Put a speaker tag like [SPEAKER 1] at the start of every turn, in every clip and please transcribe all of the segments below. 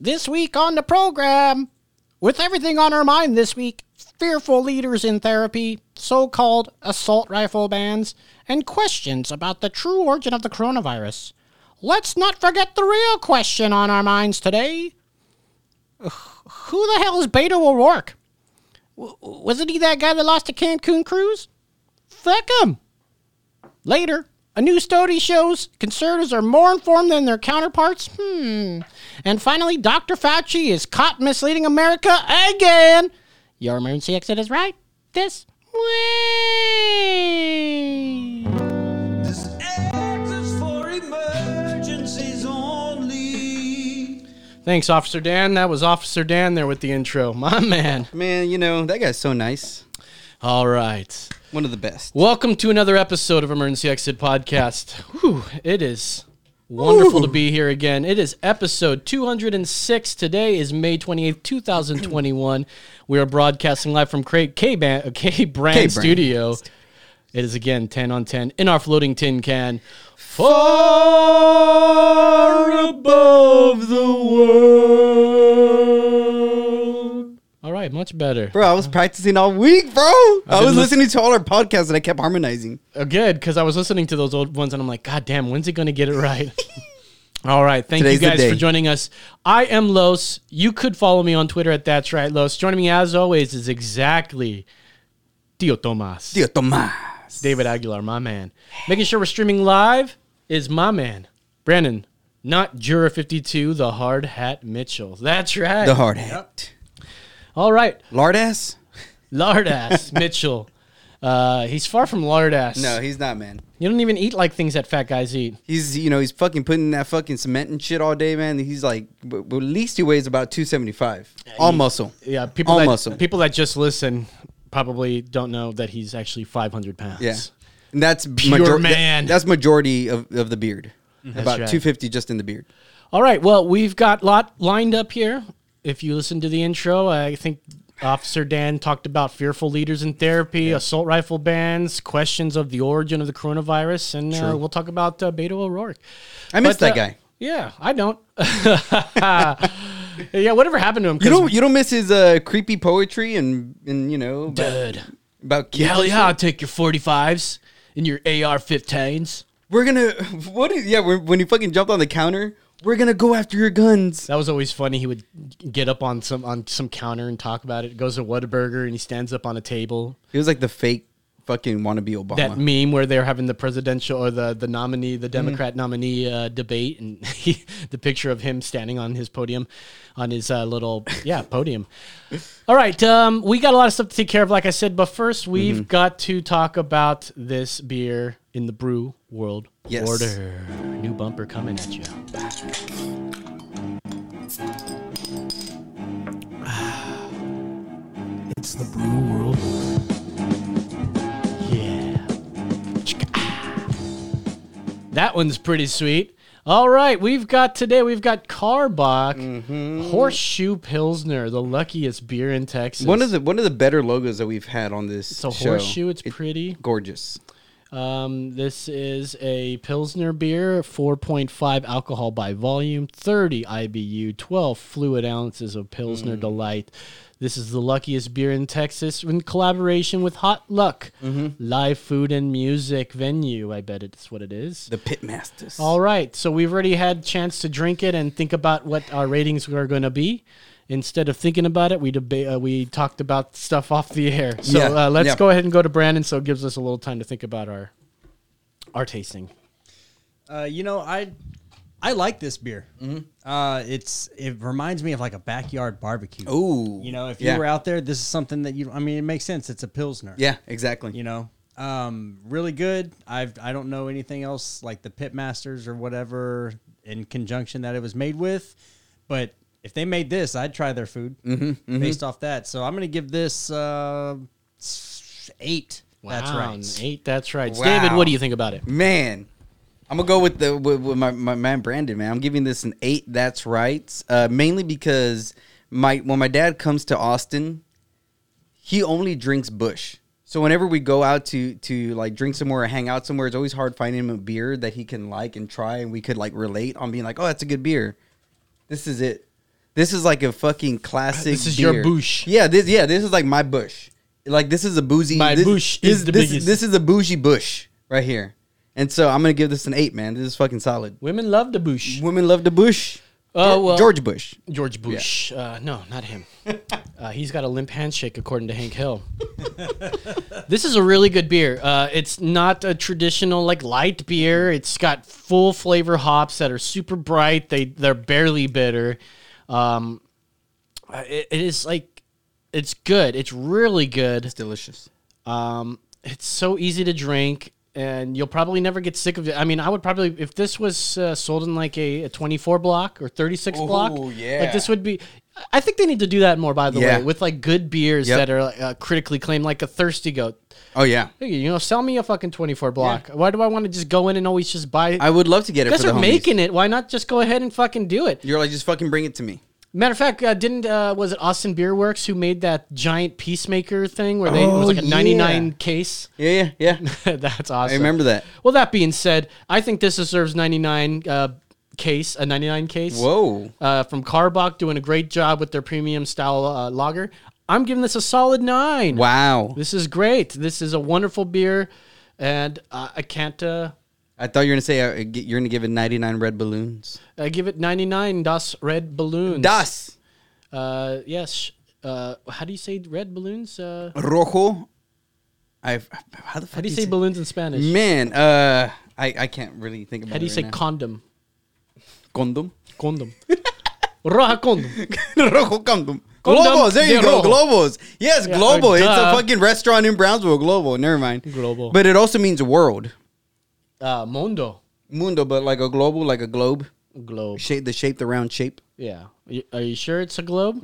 [SPEAKER 1] This week on the program, with everything on our mind this week fearful leaders in therapy, so called assault rifle bans, and questions about the true origin of the coronavirus. Let's not forget the real question on our minds today Who the hell is Beto O'Rourke? W- wasn't he that guy that lost to Cancun cruise? Fuck him! Later, a new study shows conservatives are more informed than their counterparts. Hmm. And finally, Dr. Fauci is caught misleading America again. Your emergency exit is right this way.
[SPEAKER 2] This exit's for emergencies only.
[SPEAKER 1] Thanks, Officer Dan. That was Officer Dan there with the intro. My man.
[SPEAKER 3] Man, you know, that guy's so nice.
[SPEAKER 1] All right.
[SPEAKER 3] One of the best.
[SPEAKER 1] Welcome to another episode of Emergency Exit Podcast. Whew, it is wonderful to be here again. It is episode 206. Today is May 28th, 2021. we are broadcasting live from Craig K Ban- K Brand
[SPEAKER 3] Brand.
[SPEAKER 1] Studio. It is again 10 on 10 in our floating tin can. Far above the world. All right, much better.
[SPEAKER 3] Bro, I was practicing all week, bro. I was
[SPEAKER 1] been lis-
[SPEAKER 3] listening to all our podcasts and I kept harmonizing.
[SPEAKER 1] Uh, good because I was listening to those old ones and I'm like, God damn, when's he gonna get it right? All right, thank you
[SPEAKER 3] Today's the
[SPEAKER 1] guys for
[SPEAKER 3] day.
[SPEAKER 1] joining us. I am Los. You could follow me on Twitter at That's Right Los. Joining me as always is exactly Tio Tomas,
[SPEAKER 3] Tio Tomas.
[SPEAKER 1] David Aguilar, my man. Making sure we're streaming live is my man, Brandon, not Jura 52, the Hard Hat Mitchell. That's right.
[SPEAKER 3] The hard hat.
[SPEAKER 1] All right,
[SPEAKER 3] Lard ass?
[SPEAKER 1] lard ass Mitchell. Uh, he's far from lard ass.
[SPEAKER 3] No, he's not, man.
[SPEAKER 1] you don't even eat like things that fat guys eat.
[SPEAKER 3] He's, you know, he's fucking putting that fucking cement and shit all day, man. He's like, but but at least he weighs about 275. All muscle.
[SPEAKER 1] Yeah, people
[SPEAKER 3] All
[SPEAKER 1] that,
[SPEAKER 3] muscle.
[SPEAKER 1] people that just listen probably don't know that he's actually 500 pounds.
[SPEAKER 3] Yeah. And that's
[SPEAKER 1] Pure
[SPEAKER 3] major-
[SPEAKER 1] man. Mhm.
[SPEAKER 3] that's majority of, of the beard. About
[SPEAKER 1] right.
[SPEAKER 3] 250 just in the beard.
[SPEAKER 1] All right. Well, we've got lot lined up here. If you listen to the intro, I think Officer Dan talked about fearful leaders in therapy, assault rifle bans, questions of the origin of the coronavirus, and uh, we'll talk about uh, Beto O'Rourke.
[SPEAKER 3] I miss
[SPEAKER 1] But,
[SPEAKER 3] that
[SPEAKER 1] uh,
[SPEAKER 3] guy.
[SPEAKER 1] Yeah, I don't. yeah, whatever happened to him?
[SPEAKER 3] You don't you don't miss his uh, creepy poetry and and you know about,
[SPEAKER 1] dude.
[SPEAKER 3] about kids
[SPEAKER 1] Hell
[SPEAKER 3] and
[SPEAKER 1] yeah, I'll take your 45s and your AR-15s.
[SPEAKER 3] We're gonna what? Is, yeah, we when he fucking jumped on the counter, we're gonna go after your guns.
[SPEAKER 1] That was always funny. He would get up on some on some counter and talk about it. Goes to Whataburger and he stands up on a table.
[SPEAKER 3] He was like the fake fucking wannabe Obama.
[SPEAKER 1] That meme where they're having the presidential or the the nominee, the
[SPEAKER 4] Mm-hmm.
[SPEAKER 1] Democrat nominee uh, debate, and he, the picture of him standing on his podium, on his uh, little yeah podium. All right, um, we got a lot of stuff to take care of, like I said. But first, we've
[SPEAKER 4] Mm-hmm.
[SPEAKER 1] got to talk about this beer in the brew world
[SPEAKER 3] Yes.
[SPEAKER 1] order. New bumper coming at you.
[SPEAKER 4] It's the brew world.
[SPEAKER 1] Yeah. That one's pretty sweet. All right, we've got today, we've got Carbach
[SPEAKER 3] Mm-hmm.
[SPEAKER 1] Horseshoe Pilsner, the luckiest beer in Texas.
[SPEAKER 3] one of the one of the better logos that we've had on this.
[SPEAKER 1] it's a
[SPEAKER 3] show.
[SPEAKER 1] horseshoe, it's pretty.
[SPEAKER 3] gorgeous.
[SPEAKER 1] Um, this is a Pilsner beer, 4.5 alcohol by volume, 30 IBU, 12 fluid ounces of Pilsner
[SPEAKER 3] Mm.
[SPEAKER 1] Delight. This is the luckiest beer in Texas in collaboration with Hot Luck,
[SPEAKER 3] Mm-hmm.
[SPEAKER 1] live food and music venue. I bet it's what it is.
[SPEAKER 3] The Pit Masters.
[SPEAKER 1] All right, so we've already had chance to drink it and think about what our ratings are going to be. Instead of thinking about it, we deba- uh, we talked about stuff off the air. So
[SPEAKER 3] Yeah,
[SPEAKER 1] uh, let's
[SPEAKER 3] yeah.
[SPEAKER 1] go ahead and go to Brandon, so it gives us a little time to think about our our tasting.
[SPEAKER 4] Uh, you know, I I like this beer.
[SPEAKER 3] Mm-hmm.
[SPEAKER 4] Uh, it's it reminds me of like a backyard barbecue.
[SPEAKER 3] Ooh.
[SPEAKER 4] you know, if
[SPEAKER 3] Oh, Yeah.
[SPEAKER 4] you were out there, this is something that you. I mean, it makes sense. It's a pilsner.
[SPEAKER 3] yeah, exactly.
[SPEAKER 4] you know, um, really good. I've I don't know anything else like the Pitmasters or whatever in conjunction that it was made with, but if they made this, I'd try their food
[SPEAKER 3] Mm-hmm,
[SPEAKER 4] based off that. So I'm gonna give this uh, s- eight. That's right.
[SPEAKER 1] Eight, that's right.
[SPEAKER 3] Wow.
[SPEAKER 1] David, what do you think about it?
[SPEAKER 3] Man, I'm gonna go with the with, with my, my man Brandon. Man, I'm giving this an eight. That's right. Uh, mainly because my when my dad comes to Austin, he only drinks Bush. So whenever we go out to to like drink somewhere or hang out somewhere, it's always hard finding him a beer that he can like and try, and we could like relate on being like, oh, that's a good beer. This is it. This is like a fucking classic.
[SPEAKER 1] This is your
[SPEAKER 3] beer.
[SPEAKER 1] bush.
[SPEAKER 3] Yeah, this yeah, this is like my bush. Like this is a boozy.
[SPEAKER 1] My
[SPEAKER 3] this,
[SPEAKER 1] bush
[SPEAKER 3] this,
[SPEAKER 1] is the
[SPEAKER 3] this,
[SPEAKER 1] biggest.
[SPEAKER 3] This is a bougie bush right here, and so I'm gonna give this an eight, man. This is fucking solid.
[SPEAKER 1] Women love the Bush.
[SPEAKER 3] Women love the bush.
[SPEAKER 1] Oh,
[SPEAKER 3] Geor-
[SPEAKER 1] well-
[SPEAKER 3] George Bush.
[SPEAKER 1] George Bush. Uh, no, not him. uh, he's got a limp handshake, according to Hank Hill. this is a really good beer. Uh, it's not a traditional like light beer. It's got full flavor hops that are super bright. They they're barely bitter. Um, uh, it- it is like it's good. It's really good.
[SPEAKER 3] Delicious.
[SPEAKER 1] Um, it's so easy to drink, and you'll probably never get sick of it. I mean, I would probably if this was uh, sold in like a, a 24 block or 36 block.
[SPEAKER 3] Ooh, yeah.
[SPEAKER 1] Like this would be. I think they need to do that more. By the
[SPEAKER 3] Yeah.
[SPEAKER 1] way, with like good beers
[SPEAKER 3] Yep.
[SPEAKER 1] that are uh, critically claimed, like a Thirsty Goat.
[SPEAKER 3] Oh yeah,
[SPEAKER 1] You know, sell me a fucking 24 block. Why do I want to just go in and always just buy?
[SPEAKER 3] I would love to get
[SPEAKER 1] you
[SPEAKER 3] it.
[SPEAKER 1] guys
[SPEAKER 3] for the
[SPEAKER 1] are
[SPEAKER 3] homies.
[SPEAKER 1] making it. Why not just go ahead and fucking do it?
[SPEAKER 3] You're like just fucking bring it to me.
[SPEAKER 1] Matter of fact, uh, didn't uh, was it Austin Beer Works who made that giant peacemaker thing where they it was
[SPEAKER 3] Oh,
[SPEAKER 1] like a
[SPEAKER 3] yeah.
[SPEAKER 1] 99 case?
[SPEAKER 3] Yeah, yeah, yeah.
[SPEAKER 1] That's awesome.
[SPEAKER 3] I remember that.
[SPEAKER 1] Well, that being said, I think this deserves 99 uh, case, a 99 case.
[SPEAKER 3] Whoa.
[SPEAKER 1] Uh, from Carbach doing a great job with their premium style uh, lager. I'm giving this a solid nine.
[SPEAKER 3] Wow.
[SPEAKER 1] This is great. This is a wonderful beer, and uh, I can't. Uh,
[SPEAKER 3] I thought you were gonna say uh, g- you're gonna give it 99 red balloons.
[SPEAKER 1] I give it 99 Das Red Balloons.
[SPEAKER 3] Das
[SPEAKER 1] Uh, yes. Uh, how do you say red balloons? Uh,
[SPEAKER 3] rojo. I how the fuck
[SPEAKER 1] how do you say
[SPEAKER 3] balloon?
[SPEAKER 1] balloons in Spanish?
[SPEAKER 3] Man, uh, I I can't really think about.
[SPEAKER 1] How do you
[SPEAKER 3] it
[SPEAKER 1] say
[SPEAKER 3] right
[SPEAKER 1] condom?
[SPEAKER 3] condom?
[SPEAKER 1] Condom. Roja condom.
[SPEAKER 3] rojo condom.
[SPEAKER 1] Condom
[SPEAKER 3] Globos, there you
[SPEAKER 1] de
[SPEAKER 3] go,
[SPEAKER 1] rojo.
[SPEAKER 3] Globos. Yes,
[SPEAKER 1] Yeah,
[SPEAKER 3] Globo.
[SPEAKER 1] or
[SPEAKER 3] It's a
[SPEAKER 1] duh.
[SPEAKER 3] fucking restaurant in Brownsville, Globo. Never mind.
[SPEAKER 1] Globo.
[SPEAKER 3] But it also means world,
[SPEAKER 1] Uh, Mondo.
[SPEAKER 3] mundo, but like a global, like a globe,
[SPEAKER 1] Globe.
[SPEAKER 3] shape the shape, the round shape.
[SPEAKER 1] Yeah. Y- Are you sure it's a globe?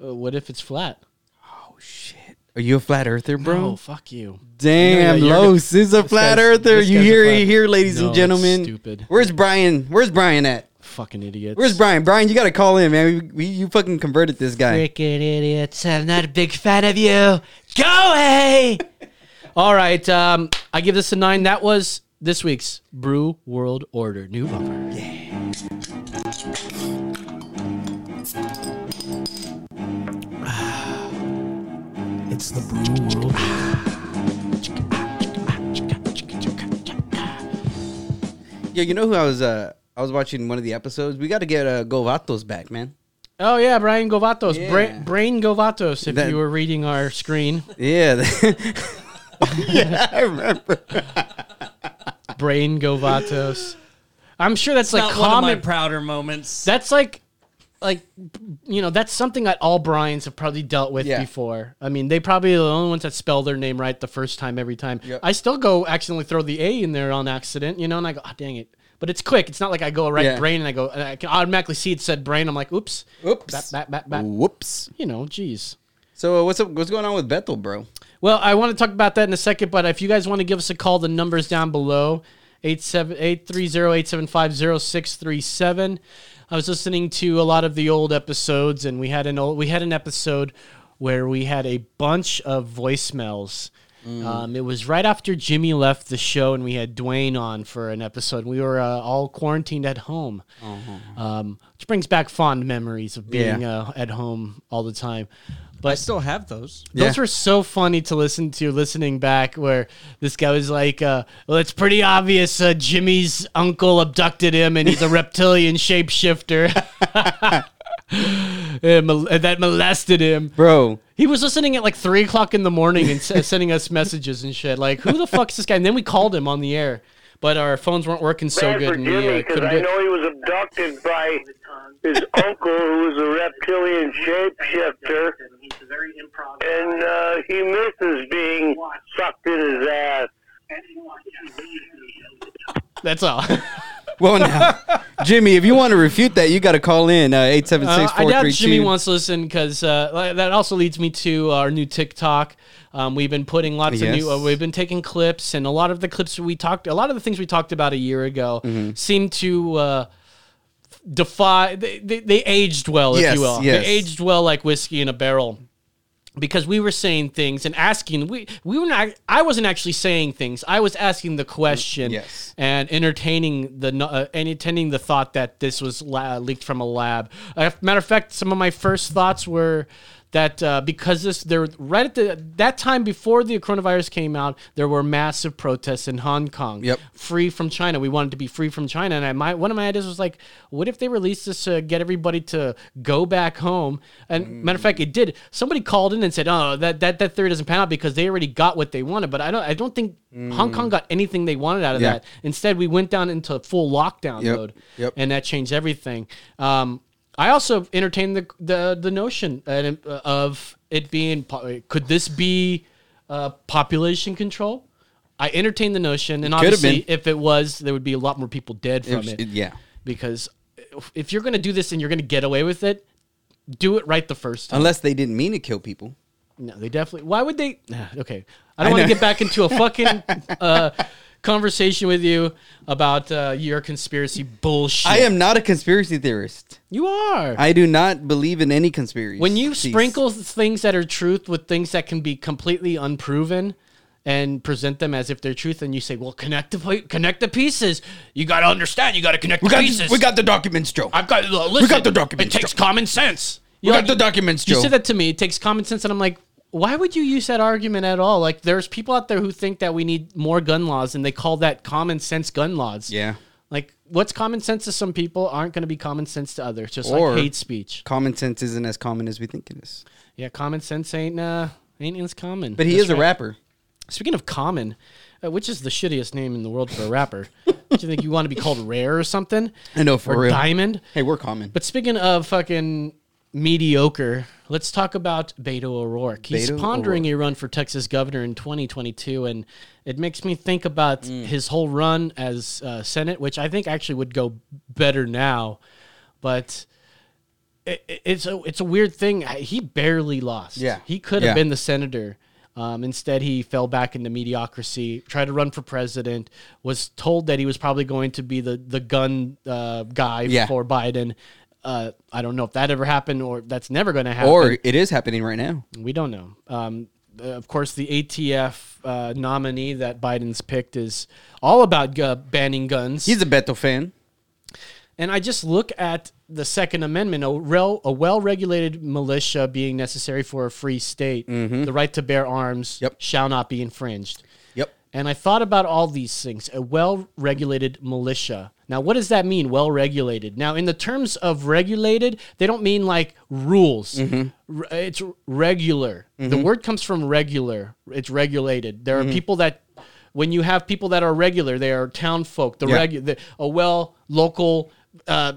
[SPEAKER 1] Uh, what if it's flat?
[SPEAKER 3] Oh shit! Are you a flat earther, bro?
[SPEAKER 1] No, fuck you.
[SPEAKER 3] Damn,
[SPEAKER 1] No, no, you're-
[SPEAKER 3] Los is a
[SPEAKER 1] this
[SPEAKER 3] flat
[SPEAKER 1] guy's-
[SPEAKER 3] earther.
[SPEAKER 1] this
[SPEAKER 3] You
[SPEAKER 1] guy's a
[SPEAKER 3] hear
[SPEAKER 1] flat-
[SPEAKER 3] it here, ladies
[SPEAKER 1] No,
[SPEAKER 3] and
[SPEAKER 1] it's
[SPEAKER 3] gentlemen.
[SPEAKER 1] stupid.
[SPEAKER 3] Where's Brian? Where's Brian at?
[SPEAKER 1] Fucking idiots.
[SPEAKER 3] Where's Brian? Brian, you gotta call in, man. We, we, you fucking converted this guy.
[SPEAKER 1] Freaking idiots. I'm not a big fan of you. Go away. All right. Um, I give this a nine. That was this week's Brew World Order. New bumper.
[SPEAKER 5] It's the brew world.
[SPEAKER 3] Yeah, you know who I was? Uh, I was watching one of the episodes. We gotta get uh, Govatos back, man.
[SPEAKER 1] Oh, yeah. Brian Govatos. Bra-
[SPEAKER 3] Yeah.
[SPEAKER 1] Brain Govatos, if
[SPEAKER 3] That-
[SPEAKER 1] you were reading our screen.
[SPEAKER 3] Yeah, yeah, I remember.
[SPEAKER 1] Brain Govatos. I'm sure that's like
[SPEAKER 4] Not one of my
[SPEAKER 1] common.
[SPEAKER 4] prouder moments.
[SPEAKER 1] that's like like you know that's something that all Bryans have probably dealt with
[SPEAKER 3] Yeah.
[SPEAKER 1] before. I mean, they probably are the only ones that spell their name right the first time every time.
[SPEAKER 3] Yep.
[SPEAKER 1] I still go accidentally throw the A in there on accident, you know, and I go, oh, dang it. But it's quick. It's not like I go right
[SPEAKER 3] Yeah.
[SPEAKER 1] brain and I go and I can automatically see it said brain. I'm like, oops,
[SPEAKER 3] Oops.
[SPEAKER 1] bat, bat, bat, bat.
[SPEAKER 3] Whoops.
[SPEAKER 1] You know, geez.
[SPEAKER 3] So uh, what's up? What's going on with Bethel, bro?
[SPEAKER 1] Well, I want to talk about that in a second, but if you guys want to give us a call, the number's down below 830-875-0637. I was listening to a lot of the old episodes and we had an old we had an episode where we had a bunch of voicemails. Um, it was right after Jimmy left the show, and we had Dwayne on for an episode. We were uh, all quarantined at home, um, which brings back fond memories of
[SPEAKER 3] Yeah.
[SPEAKER 1] being uh, at home all the time.
[SPEAKER 4] I
[SPEAKER 1] But
[SPEAKER 4] still have those.
[SPEAKER 1] those
[SPEAKER 3] Yeah.
[SPEAKER 1] were so funny to listen to listening back where this guy was like uh, well it's pretty obvious uh, jimmy's uncle abducted him and he's a reptilian shapeshifter And mol- and that molested him
[SPEAKER 3] Bro,
[SPEAKER 1] he was listening at like 3 o'clock in the morning and s- uh, sending us messages and shit like who the fuck's this guy and then we called him on the air but our phones weren't working so
[SPEAKER 6] bad
[SPEAKER 1] good
[SPEAKER 6] for
[SPEAKER 1] and we
[SPEAKER 6] Jimmy
[SPEAKER 1] uh,
[SPEAKER 6] because
[SPEAKER 1] couldn't
[SPEAKER 6] I
[SPEAKER 1] do it.
[SPEAKER 6] know he was abducted by his uncle, who was a reptilian shapeshifter, and uh, he misses being sucked in his ass.
[SPEAKER 1] that's all
[SPEAKER 3] well now, Jimmy, if you want to refute that, you gotta call in uh, eight seven
[SPEAKER 1] Uh,
[SPEAKER 3] six
[SPEAKER 1] I
[SPEAKER 3] four
[SPEAKER 1] doubt
[SPEAKER 3] three
[SPEAKER 1] Jimmy
[SPEAKER 3] two.
[SPEAKER 1] wants to listen because uh, li- that also leads me to our new TikTok. Um, we've been putting lots of new.
[SPEAKER 3] Yes.
[SPEAKER 1] Uh, we've been taking clips, and a lot of the clips we talked, a lot of the things we talked about a year ago,
[SPEAKER 3] Mm-hmm.
[SPEAKER 1] seem to uh, defy. They, they, they aged well, if
[SPEAKER 3] Yes,
[SPEAKER 1] you will.
[SPEAKER 3] yes.
[SPEAKER 1] They aged well like whiskey in a barrel. because we were saying things and asking we we were not I wasn't actually saying things I was asking the question
[SPEAKER 3] Yes.
[SPEAKER 1] and entertaining the no- uh, and entertaining the thought that this was la- leaked from a lab uh, matter of fact some of my first thoughts were that uh, because this there right at the that time before the coronavirus came out there were massive protests in Hong Kong
[SPEAKER 3] Yep.
[SPEAKER 1] free from China. We wanted to be free from China. And I, my, one of my ideas was like, what if they released this to get everybody to go back home? And matter of fact, it did. Somebody called in and said, oh, that, that, that theory doesn't pan out because they already got what they wanted. But I don't, I don't think Hong Kong got anything they wanted out of
[SPEAKER 3] Yeah.
[SPEAKER 1] that. Instead, we went down into full lockdown
[SPEAKER 3] Yep.
[SPEAKER 1] mode
[SPEAKER 3] Yep.
[SPEAKER 1] and that changed everything. Um, I also entertained the the, the notion uh, of it being po- uh, could this be uh, population control? I entertained the notion, and
[SPEAKER 3] could have
[SPEAKER 1] obviously,
[SPEAKER 3] been.
[SPEAKER 1] if it was, there would be a lot more people dead from
[SPEAKER 3] It-
[SPEAKER 1] it.
[SPEAKER 3] it- yeah.
[SPEAKER 1] because if- if you're going to do this and you're going to get away with it, do it right the first time.
[SPEAKER 3] Unless they didn't mean to kill people.
[SPEAKER 1] No, they definitely. Why would they? Okay, I don't want to get back into a fucking uh, conversation with you about uh, your conspiracy bullshit.
[SPEAKER 3] I am not a conspiracy theorist.
[SPEAKER 1] You are.
[SPEAKER 3] I do not believe in any conspiracy.
[SPEAKER 1] when you sprinkle things that are truth with things that can be completely unproven and present them as if they're truth and you say well connect the pla- connect the pieces you got to understand you got to connect
[SPEAKER 3] we
[SPEAKER 1] the
[SPEAKER 3] got,
[SPEAKER 1] pieces
[SPEAKER 3] we got the documents, Joe.
[SPEAKER 1] i've got uh, listen,
[SPEAKER 3] got the documents,
[SPEAKER 1] it takes
[SPEAKER 3] Joe.
[SPEAKER 1] common sense
[SPEAKER 3] we got the documents,
[SPEAKER 1] you
[SPEAKER 3] Joe.
[SPEAKER 1] said that to me it takes common sense and i'm like why would you use that argument at all like there's people out there who think that we need more gun laws and they call that common sense gun laws
[SPEAKER 3] yeah.
[SPEAKER 1] like what's common sense to some people aren't going to be common sense to others just
[SPEAKER 3] Or-
[SPEAKER 1] like hate speech
[SPEAKER 3] Common sense isn't as common as we think it is.
[SPEAKER 1] yeah, common sense ain't uh, ain't as common.
[SPEAKER 3] But he
[SPEAKER 1] That's
[SPEAKER 3] is a
[SPEAKER 1] right.
[SPEAKER 3] rapper.
[SPEAKER 1] Speaking of common, uh, which is the shittiest name in the world for a rapper? Do you think you want to be called rare or something?
[SPEAKER 3] I know, for
[SPEAKER 1] or
[SPEAKER 3] real.
[SPEAKER 1] Diamond.
[SPEAKER 3] Hey, we're common.
[SPEAKER 1] But speaking of fucking mediocre, let's talk about Beto O'Rourke. He's
[SPEAKER 3] Beto
[SPEAKER 1] pondering a run for Texas governor in 2022, and it makes me think about
[SPEAKER 3] Mm.
[SPEAKER 1] his whole run as uh, Senate, which I think actually would go better now, but. it- it- It's a it's a weird thing. I- He barely lost.
[SPEAKER 3] Yeah.
[SPEAKER 1] he could have
[SPEAKER 3] Yeah.
[SPEAKER 1] been the senator. Um, instead, he fell back into mediocrity. Tried to run for president. Was told that he was probably going to be the the gun uh, guy
[SPEAKER 3] Yeah.
[SPEAKER 1] for Biden. Uh, I don't know if that ever happened or that's never going to happen.
[SPEAKER 3] or it is happening right now.
[SPEAKER 1] we don't know. Um, uh, of course, the ATF uh, nominee that Biden's picked is all about uh, banning guns.
[SPEAKER 3] He's a Beto fan.
[SPEAKER 1] And I just look at the Second Amendment, a, rel- a well regulated militia being necessary for a free state. The right to bear arms
[SPEAKER 3] Mm-hmm. Yep.
[SPEAKER 1] shall not be infringed.
[SPEAKER 3] Yep.
[SPEAKER 1] And I thought about all these things a well regulated militia. Now, what does that mean, well regulated? Now, in the terms of regulated, they don't mean like rules.
[SPEAKER 3] Mm-hmm.
[SPEAKER 1] R- It's regular. The word comes from regular, it's regulated. There
[SPEAKER 3] Mm-hmm.
[SPEAKER 1] are people that. When you have people that are regular, they are town folk, the
[SPEAKER 3] Yeah.
[SPEAKER 1] regu- the, a well local uh,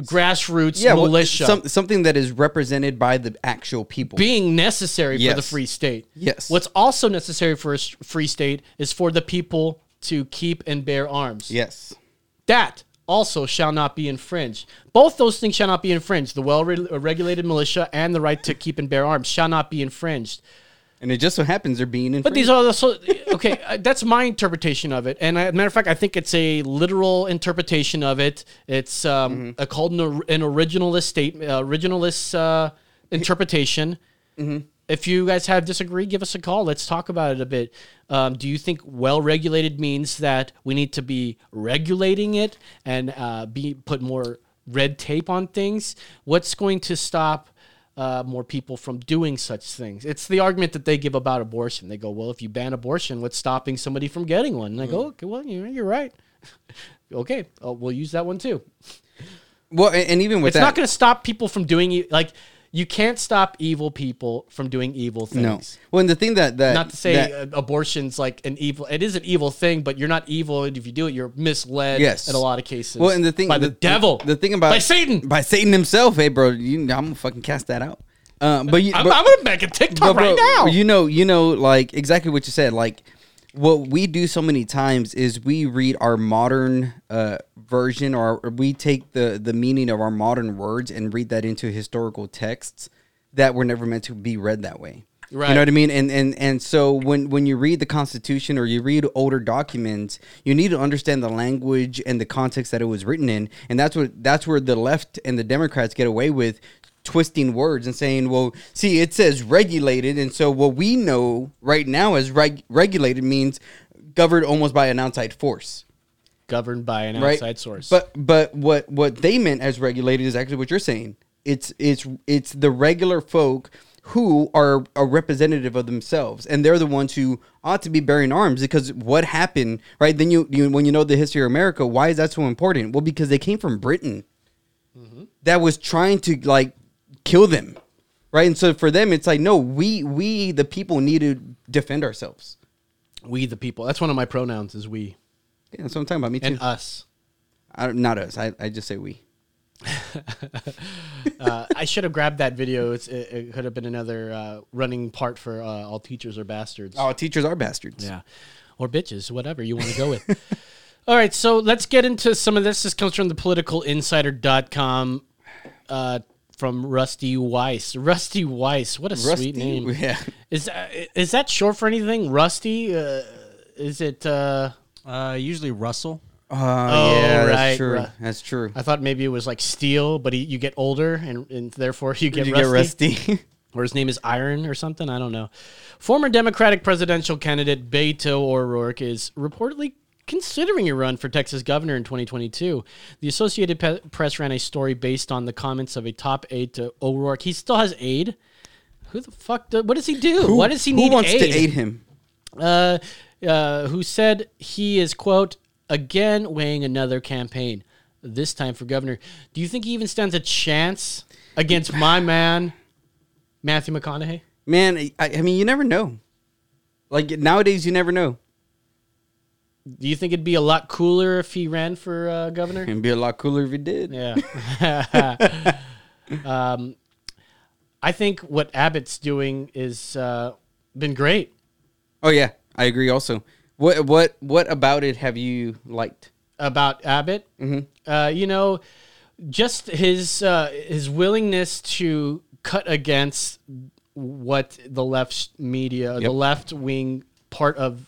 [SPEAKER 1] grassroots
[SPEAKER 3] Yeah. well,
[SPEAKER 1] militia
[SPEAKER 3] some- something that is represented by the actual people.
[SPEAKER 1] being necessary for the
[SPEAKER 3] Yes.
[SPEAKER 1] free state.
[SPEAKER 3] Yes.
[SPEAKER 1] What's also necessary for a s- free state is for the people to keep and bear arms.
[SPEAKER 3] yes.
[SPEAKER 1] That also shall not be infringed. Both those things shall not be infringed. The well re- uh, regulated militia and the right to keep and bear arms shall not be infringed.
[SPEAKER 3] And it just so happens they're being in.
[SPEAKER 1] But these are also okay. uh, that's my interpretation of it, and I, matter of fact, I think it's a literal interpretation of it. It's um,
[SPEAKER 3] Mm-hmm.
[SPEAKER 1] uh, called an, or- an originalist state, uh, originalist uh, interpretation. If you guys have disagreed, give us a call. Let's talk about it a bit. Um, do you think well regulated means that we need to be regulating it and uh, be put more red tape on things? What's going to stop? uh, more people from doing such things. It's the argument that they give about abortion. They go, well, if you ban abortion, what's stopping somebody from getting one? And I
[SPEAKER 3] Mm.
[SPEAKER 1] go, okay, well, you're, you're right. okay, uh, we'll use that one too.
[SPEAKER 3] well, and, and even with
[SPEAKER 1] It's
[SPEAKER 3] that,
[SPEAKER 1] not going to stop people from doing, e- like, you can't stop evil people from doing evil
[SPEAKER 3] no.
[SPEAKER 1] things.
[SPEAKER 3] Well, and the thing that that
[SPEAKER 1] Not to say
[SPEAKER 3] that-
[SPEAKER 1] uh, abortion's like an evil. It is an evil thing, but you're not evil. And if you do it, you're misled.
[SPEAKER 3] Yes.
[SPEAKER 1] in a lot of cases.
[SPEAKER 3] Well, and the thing
[SPEAKER 1] by the, devil.
[SPEAKER 3] the, thing about
[SPEAKER 1] by Satan.
[SPEAKER 3] by Satan himself. Hey, bro, you, I'm gonna fucking cast that out. Um, but you,
[SPEAKER 1] I'm,
[SPEAKER 3] but,
[SPEAKER 1] I'm gonna make a TikTok
[SPEAKER 3] but, bro,
[SPEAKER 1] right now.
[SPEAKER 3] You know, you know, like exactly what you said. Like what we do so many times is we read our modern uh, version, or we take the the meaning of our modern words and read that into historical texts that were never meant to be read that way. You
[SPEAKER 1] Right.
[SPEAKER 3] know what I mean? And and and so when when you read the Constitution or you read older documents, you need to understand the language and the context that it was written in, and that's what that's where the left and the Democrats get away with. twisting words and saying, well, see, it says regulated. And so what we know right now as reg- regulated means governed almost by an outside force.
[SPEAKER 1] governed by an
[SPEAKER 3] right?
[SPEAKER 1] outside source.
[SPEAKER 3] But but what what they meant as regulated is actually what you're saying. It's it's it's the regular folk who are a representative of themselves, and they're the ones who ought to be bearing arms because what happened, right? Then you, you when you know the history of America, why is that so important? Well, because they came from Britain that was trying to like kill them, right? And so for them, it's like no, we we the people need to defend ourselves.
[SPEAKER 1] we the people. That's one of my pronouns is we
[SPEAKER 3] Yeah, that's what I'm talking about. Me too.
[SPEAKER 1] and us.
[SPEAKER 3] I, not us. I, I just say we.
[SPEAKER 1] Uh, I should have grabbed that video. It's, it, it could have been another uh, running part for uh, all teachers are bastards.
[SPEAKER 3] Oh, teachers are bastards.
[SPEAKER 1] Yeah. Or bitches, whatever you want to go with. All right, so let's get into some of this. This comes from the politicalinsider.com uh, from Rusty Weiss. Rusty Weiss, what a
[SPEAKER 3] Rusty,
[SPEAKER 1] sweet name.
[SPEAKER 3] yeah.
[SPEAKER 1] Is, that, is that short for anything? Rusty? Uh, is it. Uh,
[SPEAKER 4] Uh, usually Russell.
[SPEAKER 3] oh,
[SPEAKER 1] yeah, that's right,
[SPEAKER 3] that's
[SPEAKER 1] true.
[SPEAKER 3] true.
[SPEAKER 1] right.
[SPEAKER 3] That's true.
[SPEAKER 1] I thought maybe it was like steel, but he, you get older and, and therefore you get
[SPEAKER 3] you
[SPEAKER 1] rusty.
[SPEAKER 3] get rusty.
[SPEAKER 1] or his name is Iron or something. I don't know. Former Democratic presidential candidate Beto O'Rourke is reportedly considering a run for Texas governor in 2022. The Associated Pe- Press ran a story based on the comments of a top aide to O'Rourke. He still has aid. Who the fuck? Do, what does he do? Why does he
[SPEAKER 3] who
[SPEAKER 1] need
[SPEAKER 3] wants
[SPEAKER 1] aid?
[SPEAKER 3] to aid him?
[SPEAKER 1] uh, uh, who said he is quote again weighing another campaign this time for governor do you think he even stands a chance against my man matthew mcconaughey
[SPEAKER 3] Man, I, I mean, you never know. Like nowadays, you never know.
[SPEAKER 1] do you think it'd be a lot cooler if he ran for uh, governor
[SPEAKER 3] It'd be a lot cooler if he did.
[SPEAKER 1] Yeah. um, I think what Abbott's doing is uh, been great.
[SPEAKER 3] Oh yeah, I agree. Also, what what what about it have you liked?
[SPEAKER 1] about Abbott. Uh, you know, just his uh, his willingness to cut against what the left media, the left wing part of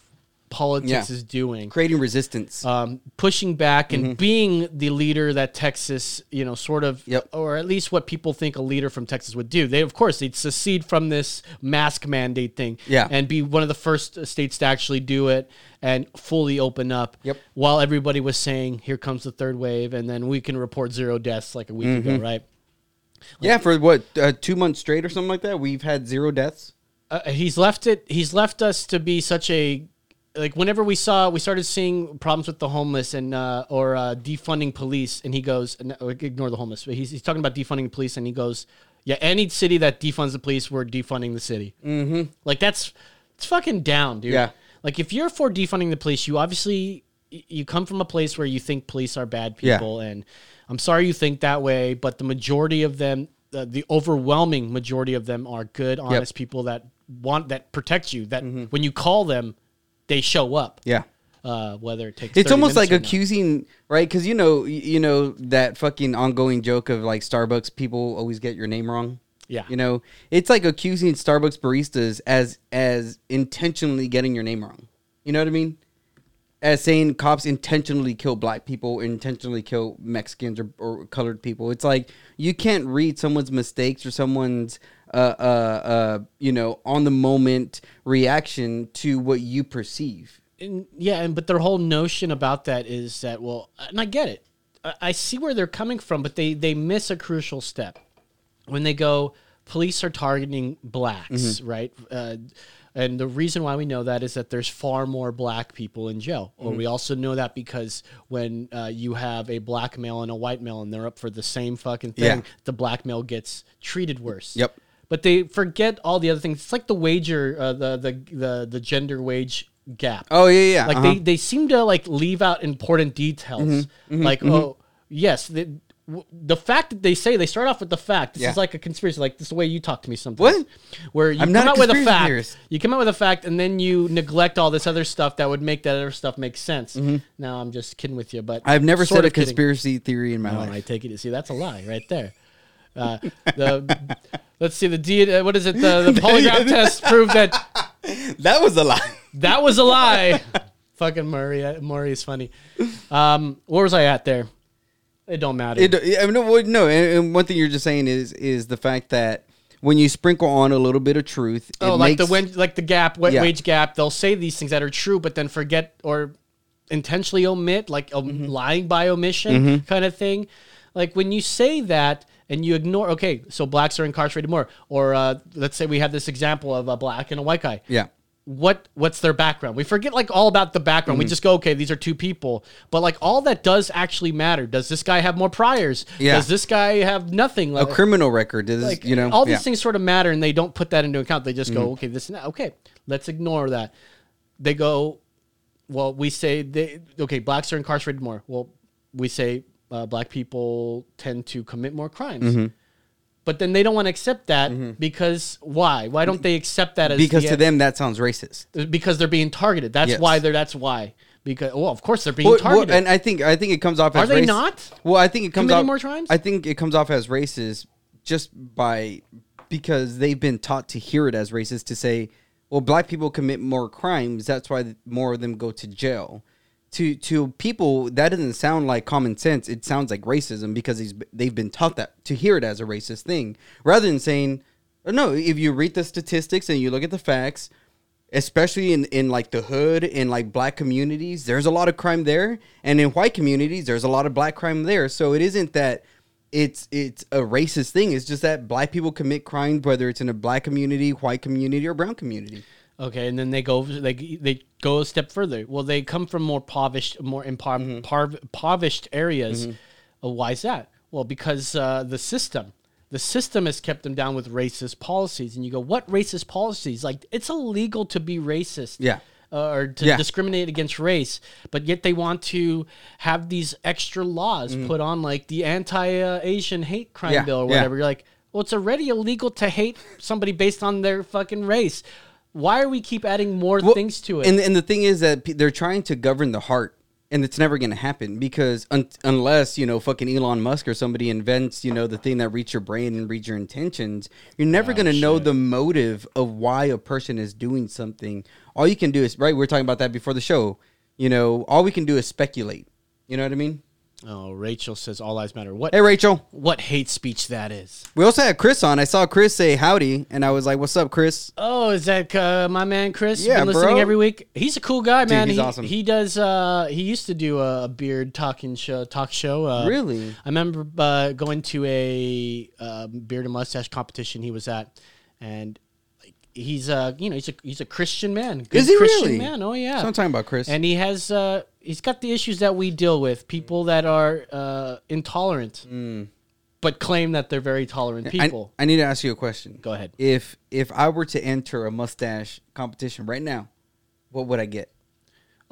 [SPEAKER 1] politics
[SPEAKER 3] Yeah.
[SPEAKER 1] is doing
[SPEAKER 3] Creating resistance.
[SPEAKER 1] um, pushing back
[SPEAKER 3] Mm-hmm.
[SPEAKER 1] and being the leader that Texas, you know, sort of,
[SPEAKER 3] Yep.
[SPEAKER 1] or at least what people think a leader from Texas would do. They, of course, they'd secede from this mask mandate thing,
[SPEAKER 3] Yeah.
[SPEAKER 1] and be one of the first uh, states to actually do it and fully open up.
[SPEAKER 3] Yep.
[SPEAKER 1] While everybody was saying, "Here comes the third wave," and then we can report zero deaths like a week
[SPEAKER 3] Mm-hmm.
[SPEAKER 1] ago, right?
[SPEAKER 3] yeah, for what uh, two months straight or something like that. We've had zero deaths.
[SPEAKER 1] uh, he's left it he's left us to be such a like whenever we saw we started seeing problems with the homeless and uh, or uh, defunding police and he goes and, uh, ignore the homeless but he's, he's talking about defunding police and he goes yeah any city that defunds the police we're defunding the city mm-hmm. like that's it's fucking down dude
[SPEAKER 3] Yeah.
[SPEAKER 1] like if you're for defunding the police you obviously y- you come from a place where you think police are bad
[SPEAKER 3] Yeah.
[SPEAKER 1] people and i'm sorry you think that way but the majority of them uh, the overwhelming majority of them are good honest people that want that protect you that when you call them they show up
[SPEAKER 3] Mm-hmm. Yeah.
[SPEAKER 1] uh, whether it takes
[SPEAKER 3] It's
[SPEAKER 1] 30
[SPEAKER 3] almost like
[SPEAKER 1] minutes or not.
[SPEAKER 3] accusing, right? Because you know, y- you know that fucking ongoing joke of like Starbucks people always get your name wrong.
[SPEAKER 1] Yeah.
[SPEAKER 3] you know, it's like accusing Starbucks baristas as as intentionally getting your name wrong. You know what I mean? As saying cops intentionally kill black people, intentionally kill Mexicans or, or colored people. It's like you can't read someone's mistakes or someone's, uh, uh, uh, you know, on the moment reaction to what you perceive.
[SPEAKER 1] and, yeah, and but their whole notion about that is that well, and I get it. I, I see where they're coming from, but they they miss a crucial step when they go. Police are targeting blacks,
[SPEAKER 3] Mm-hmm.
[SPEAKER 1] right? Uh, and the reason why we know that is that there's far more black people in jail.
[SPEAKER 3] Mm-hmm.
[SPEAKER 1] Or we also know that because when uh, you have a black male and a white male and they're up for the same fucking thing,
[SPEAKER 3] Yeah.
[SPEAKER 1] the black male gets treated worse.
[SPEAKER 3] Yep.
[SPEAKER 1] But they forget all the other things. It's like the wager, uh, the, the the the gender wage gap
[SPEAKER 3] Oh yeah, yeah.
[SPEAKER 1] like
[SPEAKER 3] uh-huh. Mm-hmm,
[SPEAKER 1] they, they seem to like leave out important details like oh yes the, w- the fact that they say they start off with the fact this
[SPEAKER 3] Yeah.
[SPEAKER 1] is like a conspiracy like this is the way you talk to me sometimes
[SPEAKER 3] What?
[SPEAKER 1] where you
[SPEAKER 3] I'm
[SPEAKER 1] come
[SPEAKER 3] not a
[SPEAKER 1] out with a
[SPEAKER 3] conspiracy
[SPEAKER 1] fact
[SPEAKER 3] theorist.
[SPEAKER 1] you come out with a fact and then you neglect all this other stuff that would make that other stuff make sense now i'm just kidding with you but
[SPEAKER 3] Mm-hmm. I've never
[SPEAKER 1] sort
[SPEAKER 3] said a
[SPEAKER 1] of kidding.
[SPEAKER 3] conspiracy theory in my
[SPEAKER 1] Oh,
[SPEAKER 3] life.
[SPEAKER 1] I take it. See, that's a lie right there. Uh, the, let's see. The D, uh, what is it? The, the polygraph test proved that
[SPEAKER 3] That was a lie.
[SPEAKER 1] That was a uh, lie. Fucking Murray. Murray is funny. Um, where was I at there? It don't matter.
[SPEAKER 3] It, I mean, no, well, no, and, and one thing you're just saying is is the fact that when you sprinkle on a little bit of truth, it
[SPEAKER 1] oh, like the
[SPEAKER 3] makes-
[SPEAKER 1] wen- like the gap, wa-
[SPEAKER 3] Yeah.
[SPEAKER 1] wage gap. They'll say these things that are true, but then forget or intentionally omit, like um,
[SPEAKER 3] Mm-hmm.
[SPEAKER 1] lying by omission kind of thing. Like when you say that and you ignore, okay, so blacks are incarcerated more, or uh, let's say we have this example of a black and a white guy.
[SPEAKER 3] yeah,
[SPEAKER 1] What what's their background? We forget like all about the background.
[SPEAKER 3] Mm.
[SPEAKER 1] We just go, okay, these are two people, but like all that does actually matter. Does this guy have more priors?
[SPEAKER 3] Yeah.
[SPEAKER 1] Does this guy have nothing?
[SPEAKER 3] a
[SPEAKER 1] Like,
[SPEAKER 3] criminal record is
[SPEAKER 1] like
[SPEAKER 3] you know
[SPEAKER 1] all these
[SPEAKER 3] yeah. Mm.
[SPEAKER 1] things sort of matter and they don't put that into account they just go okay this and that okay let's ignore that they go well we say they okay blacks are incarcerated more well we say uh, black people tend to commit more crimes
[SPEAKER 3] Mm-hmm.
[SPEAKER 1] but then they don't want to accept that because why why don't they accept that as
[SPEAKER 3] because
[SPEAKER 1] the-
[SPEAKER 3] to them that sounds racist.
[SPEAKER 1] because they're being targeted that's
[SPEAKER 3] Yes.
[SPEAKER 1] why they're that's why because well of course they're being
[SPEAKER 3] Well, well,
[SPEAKER 1] targeted
[SPEAKER 3] and I think I think it comes off.
[SPEAKER 1] Are
[SPEAKER 3] as
[SPEAKER 1] they
[SPEAKER 3] raci-
[SPEAKER 1] not
[SPEAKER 3] Well, I think it comes
[SPEAKER 1] committing
[SPEAKER 3] off
[SPEAKER 1] more crimes?
[SPEAKER 3] I think it comes off as racist just by because they've been taught to hear it as racist to say, well, black people commit more crimes, that's why th- more of them go to jail. To to people, that doesn't sound like common sense. It sounds like racism because he's, they've been taught that to hear it as a racist thing, rather than saying, "Oh, no. If you read the statistics and you look at the facts, especially in in like the hood and like black communities there's a lot of crime there and in white communities there's a lot of black crime there so it isn't that it's it's a racist thing it's just that black people commit crimes whether it's in a black community white community or brown community
[SPEAKER 1] Okay, and then they go they they go a step further. Well, they come from more impoverished, more impar-
[SPEAKER 3] Mm-hmm.
[SPEAKER 1] parv- impoverished areas. Uh, why is that? Well, because uh, the system, the system has kept them down with racist policies. And you go, what racist policies? Like it's illegal to be racist.
[SPEAKER 3] Yeah.
[SPEAKER 1] Uh, or to
[SPEAKER 3] Yeah.
[SPEAKER 1] discriminate against race, but yet they want to have these extra laws
[SPEAKER 3] Mm-hmm.
[SPEAKER 1] put on, like the anti-Asian hate crime
[SPEAKER 3] Yeah,
[SPEAKER 1] bill or
[SPEAKER 3] yeah.
[SPEAKER 1] whatever. You're like, well, it's already illegal to hate somebody based on their fucking race. Why are we keep adding more
[SPEAKER 3] Well,
[SPEAKER 1] things to it?
[SPEAKER 3] And and the thing is that pe- they're trying to govern the heart, and it's never going to happen because un- unless you know fucking Elon Musk or somebody invents you know the thing that reads your brain and reads your intentions, you're
[SPEAKER 1] Oh,
[SPEAKER 3] never going to know the motive of why a person is doing something. All you can do is right. We are talking about that before the show. You know, all we can do is speculate. You know what I mean?
[SPEAKER 1] oh, Rachel says all lives matter. What
[SPEAKER 3] Hey, Rachel.
[SPEAKER 1] what hate speech that is?
[SPEAKER 3] We also had Chris on. I saw Chris say howdy, and I was like, "What's up, Chris?"
[SPEAKER 1] Oh, is that uh, my man Chris?
[SPEAKER 3] Yeah,
[SPEAKER 1] Been listening
[SPEAKER 3] bro.
[SPEAKER 1] every week. He's a cool guy, man.
[SPEAKER 3] he's
[SPEAKER 1] he,
[SPEAKER 3] awesome.
[SPEAKER 1] He does. Uh, he used to do a beard talking show. Talk show. Uh,
[SPEAKER 3] Really?
[SPEAKER 1] I remember uh, going to a uh, beard and mustache competition he was at, and like, he's uh, you know he's a he's a Christian man. Good
[SPEAKER 3] Is he
[SPEAKER 1] Christian
[SPEAKER 3] really?
[SPEAKER 1] Man. Oh yeah.
[SPEAKER 3] That's what I'm talking about, Chris.
[SPEAKER 1] And he has uh, he's got the issues that we deal with. People that are uh, intolerant, but claim that they're very tolerant
[SPEAKER 3] Mm. I-
[SPEAKER 1] people.
[SPEAKER 3] I, need to ask you a question.
[SPEAKER 1] Go ahead.
[SPEAKER 3] If if I were to enter a mustache competition right now, what would I get?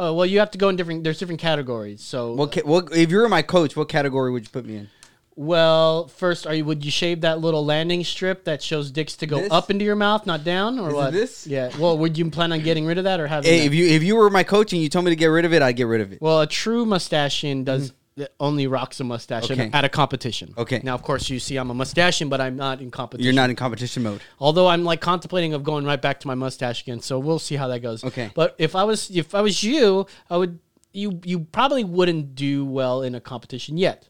[SPEAKER 1] oh well, you have to go in different. There's different categories. So
[SPEAKER 3] What, ca- what if you were my coach? What category would you put me in?
[SPEAKER 1] Well, first, are you would you shave that little landing strip that shows dicks to go
[SPEAKER 3] This?
[SPEAKER 1] up into your mouth, not down, or
[SPEAKER 3] Is it
[SPEAKER 1] what?
[SPEAKER 3] this?
[SPEAKER 1] Yeah. Well, would you plan on getting rid of that or having?
[SPEAKER 3] Hey,
[SPEAKER 1] that?
[SPEAKER 3] if you if you were my coach and you told me to get rid of it, I'd get rid of it.
[SPEAKER 1] well, a true mustachian does th- only rocks a mustache
[SPEAKER 3] Mm-hmm. Okay.
[SPEAKER 1] at a competition.
[SPEAKER 3] Okay.
[SPEAKER 1] Now, of course, you see, I'm a mustachian, but I'm not in competition.
[SPEAKER 3] You're not in competition mode.
[SPEAKER 1] Although I'm like contemplating of going right back to my mustache again, so we'll see how that goes.
[SPEAKER 3] Okay.
[SPEAKER 1] But if I was if I was you, I would you you probably wouldn't do well in a competition yet.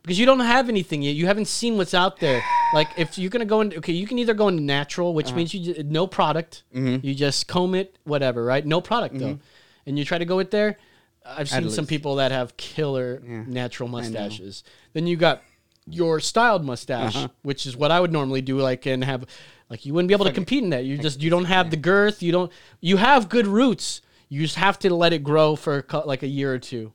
[SPEAKER 1] Because you don't have anything yet. You haven't seen what's out there. Like if you're gonna go in, okay, you can either go into natural, which means you ju- no product. You just comb it, whatever, right? No product though, and you try to go it there. I've seen some
[SPEAKER 3] least.
[SPEAKER 1] people that have killer natural mustaches. Then you got your styled mustache,
[SPEAKER 3] Uh-huh.
[SPEAKER 1] which is what I would normally do, like and have like you wouldn't be able to compete in that. You just you don't have the girth. You don't you have good roots. You just have to let it grow for a cou- like a year or two.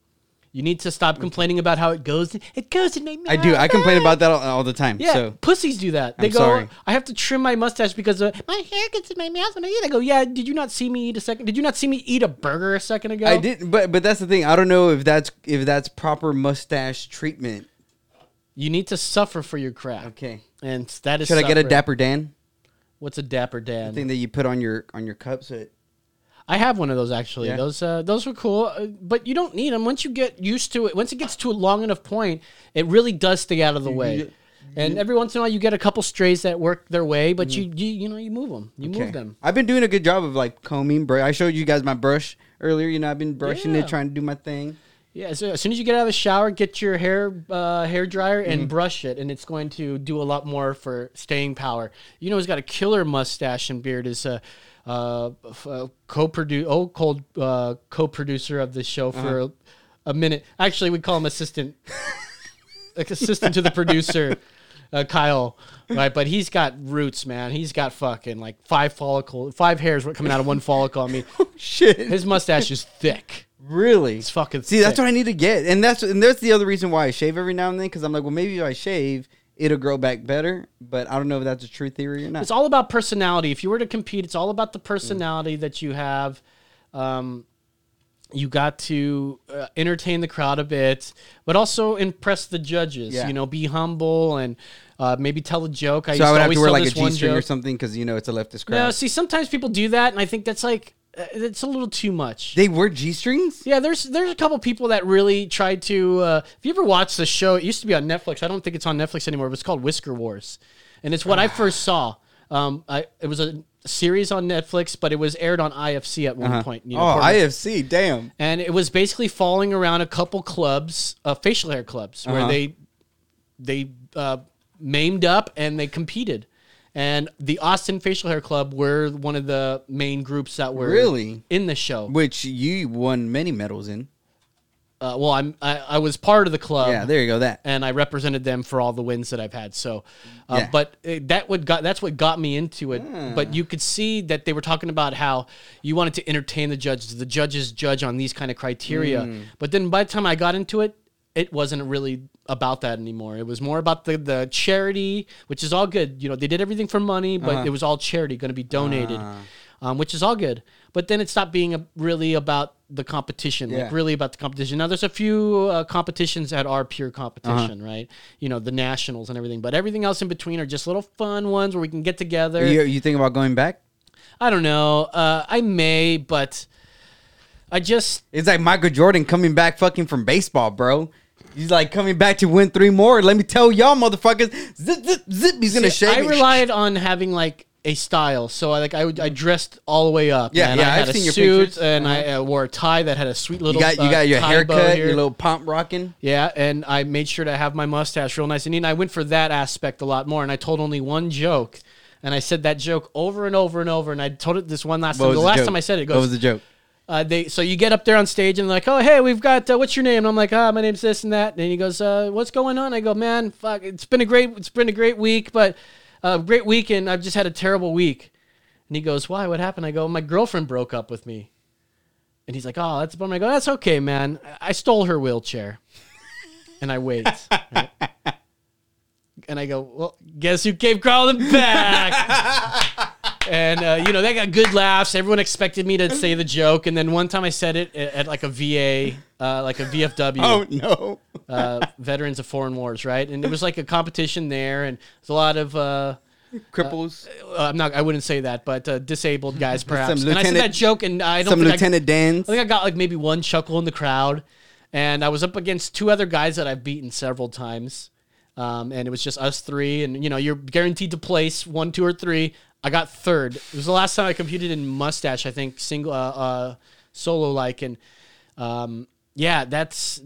[SPEAKER 1] You need to stop complaining about how it goes. It goes in my mouth.
[SPEAKER 3] Mm. I do. I complain about that all, all the time.
[SPEAKER 1] Yeah,
[SPEAKER 3] So
[SPEAKER 1] pussies do that. They
[SPEAKER 3] I'm
[SPEAKER 1] go,
[SPEAKER 3] sorry.
[SPEAKER 1] I have to trim my mustache because uh, my hair gets in my mouth when I eat. I go, yeah. Did you not see me eat a second? Did you not see me eat a burger a second ago?
[SPEAKER 3] I did, but but that's the thing. I don't know if that's if that's proper mustache treatment.
[SPEAKER 1] You need to suffer for your craft.
[SPEAKER 3] Okay.
[SPEAKER 1] and that is.
[SPEAKER 3] Should I get a
[SPEAKER 1] suffering.
[SPEAKER 3] Dapper Dan
[SPEAKER 1] What's a dapper Dan?
[SPEAKER 3] thing that you put on your on your cup? So it,
[SPEAKER 1] I have one of those actually.
[SPEAKER 3] Yeah.
[SPEAKER 1] Those uh, those were cool, uh, but you don't need them once you get used to it. Once it gets to a long enough point, it really does stay out of the way. And every once in a while, you get a couple strays that work their way, but you, you you know you move them, you
[SPEAKER 3] Mm-hmm. Okay.
[SPEAKER 1] move them.
[SPEAKER 3] I've been doing a good job of like combing. Br- I showed you guys my brush earlier. You know, I've been brushing
[SPEAKER 1] Yeah.
[SPEAKER 3] it, trying to do my thing.
[SPEAKER 1] Yeah, so as soon as you get out of the shower, get your hair uh, hair dryer and
[SPEAKER 3] Mm-hmm.
[SPEAKER 1] brush it, and it's going to do a lot more for staying power. You know, he's got a killer mustache and beard. Is a uh, f- uh, co-produ- oh, cold, uh, co-producer of the show for
[SPEAKER 3] Uh-huh.
[SPEAKER 1] a, a minute. Actually, we call him assistant, like assistant to the producer, uh, Kyle. Right, but he's got roots, man. He's got fucking like five follicle, five hairs coming out of one follicle. I mean,
[SPEAKER 3] Shit.
[SPEAKER 1] his mustache is thick.
[SPEAKER 3] Really?
[SPEAKER 1] It's fucking.
[SPEAKER 3] See, that's
[SPEAKER 1] thick.
[SPEAKER 3] what I need to get, and that's and that's the other reason why I shave every now and then because I'm like, well, maybe if I shave, it'll grow back better. But I don't know if that's a true theory or not.
[SPEAKER 1] it's all about personality. If you were to compete, it's all about the personality that you have. Um, you got to uh, entertain the crowd a bit, but also impress the judges.
[SPEAKER 3] Yeah.
[SPEAKER 1] You know, be humble and uh, maybe tell a joke. I used
[SPEAKER 3] so I would
[SPEAKER 1] to
[SPEAKER 3] have
[SPEAKER 1] always
[SPEAKER 3] to wear
[SPEAKER 1] tell
[SPEAKER 3] like a
[SPEAKER 1] this one
[SPEAKER 3] G-string or
[SPEAKER 1] joke.
[SPEAKER 3] something because you know it's a leftist crowd.
[SPEAKER 1] No, see, sometimes people do that, and I think that's like uh, it's a little too much.
[SPEAKER 3] they wear G-strings.
[SPEAKER 1] yeah, there's there's a couple people that really tried to. Uh, if you ever watched the show, it used to be on Netflix. I don't think it's on Netflix anymore. But it's called Whisker Wars, and it's what I first saw. Um, I it was a series on Netflix, but it was aired on IFC at one point. You know,
[SPEAKER 3] oh,
[SPEAKER 1] Portland
[SPEAKER 3] IFC, damn.
[SPEAKER 1] and it was basically following around a couple clubs, uh, facial hair clubs, where
[SPEAKER 3] Uh-huh.
[SPEAKER 1] they they uh, maimed up and they competed. And the Austin Facial Hair Club were one of the main groups that were
[SPEAKER 3] Really?
[SPEAKER 1] in the show.
[SPEAKER 3] Which you won many medals in.
[SPEAKER 1] Uh, well, I'm I, I was part of the club.
[SPEAKER 3] yeah, there you go. That
[SPEAKER 1] Oh. and I represented them for all the wins that I've had. So, uh,
[SPEAKER 3] Yeah. Hmm.
[SPEAKER 1] but uh, that would got that's what got me into it. But you could see that they were talking about how you wanted to entertain the judges. The judges judge on these kind of criteria.
[SPEAKER 3] Hmm.
[SPEAKER 1] But then by the time I got into it, it wasn't really about that anymore. It was more about the the charity, which is all good. You know, they did everything for money, but
[SPEAKER 3] Uh-huh.
[SPEAKER 1] it was all charity, going to be donated.
[SPEAKER 3] Ah.
[SPEAKER 1] Um, which is all good, but then it stopped being a, really about the competition,
[SPEAKER 3] Yeah.
[SPEAKER 1] like really about the competition. Now there's a few uh, competitions that are pure competition,
[SPEAKER 3] Uh-huh.
[SPEAKER 1] right? You know the nationals and everything, but everything else in between are just little fun ones where we can get together.
[SPEAKER 3] you, you think about going back?
[SPEAKER 1] I don't know. Uh, I may, but I just
[SPEAKER 3] It's like Michael Jordan coming back fucking from baseball, bro. He's like coming back to win three more. Let me tell y'all, motherfuckers. Zip, zip, zip. He's gonna
[SPEAKER 1] See,
[SPEAKER 3] shake.
[SPEAKER 1] I relied on having like a style, so I like I, would- I dressed all the way up.
[SPEAKER 3] Yeah,
[SPEAKER 1] and
[SPEAKER 3] yeah,
[SPEAKER 1] I had
[SPEAKER 3] I've
[SPEAKER 1] a
[SPEAKER 3] seen your
[SPEAKER 1] suit,
[SPEAKER 3] pictures. Uh-huh.
[SPEAKER 1] and I uh, wore a tie that had a sweet
[SPEAKER 3] You
[SPEAKER 1] little.
[SPEAKER 3] got you
[SPEAKER 1] uh,
[SPEAKER 3] got your
[SPEAKER 1] tie bow
[SPEAKER 3] haircut,
[SPEAKER 1] here.
[SPEAKER 3] your little pomp rocking.
[SPEAKER 1] Yeah, and I made sure to have my mustache real nice and neat. And I went for that aspect a lot more, and I told only one joke. And I said that joke over and over and over, and I told it this one last
[SPEAKER 3] What
[SPEAKER 1] time.
[SPEAKER 3] was
[SPEAKER 1] The
[SPEAKER 3] the
[SPEAKER 1] last
[SPEAKER 3] joke?
[SPEAKER 1] time I said it, it
[SPEAKER 3] What was
[SPEAKER 1] goes,
[SPEAKER 3] the joke?
[SPEAKER 1] uh, they, so you get up there on stage and they're like, oh, hey, we've got, uh, what's your name? And I'm like, ah, my name's this and that. And he goes, uh, what's going on? I go, man, fuck, it's been a great, it's been a great week, but uh, great weekend. I've just had a terrible week. And he goes, why? What happened? I go, my girlfriend broke up with me. And he's like, oh, that's a bummer. I go, that's okay, man. I- I stole her wheelchair. And I wait. right? And I go, well, guess who came crawling back? and uh, you know they got good laughs. Everyone expected me to say the joke, and then one time I said it at, at like a VA, uh, like a VFW,
[SPEAKER 3] Oh no!
[SPEAKER 1] uh, Veterans of Foreign Wars, right? And it was like a competition there, and there's a lot of. Uh,
[SPEAKER 3] Cripples.
[SPEAKER 1] I'm not. I wouldn't say that, but uh, disabled guys, perhaps. and I said
[SPEAKER 3] lieutenant-
[SPEAKER 1] that joke, and I don't.
[SPEAKER 3] Some
[SPEAKER 1] think I-
[SPEAKER 3] Lieutenant Dan's.
[SPEAKER 1] I think I got like maybe one chuckle in the crowd, and I was up against two other guys that I've beaten several times, um, and it was just us three. And you know, you're guaranteed to place one, two, or three. I got third. It was the last time I competed in mustache. I think single, uh, uh, solo like, and um, yeah, that's.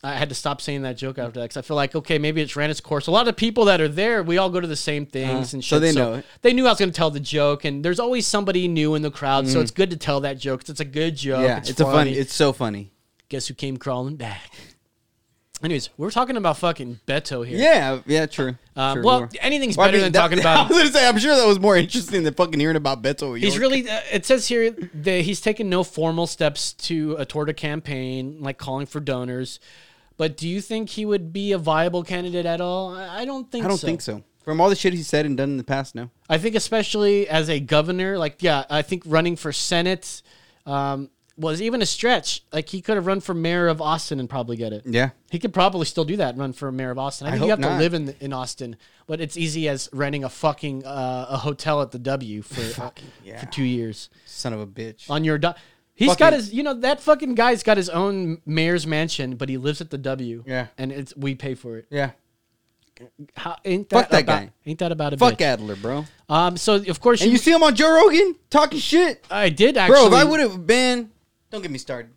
[SPEAKER 1] I had to stop saying that joke after that because I feel like okay, maybe it's ran its course. A lot of people that are there, we all go to the same things and shit.
[SPEAKER 3] Uh-huh. so they know it.
[SPEAKER 1] They knew I was going to tell the joke, and there's always somebody new in the crowd,
[SPEAKER 3] Mm-hmm.
[SPEAKER 1] so it's good to tell that joke. 'cause It's a good joke.
[SPEAKER 3] yeah, it's, a funny. It's so funny.
[SPEAKER 1] Guess who came crawling back? Anyways, we're talking about fucking Beto here.
[SPEAKER 3] Yeah, yeah, true.
[SPEAKER 1] Um,
[SPEAKER 3] True,
[SPEAKER 1] well,
[SPEAKER 3] more.
[SPEAKER 1] anything's
[SPEAKER 3] Well, I
[SPEAKER 1] better
[SPEAKER 3] mean,
[SPEAKER 1] than
[SPEAKER 3] that-
[SPEAKER 1] talking about.
[SPEAKER 3] I was gonna say, I'm sure that was more interesting than fucking hearing about Beto.
[SPEAKER 1] He's
[SPEAKER 3] O'Rourke.
[SPEAKER 1] really. Uh, it says here that he's taken no formal steps to uh, toward a campaign like calling for donors. But do you think he would be a viable candidate at all? I I don't think.
[SPEAKER 3] I don't
[SPEAKER 1] so.
[SPEAKER 3] think so. From all the shit he said and done in the past, no.
[SPEAKER 1] I think especially as a governor, like yeah, I think running for senate um, was even a stretch. Like he could have run for mayor of Austin and probably get it.
[SPEAKER 3] Yeah.
[SPEAKER 1] He could probably still do that and run for mayor of Austin. I think
[SPEAKER 3] hope
[SPEAKER 1] you have
[SPEAKER 3] not.
[SPEAKER 1] to live in in Austin, but it's easy as renting a fucking uh, a hotel at the W for uh, for two years
[SPEAKER 3] Son of a bitch.
[SPEAKER 1] on your. Do- He's
[SPEAKER 3] Fucking-
[SPEAKER 1] got his, you know, that fucking guy's got his own mayor's mansion, but he lives at the W.
[SPEAKER 3] Yeah.
[SPEAKER 1] and it's we pay for it.
[SPEAKER 3] yeah.
[SPEAKER 1] How, ain't
[SPEAKER 3] Fuck that
[SPEAKER 1] about-
[SPEAKER 3] guy.
[SPEAKER 1] Ain't that about a
[SPEAKER 3] Fuck
[SPEAKER 1] bitch?
[SPEAKER 3] Adler, bro.
[SPEAKER 1] Um, so of course
[SPEAKER 3] And you see him on Joe Rogan talking shit,
[SPEAKER 1] I did actually.
[SPEAKER 3] bro. If I would have been, don't get me started.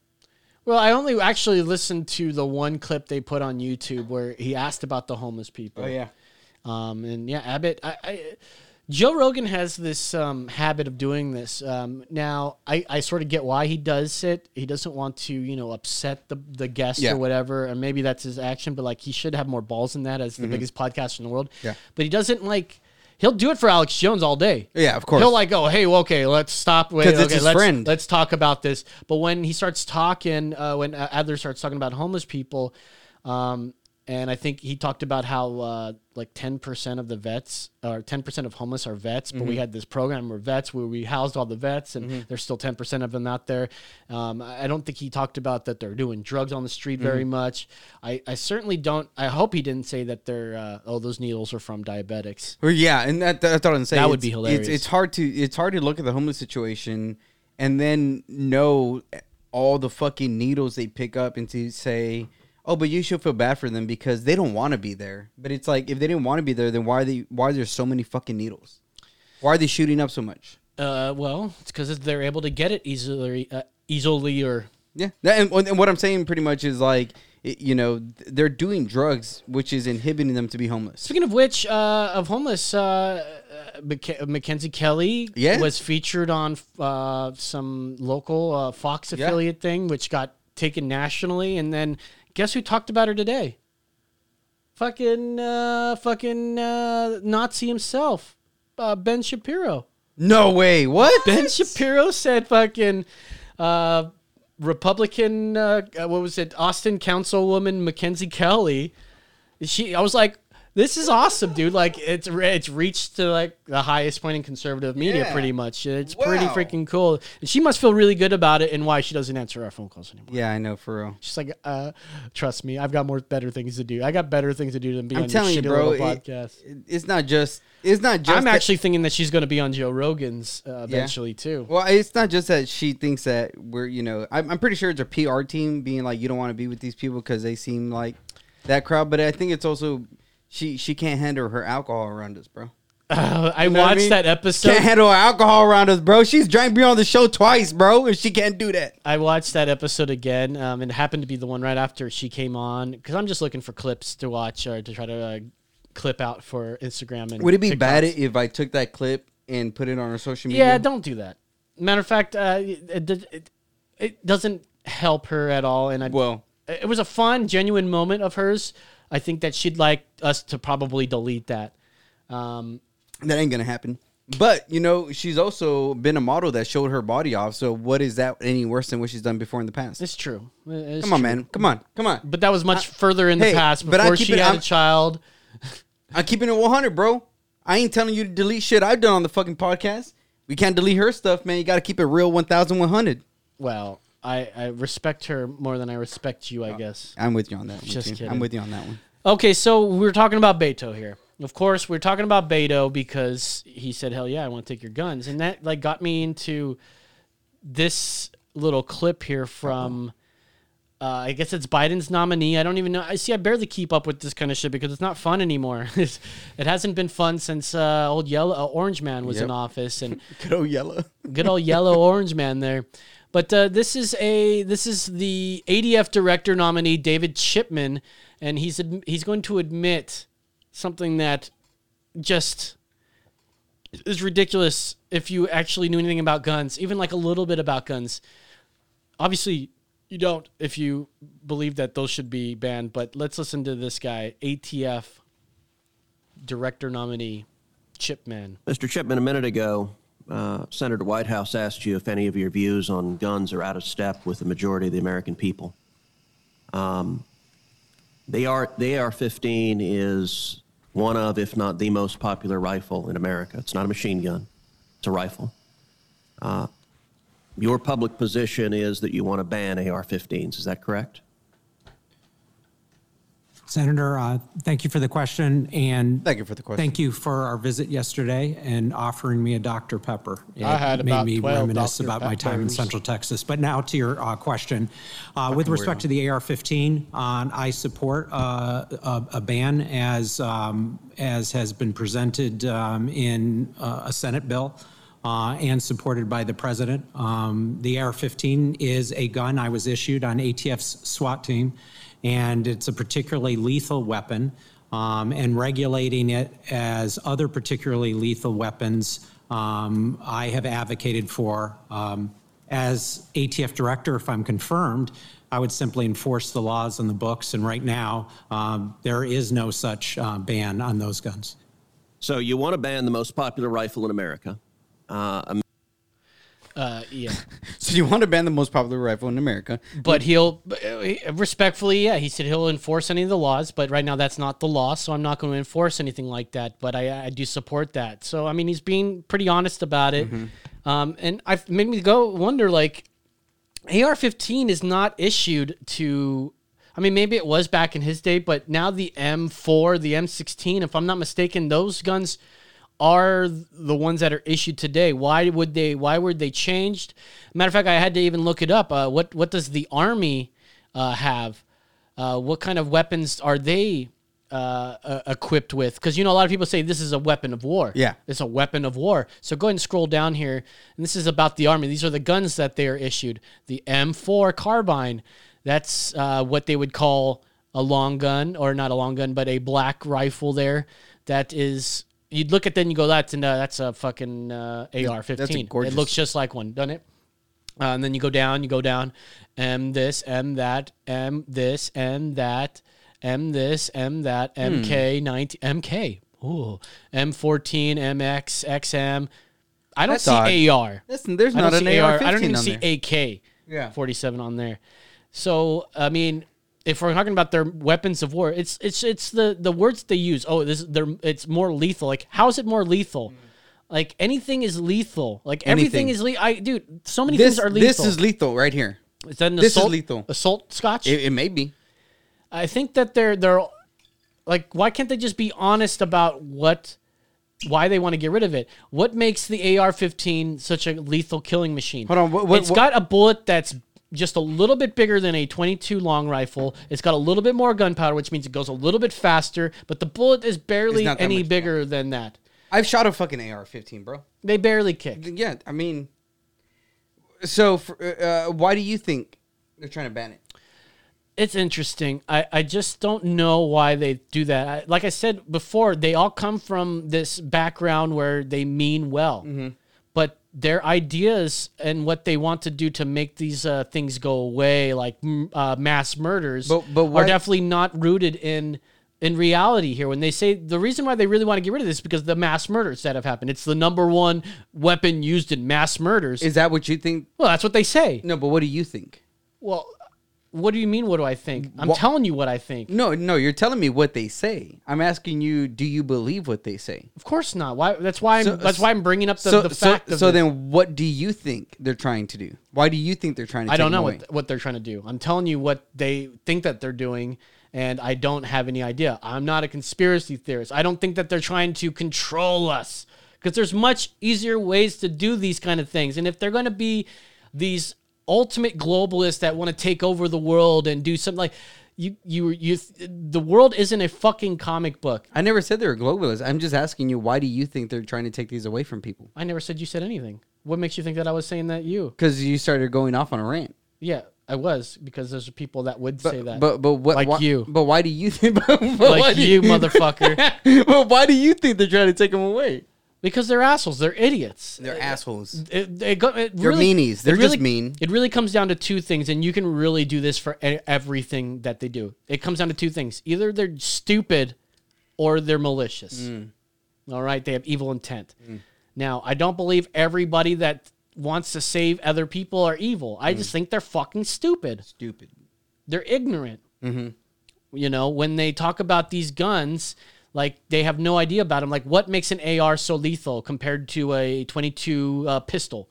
[SPEAKER 1] Well, I only actually listened to the one clip they put on YouTube where he asked about the homeless
[SPEAKER 3] Oh,
[SPEAKER 1] people. Um, and yeah, Abbott. I, I, Joe Rogan has this um, habit of doing this. Um, now, I, I sort of get why he does it. He doesn't want to, you know, upset the, the guest
[SPEAKER 3] Yeah.
[SPEAKER 1] or whatever. And maybe that's his action, but like he should have more balls than that as the biggest podcast in the world.
[SPEAKER 3] Mm-hmm. Yeah.
[SPEAKER 1] But he doesn't like, he'll do it for Alex Jones all day.
[SPEAKER 3] Yeah, of course.
[SPEAKER 1] He'll like, oh, hey, well, okay, let's stop. Wait,
[SPEAKER 3] 'Cause it's
[SPEAKER 1] okay,
[SPEAKER 3] his
[SPEAKER 1] let's,
[SPEAKER 3] friend.
[SPEAKER 1] Let's talk about this. But when he starts talking, uh, when uh, Adler starts talking about homeless people, um, and I think he talked about how uh, like ten percent of the vets or ten percent of homeless are vets, but we
[SPEAKER 3] Mm-hmm.
[SPEAKER 1] had this program where vets where we housed all the vets, and there's still ten percent of them out there. Um, I I don't think he talked about that they're doing drugs on the street very
[SPEAKER 3] Mm-hmm.
[SPEAKER 1] much. I, I certainly don't. I hope he didn't say that they're uh, oh those needles are from diabetics.
[SPEAKER 3] Or yeah, and that, that- that's what I'm saying.
[SPEAKER 1] That would
[SPEAKER 3] It's-
[SPEAKER 1] be
[SPEAKER 3] It's,
[SPEAKER 1] hilarious.
[SPEAKER 3] it's hard to it's hard to look at the homeless situation and then know all the fucking needles they pick up and to say, oh, but you should feel bad for them because they don't want to be there. But it's like if they didn't want to be there, then why are they why are there so many fucking needles? Why are they shooting up so much?
[SPEAKER 1] Uh, well, it's because they're able to get it easily, uh, easily or
[SPEAKER 3] Yeah, that, and, and what I'm saying pretty much is like it, you know th- they're doing drugs, which is inhibiting them to be homeless.
[SPEAKER 1] Speaking of which, uh, of homeless, uh, uh, Mac- Mackenzie Kelly
[SPEAKER 3] Yeah.
[SPEAKER 1] was featured on uh, some local uh, Fox
[SPEAKER 3] Yeah.
[SPEAKER 1] affiliate thing, which got taken nationally. And then guess who talked about her today? Fucking, uh, fucking uh, Nazi himself, uh, Ben Shapiro.
[SPEAKER 3] No way. What?
[SPEAKER 1] Ben Shapiro said fucking uh, Republican, uh, uh, what was it, Austin Councilwoman Mackenzie Kelly. She, I was like, this is awesome, dude. Like, it's re- it's reached to like the highest point in conservative media,
[SPEAKER 3] Yeah.
[SPEAKER 1] pretty much. It's pretty
[SPEAKER 3] Wow.
[SPEAKER 1] freaking cool. And she must feel really good about it and why she doesn't answer our phone calls anymore.
[SPEAKER 3] Yeah, I know for real.
[SPEAKER 1] She's like, uh, trust me, I've got more better things to do. I got better things to do than be
[SPEAKER 3] I'm
[SPEAKER 1] on your
[SPEAKER 3] telling you,
[SPEAKER 1] shitty
[SPEAKER 3] bro.
[SPEAKER 1] little
[SPEAKER 3] it-
[SPEAKER 1] podcast.
[SPEAKER 3] it- it's not just. It's not just.
[SPEAKER 1] I'm
[SPEAKER 3] that-
[SPEAKER 1] actually thinking that she's going to be on Joe Rogan's uh, eventually too.
[SPEAKER 3] Well, it's not just that she thinks that we're. You know, I'm, I'm pretty sure it's a PR team being like, you don't want to be with these people because they seem like that crowd. But I think it's also she. She can't handle her alcohol around us, bro.
[SPEAKER 1] Uh, I
[SPEAKER 3] know what I
[SPEAKER 1] watched
[SPEAKER 3] mean?
[SPEAKER 1] that episode.
[SPEAKER 3] can't handle her alcohol around us, bro. She's drank beer on the show twice, bro, and she can't do that.
[SPEAKER 1] I watched that episode again, um, and it happened to be the one right after she came on because I'm just looking for clips to watch or to try to uh, clip out for Instagram. And
[SPEAKER 3] Would it be
[SPEAKER 1] TikToks.
[SPEAKER 3] bad if I took that clip and put it on our social media?
[SPEAKER 1] Yeah, don't do that. Matter of fact, uh, it, it, it doesn't help her at all. And I,
[SPEAKER 3] Well,
[SPEAKER 1] it was a fun, genuine moment of hers. I think that she'd like us to probably delete that. Um,
[SPEAKER 3] that ain't gonna happen. But you know, she's also been a model that showed her body off. So what is that any worse than what she's done before in the past?
[SPEAKER 1] it's true. It's
[SPEAKER 3] Come on,
[SPEAKER 1] true.
[SPEAKER 3] man. Come on. Come on.
[SPEAKER 1] But that was much further in
[SPEAKER 3] hey,
[SPEAKER 1] the past
[SPEAKER 3] but I
[SPEAKER 1] before
[SPEAKER 3] keep
[SPEAKER 1] she
[SPEAKER 3] it-
[SPEAKER 1] had
[SPEAKER 3] I'm-
[SPEAKER 1] a child.
[SPEAKER 3] I'm keeping it 100, bro. I ain't telling you to delete shit I've done on the fucking podcast. We can't delete her stuff, man. You got to keep it real 1,100.
[SPEAKER 1] Well, I, I respect her more than I respect you, I guess.
[SPEAKER 3] I'm with you on that one.
[SPEAKER 1] Just
[SPEAKER 3] too.
[SPEAKER 1] kidding.
[SPEAKER 3] I'm with you on that one.
[SPEAKER 1] Okay, so we're talking about Beto here. Of course, we're talking about Beto because he said, "Hell yeah, I want to take your guns," and that like got me into this little clip here from. Uh, I guess it's Biden's nominee. I don't even know. I see. I barely keep up with this kind of shit because it's not fun anymore. It's- it hasn't been fun since uh, old yellow uh, orange man was in
[SPEAKER 3] Yep.
[SPEAKER 1] office, and
[SPEAKER 3] Good old yellow.
[SPEAKER 1] good old yellow orange man there. But uh, this is a this is the ADF director nominee David Chipman, and he's adm- he's going to admit something that just is ridiculous. If you actually knew anything about guns, even like a little bit about guns, obviously you don't. If you believe that those should be banned, but let's listen to this guy ATF director nominee Chipman.
[SPEAKER 7] Mr. Chipman, a minute ago, uh, Senator Whitehouse asked you if any of your views on guns are out of step with the majority of the American people. Um, the, AR, the AR 15 is one of, if not the most popular rifle in America. It's not a machine gun, it's a rifle. Uh, your public position is that you want to ban AR 15s, is that correct?
[SPEAKER 8] Senator, uh, thank you for the question and
[SPEAKER 3] Thank you for the question.
[SPEAKER 8] thank you for our visit yesterday and offering me a Dr. Pepper. It
[SPEAKER 1] I had about
[SPEAKER 8] made me
[SPEAKER 1] 12
[SPEAKER 8] reminisce
[SPEAKER 1] Dr.
[SPEAKER 8] about my time in
[SPEAKER 1] Peppers.
[SPEAKER 8] Central Texas. But now to your uh, question, uh, with respect to the AR-15, on I support uh, a, a ban as um, as has been presented um, in uh, a Senate bill. uh, and supported by the president. Um, the AR-15 is a gun I was issued on ATF's SWAT team, and it's a particularly lethal weapon. Um, and regulating it as other particularly lethal weapons, um, I have advocated for. Um, as ATF director, if I'm confirmed, I would simply enforce the laws on the books. And right now, um, there is no such uh, ban on those guns.
[SPEAKER 7] So you want to ban the most popular rifle in America? Uh, um,
[SPEAKER 1] Uh, yeah,
[SPEAKER 3] So you want to ban the most popular rifle in America?
[SPEAKER 1] but he'll uh, respectfully, yeah, he said he'll enforce any of the laws, but right now that's not the law, so I'm not going to enforce anything like that. But I, I do support that. So I mean, he's being pretty honest about it, um, and I've made me go wonder like, AR-15 is not issued to. I mean, maybe it was back in his day, but now the M4, the M16, if I'm not mistaken, those guns are the ones that are issued today. Why would they? Why were they changed? Matter of fact, I had to even look it up. Uh, what What does the army uh, have? Uh, what kind of weapons are they uh, uh, equipped with? Because you know, a lot of people say this is a weapon of war.
[SPEAKER 3] Yeah.
[SPEAKER 1] it's a weapon of war. So go ahead and scroll down here, and this is about the army. These are the guns that they are issued. The M4 carbine. That's uh, what they would call a long gun, or not a long gun, but a black rifle. There, that is. You'd look at that and you go, that's an, uh, that's a fucking uh, AR-15.
[SPEAKER 3] gorgeous-
[SPEAKER 1] It looks just like one, doesn't it? Uh, and then you go down, you go down, M this, M that, M this, M that, M this, M that,
[SPEAKER 3] Hmm.
[SPEAKER 1] MK, 90, MK. Ooh, M14, MX, XM. I don't
[SPEAKER 3] That's odd.
[SPEAKER 1] see E AR.
[SPEAKER 3] Listen, there's
[SPEAKER 1] I don't
[SPEAKER 3] not an
[SPEAKER 1] see
[SPEAKER 3] AR.
[SPEAKER 1] I don't
[SPEAKER 3] 15
[SPEAKER 1] even
[SPEAKER 3] on
[SPEAKER 1] see
[SPEAKER 3] there.
[SPEAKER 1] AK
[SPEAKER 3] Yeah.
[SPEAKER 1] 47 on there. So, I mean, if we're talking about their weapons of war, it's it's it's the the words they use. Oh, this they're it's more lethal. Like how is it more lethal? Like anything is lethal. Like everything
[SPEAKER 3] Mm. Anything.
[SPEAKER 1] is lethal. I dude, so many
[SPEAKER 3] This
[SPEAKER 1] things are lethal.
[SPEAKER 3] this is lethal right here.
[SPEAKER 1] Is that an
[SPEAKER 3] This is
[SPEAKER 1] assault?
[SPEAKER 3] lethal.
[SPEAKER 1] Assault scotch.
[SPEAKER 3] It, it may be.
[SPEAKER 1] I think that they're they're like, why can't they just be honest about what, why they want to get rid of it? What makes the AR-15 such a lethal killing machine?
[SPEAKER 3] Hold on, what- what-
[SPEAKER 1] It's
[SPEAKER 3] what-
[SPEAKER 1] got a bullet that's just a little bit bigger than a 22 long rifle. It's got a little bit more gunpowder, which means it goes a little bit faster. But the bullet is barely
[SPEAKER 3] It's not that
[SPEAKER 1] any
[SPEAKER 3] much, yeah.
[SPEAKER 1] bigger than that.
[SPEAKER 3] I've shot a fucking AR-15, bro.
[SPEAKER 1] They barely kick.
[SPEAKER 3] Yeah, I mean, so for, uh, why do you think they're trying to ban it?
[SPEAKER 1] it's interesting. I, I just don't know why they do that. I, like I said before, they all come from this background where they mean well,
[SPEAKER 3] Mm-hmm.
[SPEAKER 1] but their ideas and what they want to do to make these uh, things go away, like m- uh, mass murders,
[SPEAKER 3] But- but
[SPEAKER 1] are
[SPEAKER 3] why-
[SPEAKER 1] definitely not rooted in in reality here. When they say the reason why they really want to get rid of this is because of the mass murders that have happened. It's the number one weapon used in mass murders.
[SPEAKER 3] Is that what you think?
[SPEAKER 1] well, that's what they say.
[SPEAKER 3] No, but what do you think?
[SPEAKER 1] Well. What do you mean? What do I think? I'm
[SPEAKER 3] Wha-
[SPEAKER 1] telling you what I think.
[SPEAKER 3] No, no, you're telling me what they say. I'm asking you, do you believe what they say?
[SPEAKER 1] Of course not. Why? That's why. I'm,
[SPEAKER 3] So-
[SPEAKER 1] that's why I'm bringing up the,
[SPEAKER 3] so,
[SPEAKER 1] the fact.
[SPEAKER 3] so,
[SPEAKER 1] of
[SPEAKER 3] so
[SPEAKER 1] this.
[SPEAKER 3] then, what do you think they're trying to do? Why do you think they're trying to?
[SPEAKER 1] I don't
[SPEAKER 3] take
[SPEAKER 1] know
[SPEAKER 3] them away?
[SPEAKER 1] what, what they're trying to do. I'm telling you what they think that they're doing, and I don't have any idea. I'm not a conspiracy theorist. I don't think that they're trying to control us because there's much easier ways to do these kind of things. And if they're going to be these ultimate globalists that want to take over the world and do something like you, you, you, the world isn't a fucking comic book.
[SPEAKER 3] I never said they were globalists. I'm just asking you, why do you think they're trying to take these away from people?
[SPEAKER 1] I never said you said anything. What makes you think that I was saying that you?
[SPEAKER 3] Because you started going off on a rant.
[SPEAKER 1] Yeah, I was because there's people that would
[SPEAKER 3] But,
[SPEAKER 1] say that.
[SPEAKER 3] but but what?
[SPEAKER 1] Like
[SPEAKER 3] why,
[SPEAKER 1] you.
[SPEAKER 3] But why do you think? But, but why
[SPEAKER 1] like
[SPEAKER 3] do
[SPEAKER 1] you, motherfucker,
[SPEAKER 3] but why do you think they're trying to take them away?
[SPEAKER 1] because they're assholes. They're idiots.
[SPEAKER 3] They're assholes.
[SPEAKER 1] It, they go, it
[SPEAKER 3] They're
[SPEAKER 1] really-
[SPEAKER 3] meanies.
[SPEAKER 1] it
[SPEAKER 3] They're
[SPEAKER 1] really-
[SPEAKER 3] just mean.
[SPEAKER 1] It really comes down to two things, and you can really do this for e- everything that they do. It comes down to two things: either they're stupid, or they're malicious.
[SPEAKER 3] Mm.
[SPEAKER 1] All right, they have evil intent. Now, I don't believe everybody that wants to save other people are evil.
[SPEAKER 3] Mm.
[SPEAKER 1] I just think they're fucking stupid.
[SPEAKER 3] Stupid.
[SPEAKER 1] they're ignorant. You know, when they talk about these guns, like they have no idea about them. Like, what makes an AR so lethal compared to a 22 uh, pistol?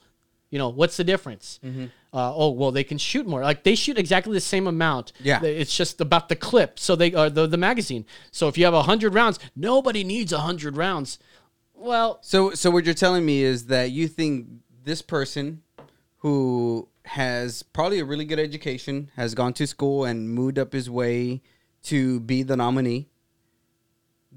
[SPEAKER 1] You know, what's the difference? Uh, oh, well, they can shoot more. Like they shoot exactly the same amount.
[SPEAKER 3] Yeah.
[SPEAKER 1] They- it's just about the clip. So they are the, the magazine. So if you have hundred rounds, nobody needs hundred rounds. Well,
[SPEAKER 3] So so what you're telling me is that you think this person who has probably a really good education, has gone to school and moved up his way to be the nominee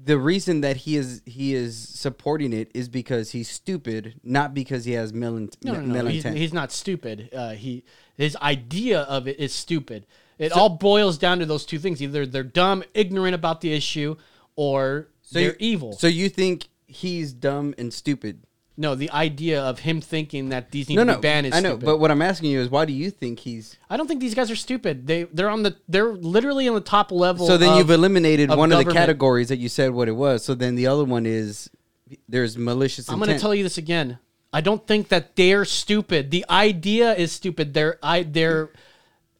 [SPEAKER 3] the reason that he is he is supporting it is because he's stupid, not because he has melan-
[SPEAKER 1] No, no, no. He's,
[SPEAKER 3] melantan.
[SPEAKER 1] he's not stupid. Uh, he his idea of it is stupid. It all boils down to those two things: either they're dumb, ignorant about the issue, or they're
[SPEAKER 3] you-
[SPEAKER 1] evil.
[SPEAKER 3] So you think he's dumb and stupid?
[SPEAKER 1] no, the idea of him thinking that these need
[SPEAKER 3] No,
[SPEAKER 1] to
[SPEAKER 3] no,
[SPEAKER 1] be banned is
[SPEAKER 3] I know.
[SPEAKER 1] stupid.
[SPEAKER 3] But what I'm asking you is, why do you think he's?
[SPEAKER 1] I don't think these guys are stupid. They they're on the they're literally on the top level.
[SPEAKER 3] so then
[SPEAKER 1] of-
[SPEAKER 3] you've eliminated
[SPEAKER 1] of
[SPEAKER 3] one of the
[SPEAKER 1] government.
[SPEAKER 3] categories that you said what it was. So then the other one is there's malicious.
[SPEAKER 1] I'm
[SPEAKER 3] intent.
[SPEAKER 1] going to tell you this again. I don't think that they're stupid. The idea is stupid. They're I they're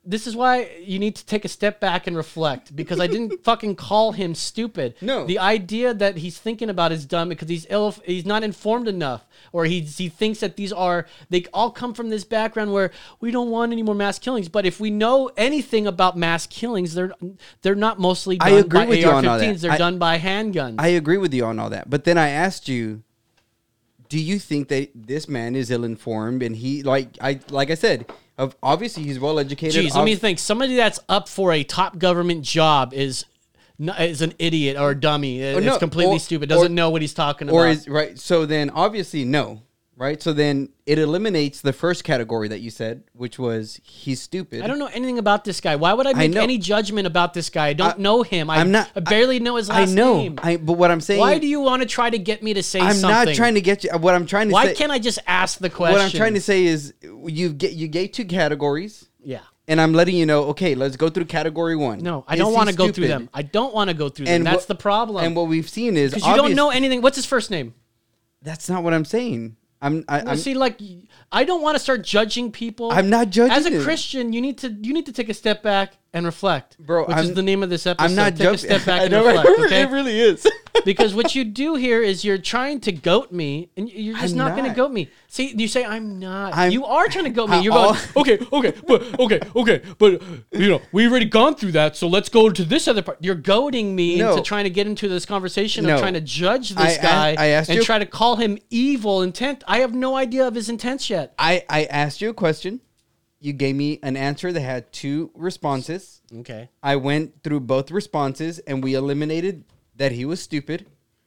[SPEAKER 1] this is why you need to take a step back and reflect because I didn't fucking call him stupid.
[SPEAKER 3] No.
[SPEAKER 1] the idea that he's thinking about is dumb because he's ill, he's not informed enough, or he he thinks that these are they all come from this background where we don't want any more mass killings. But if we know anything about mass killings, they're they're not mostly done
[SPEAKER 3] I agree
[SPEAKER 1] by
[SPEAKER 3] with you on all that.
[SPEAKER 1] AR-15s. They're
[SPEAKER 3] I-
[SPEAKER 1] done by handguns.
[SPEAKER 3] I agree with you on all that. But then I asked you, do you think that this man is ill informed and he like I like I said, of obviously he's well educated.
[SPEAKER 1] Jeez, let me think. Somebody that's up for a top government job is n- is an idiot or a dummy. It's
[SPEAKER 3] Oh, no,
[SPEAKER 1] completely
[SPEAKER 3] or-
[SPEAKER 1] stupid. Doesn't
[SPEAKER 3] or-
[SPEAKER 1] know what he's talking about.
[SPEAKER 3] Or is right? So then obviously no, right? So then it eliminates the first category that you said, which was he's stupid.
[SPEAKER 1] I don't know anything about this guy. Why would I make
[SPEAKER 3] know.
[SPEAKER 1] any judgment about this guy? I don't
[SPEAKER 3] I-
[SPEAKER 1] know him. I,
[SPEAKER 3] I'm not-
[SPEAKER 1] I barely know his
[SPEAKER 3] I
[SPEAKER 1] last
[SPEAKER 3] know.
[SPEAKER 1] name.
[SPEAKER 3] I but what I'm saying.
[SPEAKER 1] Why do you want to try to get me to say
[SPEAKER 3] I'm
[SPEAKER 1] something?
[SPEAKER 3] not trying to get you. What I'm trying to
[SPEAKER 1] Why
[SPEAKER 3] say.
[SPEAKER 1] can't I just ask the question?
[SPEAKER 3] what I'm trying to say is you get you gave two categories.
[SPEAKER 1] Yeah.
[SPEAKER 3] And I'm letting you know, okay, let's go through category one.
[SPEAKER 1] No, I
[SPEAKER 3] Is
[SPEAKER 1] don't
[SPEAKER 3] he
[SPEAKER 1] want to go through
[SPEAKER 3] stupid?
[SPEAKER 1] them. I don't want to go through them. That's
[SPEAKER 3] what-
[SPEAKER 1] the problem.
[SPEAKER 3] And what we've seen is
[SPEAKER 1] because you don't
[SPEAKER 3] obvious-
[SPEAKER 1] know anything. What's his first name?
[SPEAKER 3] That's not what I'm saying. I'm I,
[SPEAKER 1] Well,
[SPEAKER 3] I'm,
[SPEAKER 1] see, like, I don't want to start judging people.
[SPEAKER 3] I'm not judging
[SPEAKER 1] As a
[SPEAKER 3] them.
[SPEAKER 1] Christian, you need to you need to take a step back and reflect,
[SPEAKER 3] Bro,
[SPEAKER 1] Which is
[SPEAKER 3] I'm-
[SPEAKER 1] the name of this episode.
[SPEAKER 3] I'm not
[SPEAKER 1] take
[SPEAKER 3] judging.
[SPEAKER 1] a step back
[SPEAKER 3] I
[SPEAKER 1] and
[SPEAKER 3] know,
[SPEAKER 1] reflect,
[SPEAKER 3] it
[SPEAKER 1] okay?
[SPEAKER 3] really is.
[SPEAKER 1] because what you do here is you're trying to goat me, and you're just
[SPEAKER 3] I'm
[SPEAKER 1] not, going to
[SPEAKER 3] not.
[SPEAKER 1] goat me. See, you say I'm not.
[SPEAKER 3] I'm-
[SPEAKER 1] you are trying to goat
[SPEAKER 3] I-
[SPEAKER 1] me. You're going,
[SPEAKER 3] all-
[SPEAKER 1] okay, okay, but okay, okay, but you know we've already gone through that, so let's go to this other part. You're goading me
[SPEAKER 3] No.
[SPEAKER 1] into trying to get into this conversation
[SPEAKER 3] No.
[SPEAKER 1] of trying to judge
[SPEAKER 3] I
[SPEAKER 1] this
[SPEAKER 3] asked-
[SPEAKER 1] guy
[SPEAKER 3] I asked
[SPEAKER 1] and
[SPEAKER 3] you-
[SPEAKER 1] try to call him evil intent. I have no idea of his intents yet.
[SPEAKER 3] I I asked you a question. You gave me an answer that had two responses.
[SPEAKER 1] Okay.
[SPEAKER 3] I went through both responses and we eliminated that he was stupid.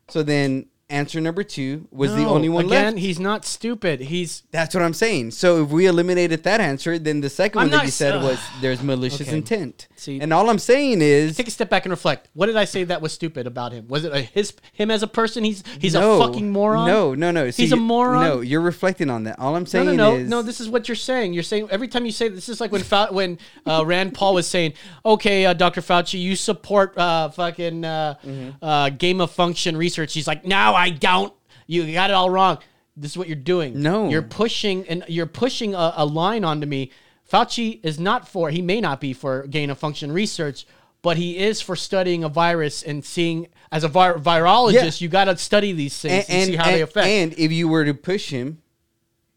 [SPEAKER 3] So then answer number two was the only one
[SPEAKER 1] again.
[SPEAKER 3] left.
[SPEAKER 1] He's not stupid. He's
[SPEAKER 3] That's what I'm saying. So if we eliminated that answer, then the 2nd one
[SPEAKER 1] I'm
[SPEAKER 3] that
[SPEAKER 1] not
[SPEAKER 3] you
[SPEAKER 1] s-
[SPEAKER 3] said
[SPEAKER 1] ugh.
[SPEAKER 3] was there's malicious
[SPEAKER 1] Okay.
[SPEAKER 3] intent.
[SPEAKER 1] See-
[SPEAKER 3] and all I'm saying is
[SPEAKER 1] take a step back and reflect. What did I say that was stupid about him? Was it a, his him as a person? He's he's a fucking moron.
[SPEAKER 3] No, no, no.
[SPEAKER 1] he's a moron.
[SPEAKER 3] No, you're reflecting on that. All I'm
[SPEAKER 1] No,
[SPEAKER 3] saying
[SPEAKER 1] no, no,
[SPEAKER 3] is
[SPEAKER 1] no. This is what you're saying. You're saying every time you say this is like when Fau- when uh, Rand Paul was saying, "Okay, uh, Dr. Fauci, you support uh, fucking uh,
[SPEAKER 3] Mm-hmm.
[SPEAKER 1] uh, game of function research." He's like, "No, I don't. You got it all wrong. This is what you're doing.
[SPEAKER 3] No.
[SPEAKER 1] you're pushing and you're pushing a, a line onto me. Fauci is not for. He may not be for gain of function research." But he is for studying a virus and seeing, as a vir- virologist, you got to study these things and, see how they affect.
[SPEAKER 3] and if you were to push him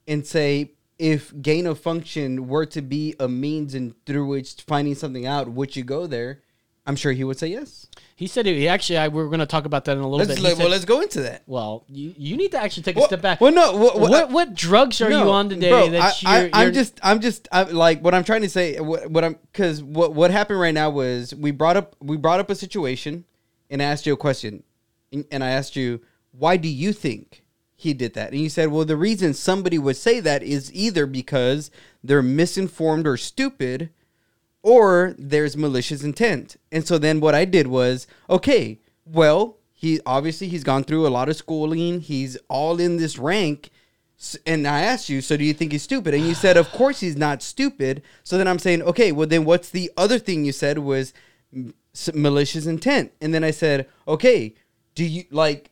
[SPEAKER 3] and say if gain of function were to be a means and through which finding something out, would you go there? I'm sure he would say yes.
[SPEAKER 1] He said he actually. I, we're going to talk about that in a little
[SPEAKER 3] Let's
[SPEAKER 1] bit. He
[SPEAKER 3] let-
[SPEAKER 1] said-
[SPEAKER 3] well, let's go into that.
[SPEAKER 1] well, you, you need to actually take a
[SPEAKER 3] Well-
[SPEAKER 1] step back.
[SPEAKER 3] well, no,
[SPEAKER 1] What
[SPEAKER 3] well, well,
[SPEAKER 1] what,
[SPEAKER 3] I-
[SPEAKER 1] drugs are you
[SPEAKER 3] No,
[SPEAKER 1] on today?
[SPEAKER 3] bro,
[SPEAKER 1] that
[SPEAKER 3] I,
[SPEAKER 1] you're,
[SPEAKER 3] I, am
[SPEAKER 1] you're-
[SPEAKER 3] just, I'm just, I'm like what I'm trying to say. What, what I'm because what what happened right now was we brought up we brought up a situation, and I asked you a question, and, and I asked you why do you think he did that, and you said, well, the reason somebody would say that is either because they're misinformed or stupid, or there's malicious intent. And so then what I did was, okay, well, he obviously he's gone through a lot of schooling, he's all in this rank. S- And I asked you, so do you think he's stupid? And you said, of course he's not stupid. So then I'm saying, okay, well then what's the other thing you said was m- s- malicious intent? And then I said, okay, do you like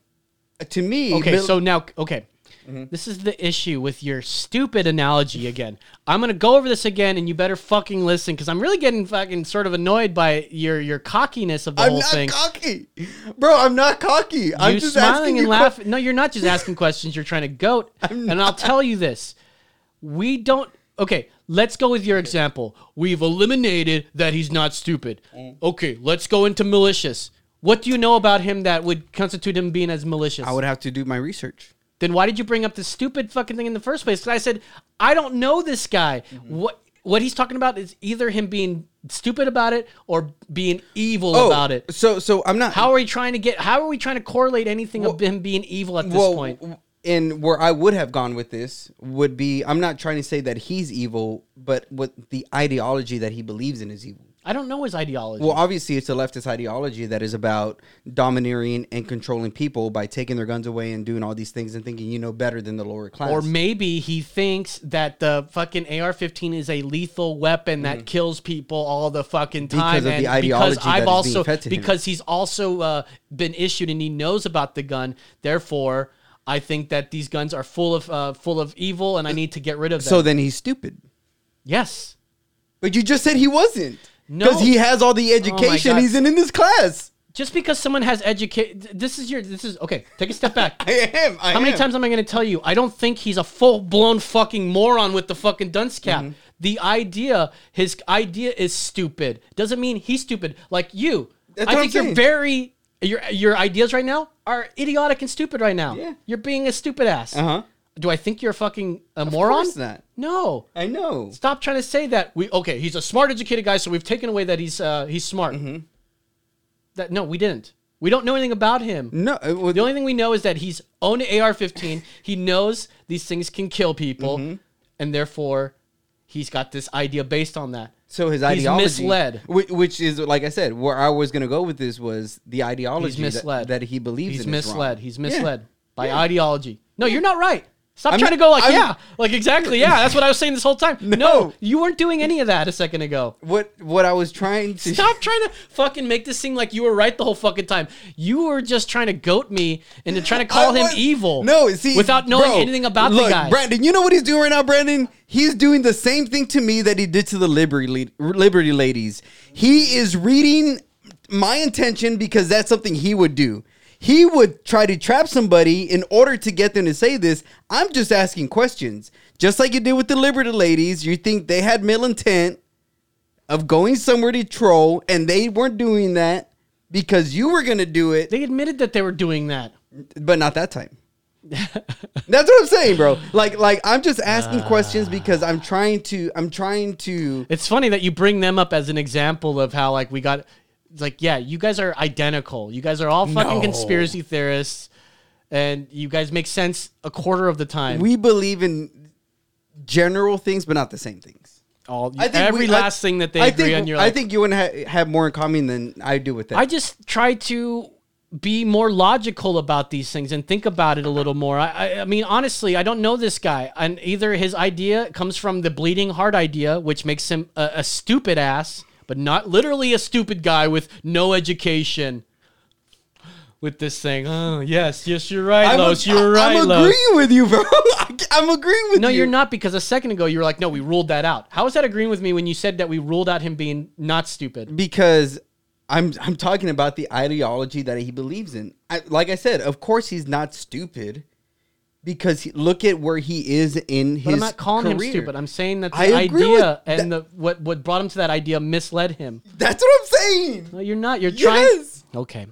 [SPEAKER 3] to me?
[SPEAKER 1] okay.
[SPEAKER 3] mil-
[SPEAKER 1] so now, okay,
[SPEAKER 3] Mm-hmm.
[SPEAKER 1] this is the issue with your stupid analogy again. I'm going to go over this again, and you better fucking listen because I'm really getting fucking sort of annoyed by your your cockiness of the
[SPEAKER 3] I'm
[SPEAKER 1] whole
[SPEAKER 3] not
[SPEAKER 1] thing.
[SPEAKER 3] cocky, bro. I'm not cocky. I'm
[SPEAKER 1] you
[SPEAKER 3] just asking
[SPEAKER 1] smiling
[SPEAKER 3] you
[SPEAKER 1] and
[SPEAKER 3] que-
[SPEAKER 1] laughing. no, you're not just asking questions. You're trying to goat. and I'll tell you this: we don't. Okay, let's go with your example. We've eliminated that he's not stupid.
[SPEAKER 3] Mm.
[SPEAKER 1] Okay, let's go into malicious. What do you know about him that would constitute him being as malicious?
[SPEAKER 3] I would have to do my research. Mm-hmm.
[SPEAKER 1] then why did you bring up this stupid fucking thing in the first place? Because I said I don't know this guy. What? what he's talking about is either him being stupid about it or being evil
[SPEAKER 3] Oh,
[SPEAKER 1] about it.
[SPEAKER 3] So so I'm not
[SPEAKER 1] How are we trying to get? How are we trying to correlate anything of him being evil at this point?
[SPEAKER 3] w- And where I would have gone with this would be I'm not trying to say that he's evil, but what the ideology that he believes in is evil.
[SPEAKER 1] I don't know his ideology.
[SPEAKER 3] Well, obviously, it's a leftist ideology that is about domineering and controlling people by taking their guns away and doing all these things and thinking you know better than the lower class.
[SPEAKER 1] or maybe he thinks that the fucking AR-15 is a lethal weapon
[SPEAKER 3] Mm-hmm.
[SPEAKER 1] that kills people all the fucking time.
[SPEAKER 3] Because of the
[SPEAKER 1] and because
[SPEAKER 3] ideology that
[SPEAKER 1] I've
[SPEAKER 3] is being
[SPEAKER 1] also
[SPEAKER 3] fed to him.
[SPEAKER 1] because he's also uh, been issued and he knows about the gun. Therefore, I think that these guns are full of uh, full of evil, and I need to get rid of them.
[SPEAKER 3] so then he's stupid.
[SPEAKER 1] yes,
[SPEAKER 3] But you just said he wasn't.
[SPEAKER 1] No. Oh
[SPEAKER 3] Because he has all the education.
[SPEAKER 1] God.
[SPEAKER 3] he's in in this class.
[SPEAKER 1] just because someone has educate, this is your this is okay. Take a step back.
[SPEAKER 3] I am. I
[SPEAKER 1] How many
[SPEAKER 3] am.
[SPEAKER 1] times am I going to tell you? I don't think he's a full blown fucking moron with the fucking dunce cap.
[SPEAKER 3] Mm-hmm.
[SPEAKER 1] The idea, his idea is stupid. Doesn't mean he's stupid. Like you,
[SPEAKER 3] That's
[SPEAKER 1] I
[SPEAKER 3] what
[SPEAKER 1] think
[SPEAKER 3] I'm
[SPEAKER 1] you're
[SPEAKER 3] saying.
[SPEAKER 1] very your your ideas right now are idiotic and stupid right now.
[SPEAKER 3] Yeah.
[SPEAKER 1] you're being a stupid ass.
[SPEAKER 3] Uh-huh.
[SPEAKER 1] Do I think you're a fucking a moron?
[SPEAKER 3] course not.
[SPEAKER 1] No.
[SPEAKER 3] I know.
[SPEAKER 1] Stop trying to say that. We okay. He's a smart, educated guy, so we've taken away that he's uh, he's smart.
[SPEAKER 3] Mm-hmm.
[SPEAKER 1] That no, we didn't. We don't know anything about him.
[SPEAKER 3] No. uh, well,
[SPEAKER 1] The only thing we know is that he's owned an AR-15. he knows these things can kill people,
[SPEAKER 3] Mm-hmm.
[SPEAKER 1] and therefore, he's got this idea based on that.
[SPEAKER 3] So his
[SPEAKER 1] He's
[SPEAKER 3] ideology,
[SPEAKER 1] misled.
[SPEAKER 3] whi- which, is like I said, where I was going to go with this was the ideology
[SPEAKER 1] He's
[SPEAKER 3] that-
[SPEAKER 1] misled.
[SPEAKER 3] That, he believes
[SPEAKER 1] He's
[SPEAKER 3] in. is wrong.
[SPEAKER 1] misled. He's
[SPEAKER 3] Yeah.
[SPEAKER 1] misled by ideology. No, you're not right. Stop
[SPEAKER 3] I'm
[SPEAKER 1] trying to
[SPEAKER 3] not-
[SPEAKER 1] go like
[SPEAKER 3] I'm-
[SPEAKER 1] yeah, like exactly yeah. That's what I was saying this whole time. No, you weren't doing any of that a second ago.
[SPEAKER 3] What what I was trying to
[SPEAKER 1] Stop trying to fucking make this seem like you were right the whole fucking time. You were just trying to goat me into trying to call
[SPEAKER 3] I
[SPEAKER 1] him
[SPEAKER 3] was-
[SPEAKER 1] evil.
[SPEAKER 3] No, see,
[SPEAKER 1] without knowing
[SPEAKER 3] bro,
[SPEAKER 1] anything about
[SPEAKER 3] look,
[SPEAKER 1] the guy.
[SPEAKER 3] Brandon, you know what he's doing right now, Brandon? He's doing the same thing to me that he did to the Liberty la- Liberty ladies. He is reading my intention because that's something he would do. He would try to trap somebody in order to get them to say this. I'm just asking questions, just like you did with the Liberty ladies. You think they had ill intent of going somewhere to troll, and they weren't doing that because you were going to do it
[SPEAKER 1] they admitted that they were doing that.
[SPEAKER 3] but not that time. That's what I'm saying, bro. Like, like I'm just asking
[SPEAKER 1] Ah.
[SPEAKER 3] questions because I'm trying to. I'm trying to.
[SPEAKER 1] It's funny that you bring them up as an example of how like we got it's like yeah, you guys are identical. You guys are all fucking
[SPEAKER 3] No.
[SPEAKER 1] conspiracy theorists and you guys make sense a quarter of the time.
[SPEAKER 3] We believe in general things, but not the same things.
[SPEAKER 1] all
[SPEAKER 3] I think
[SPEAKER 1] every
[SPEAKER 3] we- I-
[SPEAKER 1] last thing that they
[SPEAKER 3] I
[SPEAKER 1] agree
[SPEAKER 3] think,
[SPEAKER 1] on you're
[SPEAKER 3] I
[SPEAKER 1] like,
[SPEAKER 3] think you and I ha- have more in common than I do with that.
[SPEAKER 1] I just try to be more logical about these things and think about it a little more. I, I, I mean, honestly, I don't know this guy, and either his idea comes from the bleeding heart idea, which makes him a, a stupid ass, but not literally a stupid guy with no education. With this thing, oh yes, yes, you're right,
[SPEAKER 3] I'm,
[SPEAKER 1] Los.
[SPEAKER 3] ag-
[SPEAKER 1] You're right,
[SPEAKER 3] I'm
[SPEAKER 1] Los.
[SPEAKER 3] agreeing with you, bro. I, am agreeing with
[SPEAKER 1] No,
[SPEAKER 3] you.
[SPEAKER 1] you're not because a second ago you were like, no, we ruled that out. How is that agreeing with me when you said that we ruled out him being not stupid?
[SPEAKER 3] because I'm I'm talking about the ideology that he believes in. I, like I said, of course he's not stupid because he, look at where he is in his.
[SPEAKER 1] But I'm not calling
[SPEAKER 3] career.
[SPEAKER 1] him stupid. I'm saying that the
[SPEAKER 3] I agree with
[SPEAKER 1] idea and the what what brought him to that idea misled him.
[SPEAKER 3] That's what I'm saying.
[SPEAKER 1] No, you're not. You're trying.
[SPEAKER 3] Yes.
[SPEAKER 1] Okay.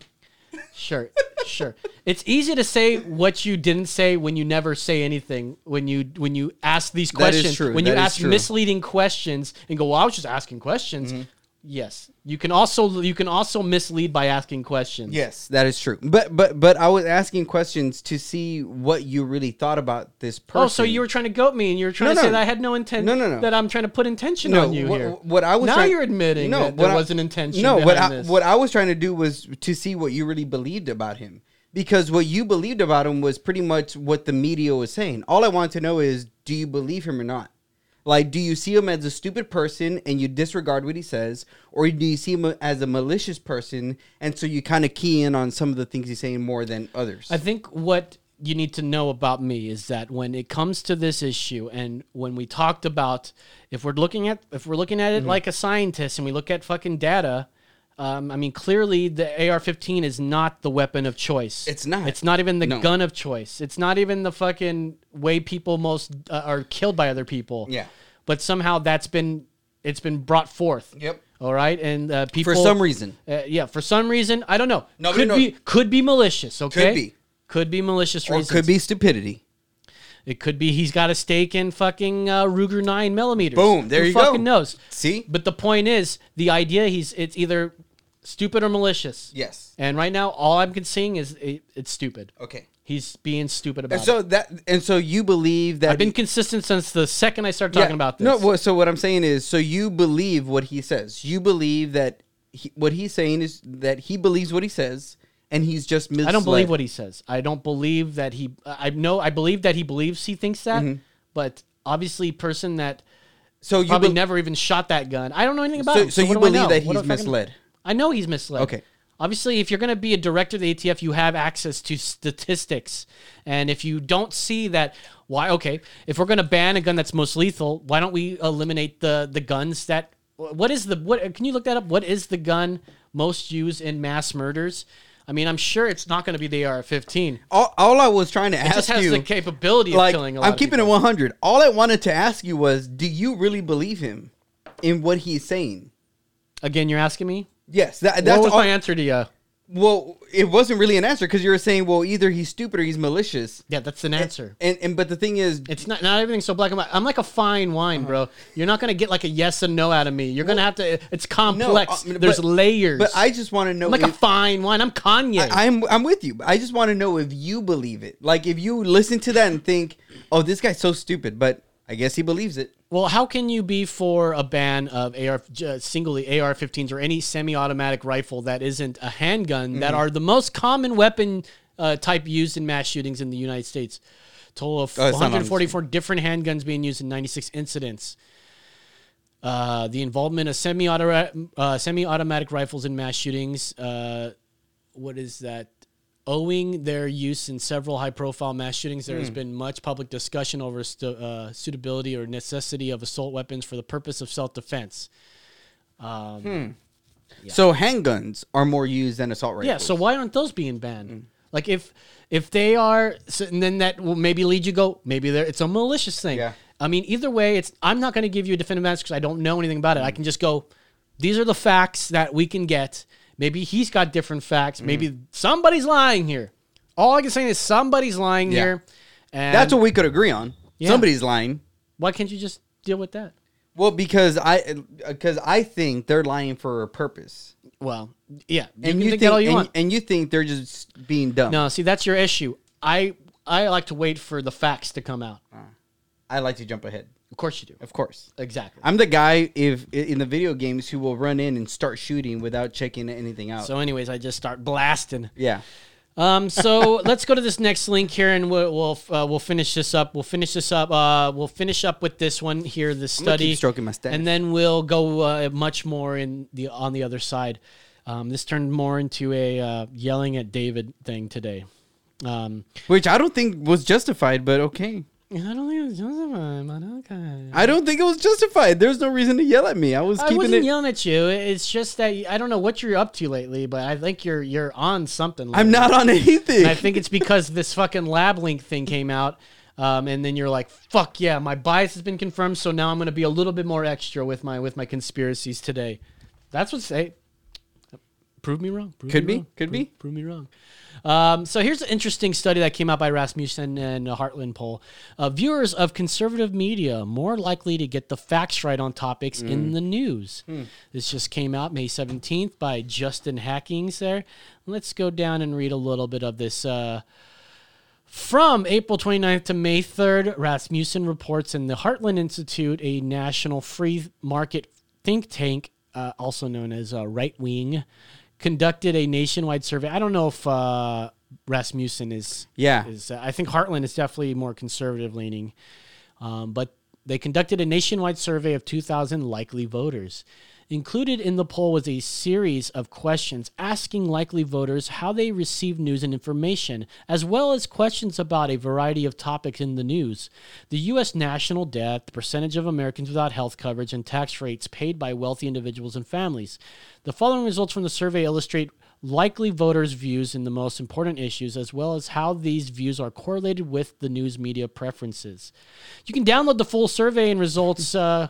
[SPEAKER 1] Sure. sure. It's easy to say what you didn't say when you never say anything. When you when you ask these
[SPEAKER 3] That is
[SPEAKER 1] questions,
[SPEAKER 3] true.
[SPEAKER 1] when you
[SPEAKER 3] That is
[SPEAKER 1] ask
[SPEAKER 3] true. Mm-hmm.
[SPEAKER 1] misleading questions and go, "Well, I was just asking questions." Yes. You can also you can also mislead by asking questions.
[SPEAKER 3] Yes, that is true. But but but I was asking questions to see what you really thought about this person.
[SPEAKER 1] Oh, so you were trying to goat me, and you were trying
[SPEAKER 3] No,
[SPEAKER 1] to say
[SPEAKER 3] no.
[SPEAKER 1] that I had no intent.
[SPEAKER 3] No, no, no.
[SPEAKER 1] That I'm trying to put intention on you
[SPEAKER 3] what,
[SPEAKER 1] here.
[SPEAKER 3] What I was
[SPEAKER 1] now
[SPEAKER 3] trying-
[SPEAKER 1] you're admitting
[SPEAKER 3] No,
[SPEAKER 1] that
[SPEAKER 3] what
[SPEAKER 1] there
[SPEAKER 3] I-
[SPEAKER 1] was an intention.
[SPEAKER 3] No, what
[SPEAKER 1] behind
[SPEAKER 3] I,
[SPEAKER 1] this.
[SPEAKER 3] what I was trying to do was to see what you really believed about him because what you believed about him was pretty much what the media was saying. All I want to know is do you believe him or not? Like, do you see him as a stupid person and you disregard what he says, or do you see him as a malicious person and so you kind of key in on some of the things he's saying more than others?
[SPEAKER 1] I think what you need to know about me is that when it comes to this issue and when we talked about if we're looking at if we're looking at it
[SPEAKER 3] Mm-hmm.
[SPEAKER 1] like a scientist and we look at fucking data um, I mean clearly the AR15 is not the weapon of choice.
[SPEAKER 3] It's not.
[SPEAKER 1] It's not even the
[SPEAKER 3] No.
[SPEAKER 1] gun of choice. It's not even the fucking way people most uh, are killed by other people.
[SPEAKER 3] Yeah.
[SPEAKER 1] But somehow that's been it's been brought forth.
[SPEAKER 3] Yep.
[SPEAKER 1] All right, and uh, people
[SPEAKER 3] some reason.
[SPEAKER 1] Uh, yeah, for some reason I don't know.
[SPEAKER 3] Nobody
[SPEAKER 1] could
[SPEAKER 3] knows.
[SPEAKER 1] be could be malicious. Okay.
[SPEAKER 3] be.
[SPEAKER 1] Could be malicious
[SPEAKER 3] or
[SPEAKER 1] reasons.
[SPEAKER 3] it could be stupidity.
[SPEAKER 1] It could be he's got a stake in fucking uh, Ruger nine millimeters.
[SPEAKER 3] Boom, there
[SPEAKER 1] Who
[SPEAKER 3] you go.
[SPEAKER 1] fucking knows.
[SPEAKER 3] See?
[SPEAKER 1] but the point is, the idea he's it's either stupid or malicious.
[SPEAKER 3] Yes.
[SPEAKER 1] And right now, all I'm seeing is it, it's stupid.
[SPEAKER 3] Okay.
[SPEAKER 1] He's being stupid about
[SPEAKER 3] And so
[SPEAKER 1] it.
[SPEAKER 3] that and so you believe that
[SPEAKER 1] I've been consistent since the second I started
[SPEAKER 3] Yeah.
[SPEAKER 1] talking about this.
[SPEAKER 3] No, well, so what I'm saying is, so you believe what he says. You believe that he, what he's saying is that he believes what he says, and he's just misled.
[SPEAKER 1] I don't believe what he says. I don't believe that he. I know. I believe that he believes he thinks that, but obviously, person that
[SPEAKER 3] So Mm-hmm. you
[SPEAKER 1] probably
[SPEAKER 3] be-
[SPEAKER 1] never even shot that gun. I don't know anything about.
[SPEAKER 3] So-
[SPEAKER 1] him,
[SPEAKER 3] so
[SPEAKER 1] what
[SPEAKER 3] you
[SPEAKER 1] do I
[SPEAKER 3] believe
[SPEAKER 1] know?
[SPEAKER 3] that
[SPEAKER 1] What do
[SPEAKER 3] he's
[SPEAKER 1] I fucking-
[SPEAKER 3] misled?
[SPEAKER 1] I know he's misled.
[SPEAKER 3] Okay.
[SPEAKER 1] Obviously, if you're going to be a director of the ATF, you have access to statistics, and if you don't see that, why? Okay, if we're going to ban a gun that's most lethal, why don't we eliminate the the guns that? What is the what? Can you look that up? What is the gun most used in mass murders? I mean, I'm sure it's not going to be the AR-15.
[SPEAKER 3] All, all I was trying to
[SPEAKER 1] It
[SPEAKER 3] ask
[SPEAKER 1] just has
[SPEAKER 3] you,
[SPEAKER 1] the capability of
[SPEAKER 3] like,
[SPEAKER 1] killing a lot
[SPEAKER 3] I'm
[SPEAKER 1] of
[SPEAKER 3] keeping it
[SPEAKER 1] people.
[SPEAKER 3] 100. All I wanted to ask you was, do you really believe him in what he's saying?
[SPEAKER 1] Again, you're asking me.
[SPEAKER 3] Yes, that,
[SPEAKER 1] That's
[SPEAKER 3] that's
[SPEAKER 1] what was
[SPEAKER 3] all-
[SPEAKER 1] my answer to you?
[SPEAKER 3] Well, it wasn't really an answer because you were saying, well, either he's stupid or he's malicious.
[SPEAKER 1] Yeah, that's an answer.
[SPEAKER 3] And and but the thing is,
[SPEAKER 1] It's not not everything's so black and white. I'm like a fine wine, bro. You're not gonna get like a yes and no out of me. You're gonna have to. It's complex.
[SPEAKER 3] uh, but-
[SPEAKER 1] There's layers.
[SPEAKER 3] but I just want to know
[SPEAKER 1] I'm like a
[SPEAKER 3] if-
[SPEAKER 1] fine wine. I'm Kanye.
[SPEAKER 3] I, am I'm with you. I just want to know if you believe it. Like if you listen to that and think, "Oh, this guy's so stupid," but I guess he believes it.
[SPEAKER 1] well, how can you be for a ban of AR uh, singly AR-15s or any semi-automatic rifle that isn't a handgun that
[SPEAKER 3] Mm-hmm.
[SPEAKER 1] are the most common weapon uh, type used in mass shootings in the United States? Total of
[SPEAKER 3] Oh, it's not on the
[SPEAKER 1] 144 different handguns being used in 96 incidents. Uh, the involvement of semi-auto, uh, semi-automatic rifles in mass shootings. Uh, what is that? Owing their use in several high-profile mass shootings, there has been much public discussion over stu- uh, suitability or necessity of assault weapons for the purpose of self-defense.
[SPEAKER 3] So handguns are more used than assault rifles.
[SPEAKER 1] Yeah. So why aren't those being banned?
[SPEAKER 3] Mm.
[SPEAKER 1] Like if if they are, so, and then that will maybe lead you go maybe there it's a malicious thing.
[SPEAKER 3] Yeah.
[SPEAKER 1] I mean, either way, it's I'm not going to give you a definitive answer because I don't know anything about it.
[SPEAKER 3] Mm.
[SPEAKER 1] I can just go. These are the facts that we can get. Maybe he's got different
[SPEAKER 3] Mm.
[SPEAKER 1] facts. Maybe somebody's lying here. All I can say is somebody's lying
[SPEAKER 3] Yeah.
[SPEAKER 1] here. And
[SPEAKER 3] that's what we could agree on.
[SPEAKER 1] Yeah.
[SPEAKER 3] Somebody's lying.
[SPEAKER 1] Why can't you just deal with that?
[SPEAKER 3] Well, because I because I think they're lying for a purpose,
[SPEAKER 1] Well, yeah. You
[SPEAKER 3] and
[SPEAKER 1] can think, that all you
[SPEAKER 3] and,
[SPEAKER 1] want.
[SPEAKER 3] and you think they're just being dumb.
[SPEAKER 1] no, see, that's your issue. I I like to wait for the facts to come out.
[SPEAKER 3] I like to jump ahead.
[SPEAKER 1] Of course you do.
[SPEAKER 3] Of course,
[SPEAKER 1] Exactly.
[SPEAKER 3] I'm the guy if in the video games who will run in and start shooting without checking anything out.
[SPEAKER 1] So, anyways, I just start blasting.
[SPEAKER 3] yeah.
[SPEAKER 1] Um, so let's go to this next link here, and we'll we'll, uh, we'll finish this up. We'll finish this up. Uh, we'll finish up with this one here, this
[SPEAKER 3] I'm gonna
[SPEAKER 1] study,
[SPEAKER 3] keep stroking my staff.
[SPEAKER 1] and then we'll go uh, much more in the on the other side. Um, this turned more into a uh, yelling at David thing today. Um,
[SPEAKER 3] Which I don't think was justified, but okay.
[SPEAKER 1] I don't think it was justified, but okay.
[SPEAKER 3] I don't think it was justified. There's no reason to yell at me. I was
[SPEAKER 1] I
[SPEAKER 3] keeping
[SPEAKER 1] wasn't
[SPEAKER 3] it.
[SPEAKER 1] yelling at you. It's just that I don't know what you're up to lately, but I think you're you're on something.
[SPEAKER 3] I'm
[SPEAKER 1] lately.
[SPEAKER 3] not on anything.
[SPEAKER 1] And I think it's because this fucking lab link thing came out. Um, and then you're like, fuck yeah, my bias has been confirmed, so now I'm gonna be a little bit more extra with my with my conspiracies today. That's what's hey. Prove me wrong. Prove
[SPEAKER 3] Could
[SPEAKER 1] me
[SPEAKER 3] be,
[SPEAKER 1] wrong.
[SPEAKER 3] could
[SPEAKER 1] prove,
[SPEAKER 3] be.
[SPEAKER 1] Prove me wrong. Um, so here's an interesting study that came out by Rasmussen and a Heartland poll. Uh, viewers of conservative media more likely to get the facts right on topics
[SPEAKER 3] Mm.
[SPEAKER 1] in the news.
[SPEAKER 3] Hmm.
[SPEAKER 1] This just came out May 17th by Justin Hackings there. Let's go down and read a little bit of this. Uh, from April 29th to May 3rd, Rasmussen reports in the Heartland Institute, a national free market think tank, uh, also known as uh, Right Wing, conducted a nationwide survey. I don't know if uh, Rasmussen is.
[SPEAKER 3] Yeah.
[SPEAKER 1] Is, uh, I think Heartland is definitely more conservative leaning. Um, but they conducted a nationwide survey of 2,000 likely voters. Included in the poll was a series of questions asking likely voters how they receive news and information, as well as questions about a variety of topics in the news. The U.S. national debt, the percentage of Americans without health coverage, and tax rates paid by wealthy individuals and families. The following results from the survey illustrate likely voters' views in the most important issues, as well as how these views are correlated with the news media preferences. You can download the full survey and results uh,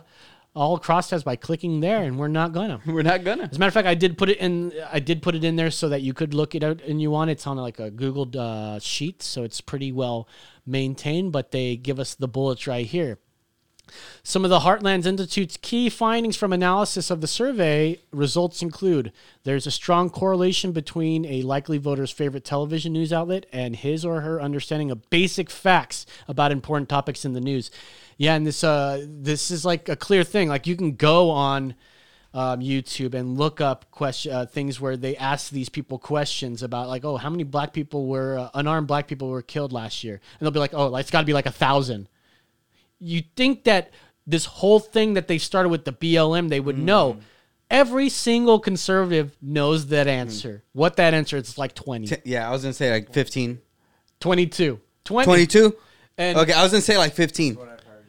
[SPEAKER 1] all crosshairs by clicking there, and we're not gonna.
[SPEAKER 3] We're not gonna.
[SPEAKER 1] As a matter of fact, I did put it in. I did put it in there so that you could look it out and you want. It's on like a Google uh, sheet, so it's pretty well maintained. But they give us the bullets right here. Some of the Heartlands Institute's key findings from analysis of the survey results include there's a strong correlation between a likely voter's favorite television news outlet and his or her understanding of basic facts about important topics in the news. Yeah, and this uh, this is like a clear thing. Like you can go on um, YouTube and look up question uh, things where they ask these people questions about like, oh, how many black people were uh, unarmed black people were killed last year, and they'll be like, oh, it's got to be like a thousand you think that this whole thing that they started with the BLM, they would
[SPEAKER 3] Mm.
[SPEAKER 1] know. Every single conservative knows that answer. What that answer is it's like 20,
[SPEAKER 3] Yeah, I was gonna say like 15.
[SPEAKER 1] 22, 20.
[SPEAKER 3] 22?
[SPEAKER 1] And-
[SPEAKER 3] okay, I was gonna say like 15.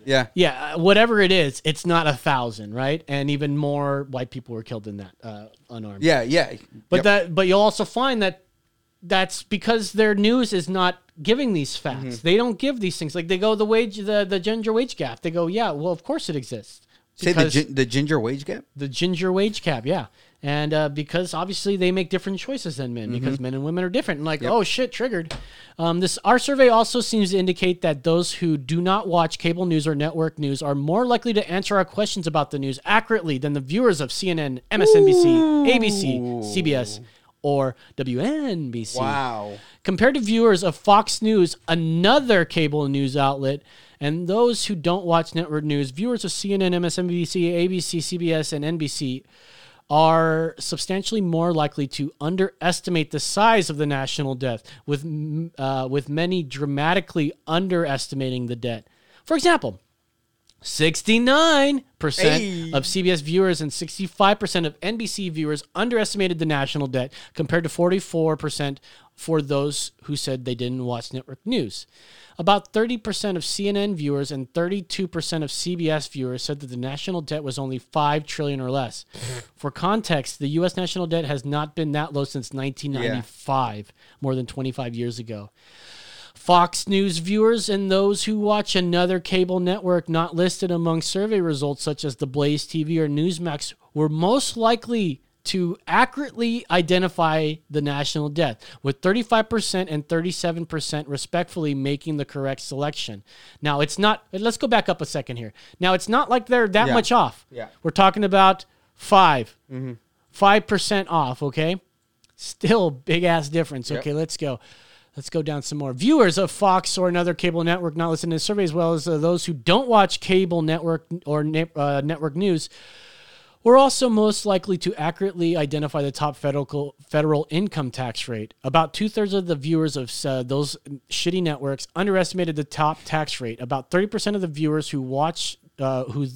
[SPEAKER 3] Yeah.
[SPEAKER 1] Yeah, uh, whatever it is, it's not a thousand, right? And even more white people were killed than that, uh, unarmed.
[SPEAKER 3] Yeah, yeah.
[SPEAKER 1] But
[SPEAKER 3] Yep.
[SPEAKER 1] that but you'll also find that that's because their news is not giving these facts.
[SPEAKER 3] Mm-hmm.
[SPEAKER 1] They don't give these things. Like they go the wage the, the gender wage gap. They go, yeah, well of course it exists.
[SPEAKER 3] say the,
[SPEAKER 1] Because-
[SPEAKER 3] gin- the ginger wage gap?
[SPEAKER 1] the ginger wage cap, yeah. And uh, because obviously they make different choices than men, because men and women are different. And like, oh shit, triggered. Um, this our survey also seems to indicate that those who do not watch cable news or network news are more likely to answer our questions about the news accurately than the viewers of CNN, MSNBC, ABC, CBS, or WNBC.
[SPEAKER 3] Wow.
[SPEAKER 1] Compared to viewers of Fox News, another cable news outlet, and those who don't watch network news, viewers of CNN, MSNBC, ABC, CBS, and NBC are substantially more likely to underestimate the size of the national debt, with, m- uh, with many dramatically underestimating the debt. For example, 69%
[SPEAKER 3] Hey.
[SPEAKER 1] of CBS viewers and 65% of NBC viewers underestimated the national debt compared to 44% for those who said they didn't watch network news. About 30% of CNN viewers and 32% of CBS viewers said that the national debt was only 5 trillion or less. for context, the US national debt has not been that low since 1995, more than 25 years ago. Fox News viewers and those who watch another cable network not listed among survey results, such as the Blaze TV or Newsmax, were most likely to accurately identify the national debt, with 35% and 37% respectfully making the correct selection. Now, it's not, let's go back up a second here. Now, it's not like they're that
[SPEAKER 3] Yeah.
[SPEAKER 1] much off.
[SPEAKER 3] Yeah.
[SPEAKER 1] We're talking about 5 5% off, okay? Still big ass difference. Okay, let's go. Let's go down some more. Viewers of Fox or another cable network not listening to the survey, as well as uh, those who don't watch cable network or ne- uh, network news, were also most likely to accurately identify the top federal federal income tax rate. About two thirds of the viewers of uh, those shitty networks underestimated the top tax rate. About thirty percent of the viewers who watch uh, who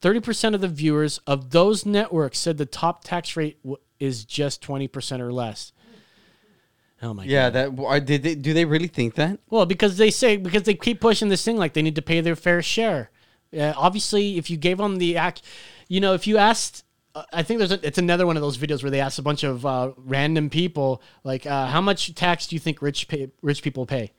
[SPEAKER 1] 30% of the viewers of those networks said the top tax rate w- is just 20% or less. Oh my
[SPEAKER 3] Yeah,
[SPEAKER 1] god.
[SPEAKER 3] that why did they do they really think that?
[SPEAKER 1] Well, because they say because they keep pushing this thing like they need to pay their fair share. Uh, obviously, if you gave them the act, you know, if you asked uh, I think there's a, it's another one of those videos where they ask a bunch of uh, random people like uh, how much tax do you think rich pay, rich people pay?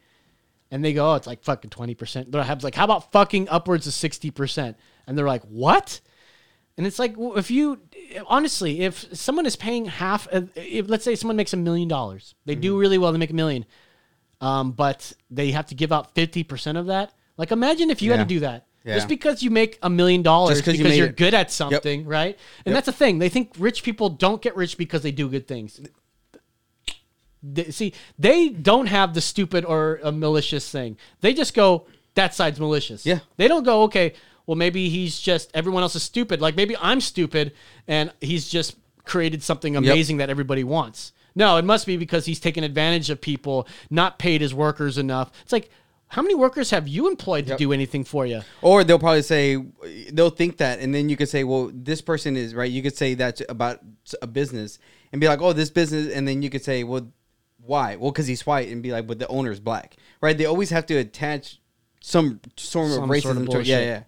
[SPEAKER 1] And they go, oh, it's like fucking 20%. They're like, how about fucking upwards of 60%? And they're like, what? And it's like, well, if you honestly, if someone is paying half, of- if let's say someone makes a million dollars, they do
[SPEAKER 3] Mm-hmm.
[SPEAKER 1] really well, they make a million, um, but they have to give out 50% of that. Like, imagine if you
[SPEAKER 3] Yeah.
[SPEAKER 1] had to do that.
[SPEAKER 3] Yeah.
[SPEAKER 1] Just because you make a million dollars
[SPEAKER 3] Just 'cause
[SPEAKER 1] because
[SPEAKER 3] you
[SPEAKER 1] you
[SPEAKER 3] made
[SPEAKER 1] are
[SPEAKER 3] it.
[SPEAKER 1] good at something, right? And that's the thing. They think rich people don't get rich because they do good things. They- see, they don't have the stupid or a malicious thing. They just go, that side's malicious.
[SPEAKER 3] Yeah.
[SPEAKER 1] They don't go, okay, well, maybe he's just, everyone else is stupid. Like maybe I'm stupid and he's just created something amazing that everybody wants. No, it must be because he's taken advantage of people, not paid his workers enough. It's like, how many workers have you employed to do anything for you?
[SPEAKER 3] Or they'll probably say they'll think that, and then you could say, "Well, this person is right." You could say that's about a business, and be like, "Oh, this business," and then you could say, "Well, why?" Well, because he's white, and be like, "But the owner's black," right? They always have to attach some sort
[SPEAKER 1] Some
[SPEAKER 3] of
[SPEAKER 1] sort of
[SPEAKER 3] racism to it. Yeah,
[SPEAKER 1] bullshit.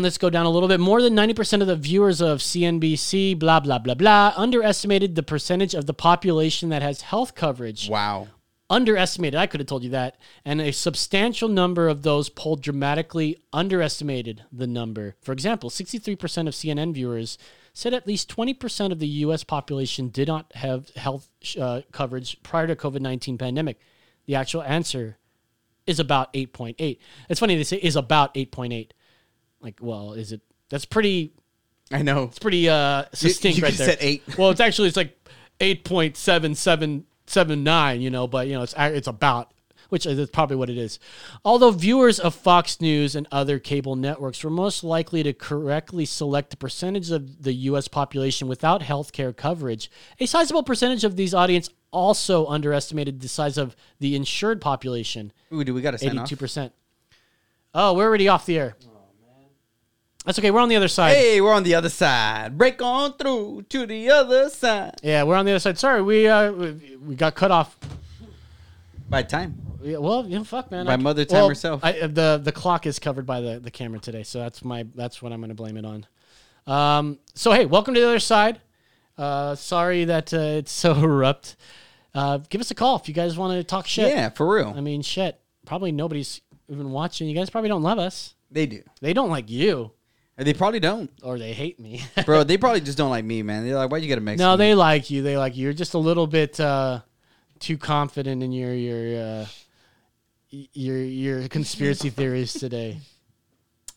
[SPEAKER 1] let's go down a little bit. More than 90% of the viewers of CNBC, blah, blah, blah, blah, underestimated the percentage of the population that has health coverage.
[SPEAKER 3] Wow.
[SPEAKER 1] underestimated. I could have told you that. And a substantial number of those polled dramatically underestimated the number. For example, 63% of CNN viewers said at least 20% of the US population did not have health uh, coverage prior to COVID-19 pandemic. The actual answer is about 8.8. It's funny they say is about 8.8. Like, well, is it that's pretty
[SPEAKER 3] I know.
[SPEAKER 1] it's pretty uh succinct
[SPEAKER 3] you
[SPEAKER 1] right
[SPEAKER 3] just
[SPEAKER 1] there.
[SPEAKER 3] said eight.
[SPEAKER 1] Well, it's actually it's like eight point seven seven seven nine. You know, but you know it's a- it's about which is probably what it is. Although viewers of Fox News and other cable networks were most likely to correctly select the percentage of the U.S. population without health care coverage, a sizable percentage of these audience also underestimated the size of the insured population.
[SPEAKER 3] Ooh, do we got to sign off?
[SPEAKER 1] Eighty-two percent. Oh, we're already off the air. That's okay. We're on the other side.
[SPEAKER 3] Hey, we're on the other side. Break on through to the other side.
[SPEAKER 1] Yeah, we're on the other side. Sorry, we uh, we we got cut off.
[SPEAKER 3] By time.
[SPEAKER 1] Yeah, well, you know, fuck, man.
[SPEAKER 3] By
[SPEAKER 1] I-
[SPEAKER 3] mother time herself.
[SPEAKER 1] I, uh, the the clock is covered by the, the camera today, so that's my that's what I'm going to blame it on. Um, so hey, welcome to the other side. Uh, sorry that uh, it's so abrupt. Uh, give us a call if you guys want to talk shit.
[SPEAKER 3] Yeah, for real.
[SPEAKER 1] I mean, shit. Probably nobody's even watching. You guys probably don't love us.
[SPEAKER 3] they do.
[SPEAKER 1] They don't like you,
[SPEAKER 3] They probably don't.
[SPEAKER 1] or they hate me.
[SPEAKER 3] Bro, they probably just don't like me, man. They're like, why you got to mix
[SPEAKER 1] no,
[SPEAKER 3] me?
[SPEAKER 1] they like you. They like you. You're just a little bit uh, too confident in your your uh, y- your your conspiracy theories today.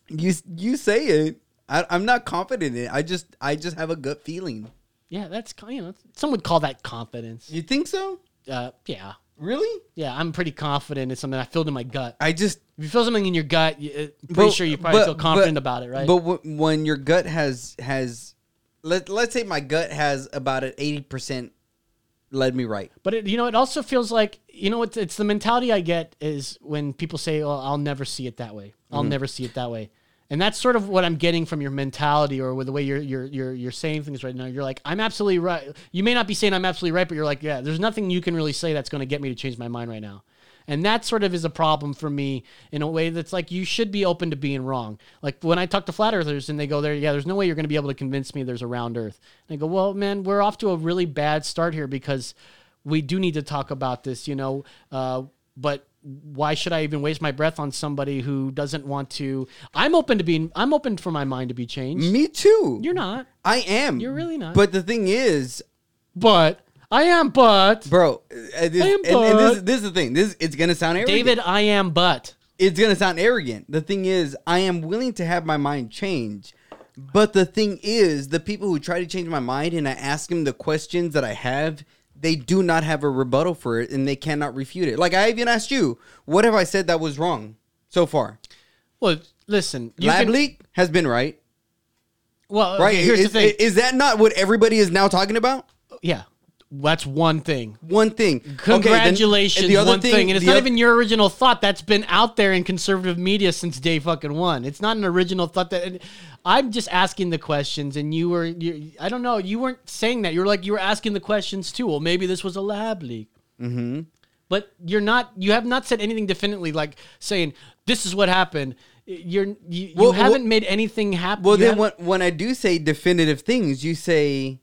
[SPEAKER 3] You you say it. I, I'm not confident in it. I just I just have a gut feeling.
[SPEAKER 1] Yeah, that's co- you know some would call that confidence.
[SPEAKER 3] You think so?
[SPEAKER 1] Uh, yeah,
[SPEAKER 3] Really?
[SPEAKER 1] yeah, I'm pretty confident. It's something I feel in my gut.
[SPEAKER 3] I just
[SPEAKER 1] If you feel something in your gut, you, uh, pretty
[SPEAKER 3] But-
[SPEAKER 1] sure you probably
[SPEAKER 3] but-
[SPEAKER 1] feel confident
[SPEAKER 3] but-
[SPEAKER 1] about it, right?
[SPEAKER 3] But w- when your gut has has let let's say my gut has about an eighty percent led me right.
[SPEAKER 1] But it, you know, it also feels like you know, it's, it's the mentality I get is when people say, "Oh, I'll never see it that way. I'll never see it that way," and that's sort of what I'm getting from your mentality or with the way you're you're you're you're saying things right now. You're like, "I'm absolutely right." You may not be saying I'm absolutely right, but you're like, "Yeah, there's nothing you can really say that's going to get me to change my mind right now." And that sort of is a problem for me in a way that's like you should be open to being wrong. Like when I talk to flat earthers and they go there, yeah, there's no way you're going to be able to convince me there's a round earth. And I go, well, man, we're off to a really bad start here because we do need to talk about this, you know. Uh, but why should I even waste my breath on somebody who doesn't want to? I'm open to being. I'm open for my mind to be changed.
[SPEAKER 3] Me too.
[SPEAKER 1] You're not,
[SPEAKER 3] I am.
[SPEAKER 1] You're really not.
[SPEAKER 3] But the thing is,
[SPEAKER 1] but I am. But
[SPEAKER 3] bro, uh, this,
[SPEAKER 1] am
[SPEAKER 3] and, and this,
[SPEAKER 1] but-
[SPEAKER 3] this is the thing. This it's gonna sound arrogant.
[SPEAKER 1] David, I am. But
[SPEAKER 3] it's gonna sound arrogant. The thing is, I am willing to have my mind change. But the thing is, the people who try to change my mind and I ask them the questions that I have, they do not have a rebuttal for it and they cannot refute it. Like I even asked you, what have I said that was wrong so far?
[SPEAKER 1] well, listen, you
[SPEAKER 3] Lab
[SPEAKER 1] can-
[SPEAKER 3] leak has been right.
[SPEAKER 1] Well, okay,
[SPEAKER 3] Right?
[SPEAKER 1] here's
[SPEAKER 3] is,
[SPEAKER 1] the thing.
[SPEAKER 3] is that not what everybody is now talking about?
[SPEAKER 1] yeah, that's one thing.
[SPEAKER 3] One thing.
[SPEAKER 1] Congratulations,
[SPEAKER 3] Okay, then-
[SPEAKER 1] one thing, and it's
[SPEAKER 3] the
[SPEAKER 1] not
[SPEAKER 3] oth-
[SPEAKER 1] even your original thought. That's been out there in conservative media since day fucking one. It's not an original thought that. and I'm just asking the questions, and you were, you, I don't know, you weren't saying that. You were like, you were asking the questions too. Well, maybe this was a lab leak. Mm-hmm. But you're not, you have not said anything definitely, like saying this is what happened. You're, you, you
[SPEAKER 3] Well, well-
[SPEAKER 1] haven't made anything happen.
[SPEAKER 3] Well,
[SPEAKER 1] you
[SPEAKER 3] then
[SPEAKER 1] haven't-
[SPEAKER 3] when, when I do say definitive things, you say,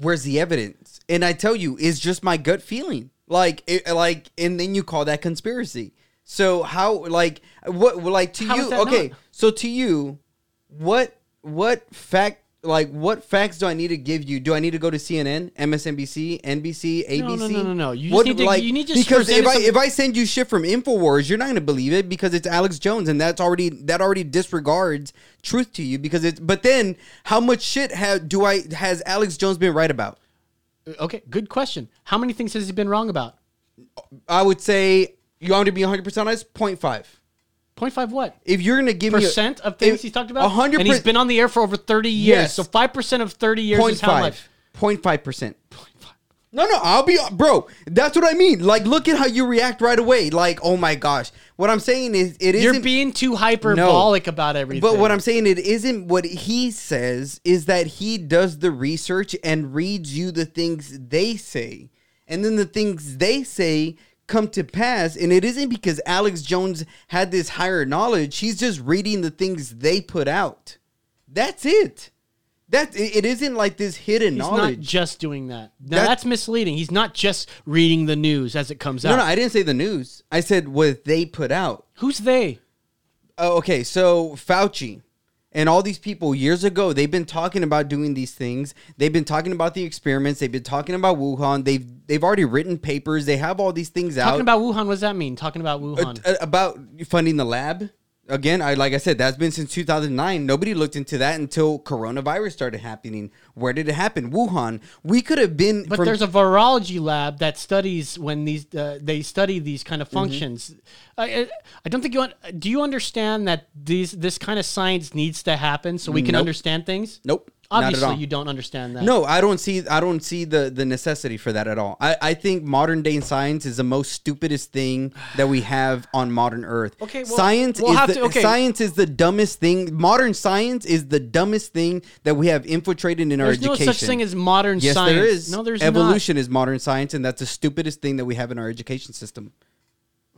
[SPEAKER 3] "Where's the evidence?" And I tell you, it's just my gut feeling. Like, it, like, and then you call that conspiracy. So how, like, what, like to
[SPEAKER 1] How is
[SPEAKER 3] you?
[SPEAKER 1] that
[SPEAKER 3] Okay,
[SPEAKER 1] not?
[SPEAKER 3] so to you, what, what fact? Like what facts do I need to give you? Do I need to go to CNN, MSNBC, NBC, ABC?
[SPEAKER 1] no, no, no, no. You just
[SPEAKER 3] What-
[SPEAKER 1] need to- you need to just
[SPEAKER 3] because if
[SPEAKER 1] present
[SPEAKER 3] I
[SPEAKER 1] some-
[SPEAKER 3] if I send you shit from Infowars, you're not gonna believe it because it's Alex Jones, and that's already that already disregards truth to you because it's. But then, how much shit have do I has Alex Jones been right about?
[SPEAKER 1] okay, good question. How many things has he been wrong about?
[SPEAKER 3] I would say you want me to be 100 percent honest. 0.5.
[SPEAKER 1] Point five what?
[SPEAKER 3] If you're gonna give
[SPEAKER 1] percent
[SPEAKER 3] me
[SPEAKER 1] of things he's talked about.
[SPEAKER 3] hundred
[SPEAKER 1] and he's been on the air for over thirty years.
[SPEAKER 3] Yes.
[SPEAKER 1] So five percent of thirty years is how much?
[SPEAKER 3] 0.5 percent. No, no, I'll be bro. That's what I mean. Like, look at how you react right away. Like, oh my gosh. What I'm saying is, it
[SPEAKER 1] You're
[SPEAKER 3] isn't-
[SPEAKER 1] being too hyperbolic about everything.
[SPEAKER 3] But what I'm saying it isn't what he says is that he does the research and reads you the things they say. And then the things they say come to pass and it isn't because Alex Jones had this higher knowledge. He's just reading the things they put out. That's it. That it it isn't like this hidden
[SPEAKER 1] He's
[SPEAKER 3] knowledge.
[SPEAKER 1] not just doing that. Now
[SPEAKER 3] That-
[SPEAKER 1] that's misleading. He's not just reading the news as it comes
[SPEAKER 3] no,
[SPEAKER 1] out.
[SPEAKER 3] no, I didn't say the news. I said what they put out.
[SPEAKER 1] Who's they?
[SPEAKER 3] Oh, okay, so Fauci and all these people years ago, they've been talking about doing these things. They've been talking about the experiments. They've been talking about Wuhan. They've they've already written papers. They have all these things out
[SPEAKER 1] Talking about Wuhan. What does that mean? Talking about
[SPEAKER 3] Uh,
[SPEAKER 1] Wuhan.
[SPEAKER 3] uh, about funding the lab. Again, I like I said, that's been since 2009. Nobody looked into that until coronavirus started happening. Where did it happen? Wuhan. We could have been.
[SPEAKER 1] But there's a virology lab that studies when these uh, they study these kind
[SPEAKER 3] Mm-hmm.
[SPEAKER 1] of functions. I, I- I don't think you un- do you understand that these this kind of science needs to happen so we can
[SPEAKER 3] Nope.
[SPEAKER 1] understand things.
[SPEAKER 3] Nope, not at
[SPEAKER 1] Obviously,
[SPEAKER 3] all.
[SPEAKER 1] you don't understand that.
[SPEAKER 3] No, I don't see I don't see the the necessity for that at all. I, I think modern day science is the most stupidest thing that we have on modern Earth.
[SPEAKER 1] Okay, well,
[SPEAKER 3] science
[SPEAKER 1] we'll
[SPEAKER 3] is
[SPEAKER 1] have
[SPEAKER 3] the,
[SPEAKER 1] to- okay.
[SPEAKER 3] science is the dumbest thing. Modern science is the dumbest thing that we have infiltrated in our
[SPEAKER 1] there's no
[SPEAKER 3] education.
[SPEAKER 1] such thing as modern
[SPEAKER 3] yes,
[SPEAKER 1] science.
[SPEAKER 3] there is.
[SPEAKER 1] No, there's not.
[SPEAKER 3] evolution is modern science, and that's the stupidest thing that we have in our education system.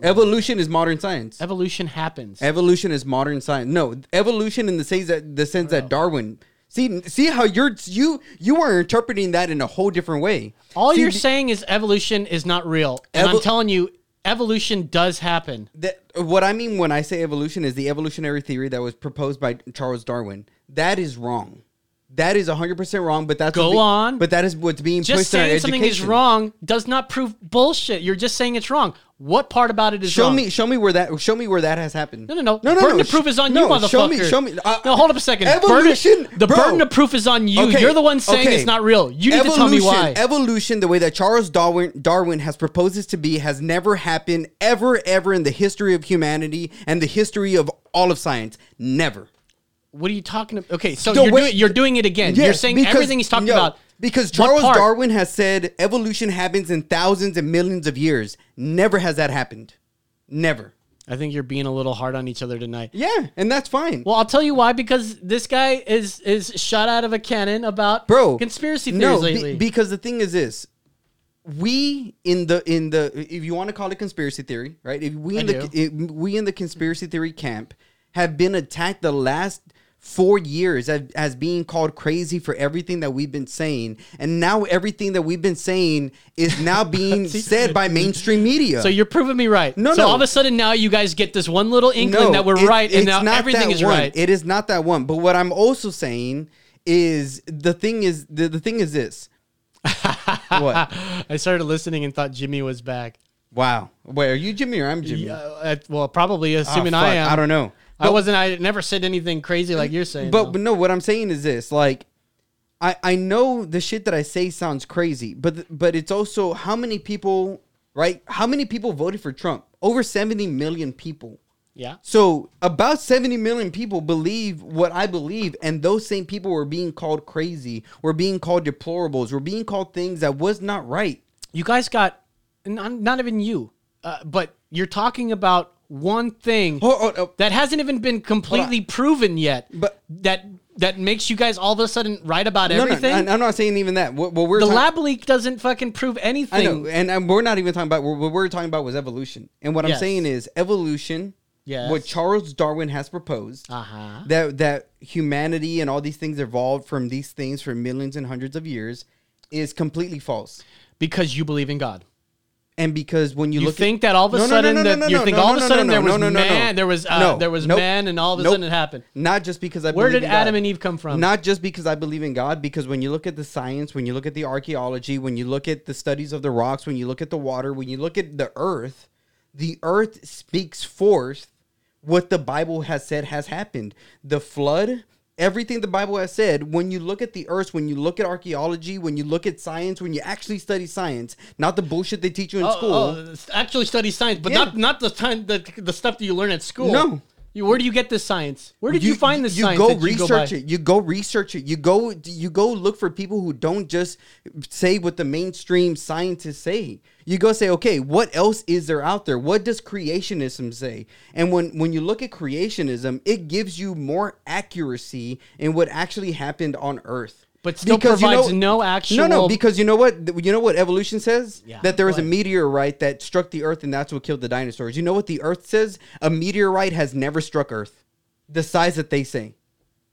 [SPEAKER 3] Evolution is modern science.
[SPEAKER 1] Evolution happens.
[SPEAKER 3] Evolution is modern science. No, evolution in the sense that the sense that Darwin. See, see how you're you you are interpreting that in a whole different way.
[SPEAKER 1] All
[SPEAKER 3] See,
[SPEAKER 1] you're
[SPEAKER 3] the-
[SPEAKER 1] saying is evolution is not real, and I'm
[SPEAKER 3] Evo-
[SPEAKER 1] telling you, evolution does happen.
[SPEAKER 3] that what I mean when I say evolution is the evolutionary theory that was proposed by Charles Darwin. That is wrong. That is 100% wrong, but that's
[SPEAKER 1] Go
[SPEAKER 3] what's be-
[SPEAKER 1] on.
[SPEAKER 3] But that is what's being
[SPEAKER 1] Just
[SPEAKER 3] pushed in our
[SPEAKER 1] saying something is
[SPEAKER 3] education.
[SPEAKER 1] wrong does not prove bullshit. You're just saying it's wrong. What part about it is
[SPEAKER 3] Show
[SPEAKER 1] wrong?
[SPEAKER 3] me, show me where that, show me where that has happened.
[SPEAKER 1] No, no, no. burden of proof is on you, motherfucker.
[SPEAKER 3] Show me, show me. I-
[SPEAKER 1] no, hold up a second.
[SPEAKER 3] Evolution,
[SPEAKER 1] burden, the
[SPEAKER 3] bro.
[SPEAKER 1] burden of proof is on you.
[SPEAKER 3] Okay,
[SPEAKER 1] You're the one saying
[SPEAKER 3] okay.
[SPEAKER 1] it's not real. You need to tell me why.
[SPEAKER 3] Evolution- Evolution, the way that Charles Darwin Darwin has proposed this to be, has never happened ever, ever in the history of humanity and the history of all of science. Never.
[SPEAKER 1] what are you talking about? Okay, so
[SPEAKER 3] The
[SPEAKER 1] you're,
[SPEAKER 3] way-
[SPEAKER 1] doing, you're doing it again. you're
[SPEAKER 3] Yes,
[SPEAKER 1] saying
[SPEAKER 3] because-
[SPEAKER 1] everything he's talking
[SPEAKER 3] no,
[SPEAKER 1] about.
[SPEAKER 3] Because
[SPEAKER 1] What
[SPEAKER 3] Charles
[SPEAKER 1] part?
[SPEAKER 3] Darwin has said evolution happens in thousands and millions of years. Never has that happened. Never.
[SPEAKER 1] I think you're being a little hard on each other tonight.
[SPEAKER 3] Yeah, and that's fine.
[SPEAKER 1] Well, I'll tell you why. Because this guy is is shot out of a cannon about
[SPEAKER 3] bro
[SPEAKER 1] conspiracy theories
[SPEAKER 3] no, be-
[SPEAKER 1] lately.
[SPEAKER 3] because the thing is this we in the in the if you want to call it conspiracy theory right if we in
[SPEAKER 1] I
[SPEAKER 3] the
[SPEAKER 1] do.
[SPEAKER 3] if we in the conspiracy theory camp have been attacked the last four years as, as being called crazy for everything that we've been saying and now everything that we've been saying is now being said by mainstream media
[SPEAKER 1] so you're proving me right.
[SPEAKER 3] No,
[SPEAKER 1] so
[SPEAKER 3] no.
[SPEAKER 1] all of a sudden now you guys get this one little inkling that we're
[SPEAKER 3] it-
[SPEAKER 1] right, and
[SPEAKER 3] it's
[SPEAKER 1] now
[SPEAKER 3] not
[SPEAKER 1] everything
[SPEAKER 3] that
[SPEAKER 1] is
[SPEAKER 3] one.
[SPEAKER 1] right.
[SPEAKER 3] It is not that one. But what I'm also saying is the thing is the, the thing is this. what?
[SPEAKER 1] I started listening and thought Jimmy was back.
[SPEAKER 3] Wow. Wait, are you Jimmy or I'm Jimmy?
[SPEAKER 1] Yeah, uh, well, probably
[SPEAKER 3] Ah,
[SPEAKER 1] assuming
[SPEAKER 3] fuck,
[SPEAKER 1] I am.
[SPEAKER 3] I don't know.
[SPEAKER 1] I wasn't. I never said anything crazy like you're saying.
[SPEAKER 3] But,
[SPEAKER 1] though.
[SPEAKER 3] but no, what I'm saying is this: like, I I know the shit that I say sounds crazy, but th- but it's also how many people, right? How many people voted for Trump? Over 70 million people.
[SPEAKER 1] yeah,
[SPEAKER 3] So about 70 million people believe what I believe, and those same people were being called crazy, were being called deplorables, were being called things that was not right.
[SPEAKER 1] you guys got not, not even you, uh, but you're talking about one thing
[SPEAKER 3] Oh, oh, oh.
[SPEAKER 1] that hasn't even been completely proven yet.
[SPEAKER 3] But-
[SPEAKER 1] that that makes you guys all of a sudden right about
[SPEAKER 3] No, no,
[SPEAKER 1] everything.
[SPEAKER 3] I- I'm not saying even that. What, what we're
[SPEAKER 1] the
[SPEAKER 3] talking-
[SPEAKER 1] lab leak doesn't fucking prove
[SPEAKER 3] I
[SPEAKER 1] anything.
[SPEAKER 3] know, and, and we're not even talking about what we're talking about was evolution. And what
[SPEAKER 1] Yes.
[SPEAKER 3] I'm saying is evolution.
[SPEAKER 1] Yes.
[SPEAKER 3] What Charles Darwin has proposed
[SPEAKER 1] Uh-huh.
[SPEAKER 3] that that humanity and all these things evolved from these things for millions and hundreds of years is completely false.
[SPEAKER 1] because you believe in God.
[SPEAKER 3] And because when you,
[SPEAKER 1] You
[SPEAKER 3] look, at-
[SPEAKER 1] think that all of a
[SPEAKER 3] No, no, no,
[SPEAKER 1] sudden
[SPEAKER 3] no, no,
[SPEAKER 1] that
[SPEAKER 3] no,
[SPEAKER 1] you
[SPEAKER 3] no,
[SPEAKER 1] think
[SPEAKER 3] no,
[SPEAKER 1] all of
[SPEAKER 3] no,
[SPEAKER 1] a
[SPEAKER 3] no,
[SPEAKER 1] sudden
[SPEAKER 3] no,
[SPEAKER 1] there was
[SPEAKER 3] no, no, no, no.
[SPEAKER 1] man, there was uh,
[SPEAKER 3] No,
[SPEAKER 1] there was
[SPEAKER 3] nope,
[SPEAKER 1] man, and all of a
[SPEAKER 3] nope.
[SPEAKER 1] sudden it happened.
[SPEAKER 3] Not just because I.
[SPEAKER 1] Where
[SPEAKER 3] believe
[SPEAKER 1] did
[SPEAKER 3] in
[SPEAKER 1] Adam
[SPEAKER 3] God.
[SPEAKER 1] and Eve come from?
[SPEAKER 3] Not just because I believe in God, because when you look at the science, when you look at the archaeology, when you look at the studies of the rocks, when you look at the water, when you look at the earth, the earth speaks forth what the Bible has said has happened. The flood, everything the Bible has said, when you look at the earth, when you look at archaeology, when you look at science, when you actually study science, not the bullshit they teach you in school.
[SPEAKER 1] Oh, actually study science, but
[SPEAKER 3] Yeah.
[SPEAKER 1] not not the time the, the stuff that you learn at school.
[SPEAKER 3] No.
[SPEAKER 1] You, where do you get this science? Where did you, find this
[SPEAKER 3] You
[SPEAKER 1] science?
[SPEAKER 3] go
[SPEAKER 1] that you by?
[SPEAKER 3] research it. You go research it. You go you go look for people who don't just say what the mainstream scientists say. You go say, okay, what else is there out there? What does creationism say? And when when you look at creationism, it gives you more accuracy in what actually happened on Earth.
[SPEAKER 1] But still provides no
[SPEAKER 3] No,
[SPEAKER 1] actual-
[SPEAKER 3] no, because you know what Th- you know what evolution says?
[SPEAKER 1] Yeah,
[SPEAKER 3] that there was a
[SPEAKER 1] what?
[SPEAKER 3] meteorite that struck the Earth, and that's what killed the dinosaurs. You know what the Earth says? A meteorite has never struck Earth the size that they say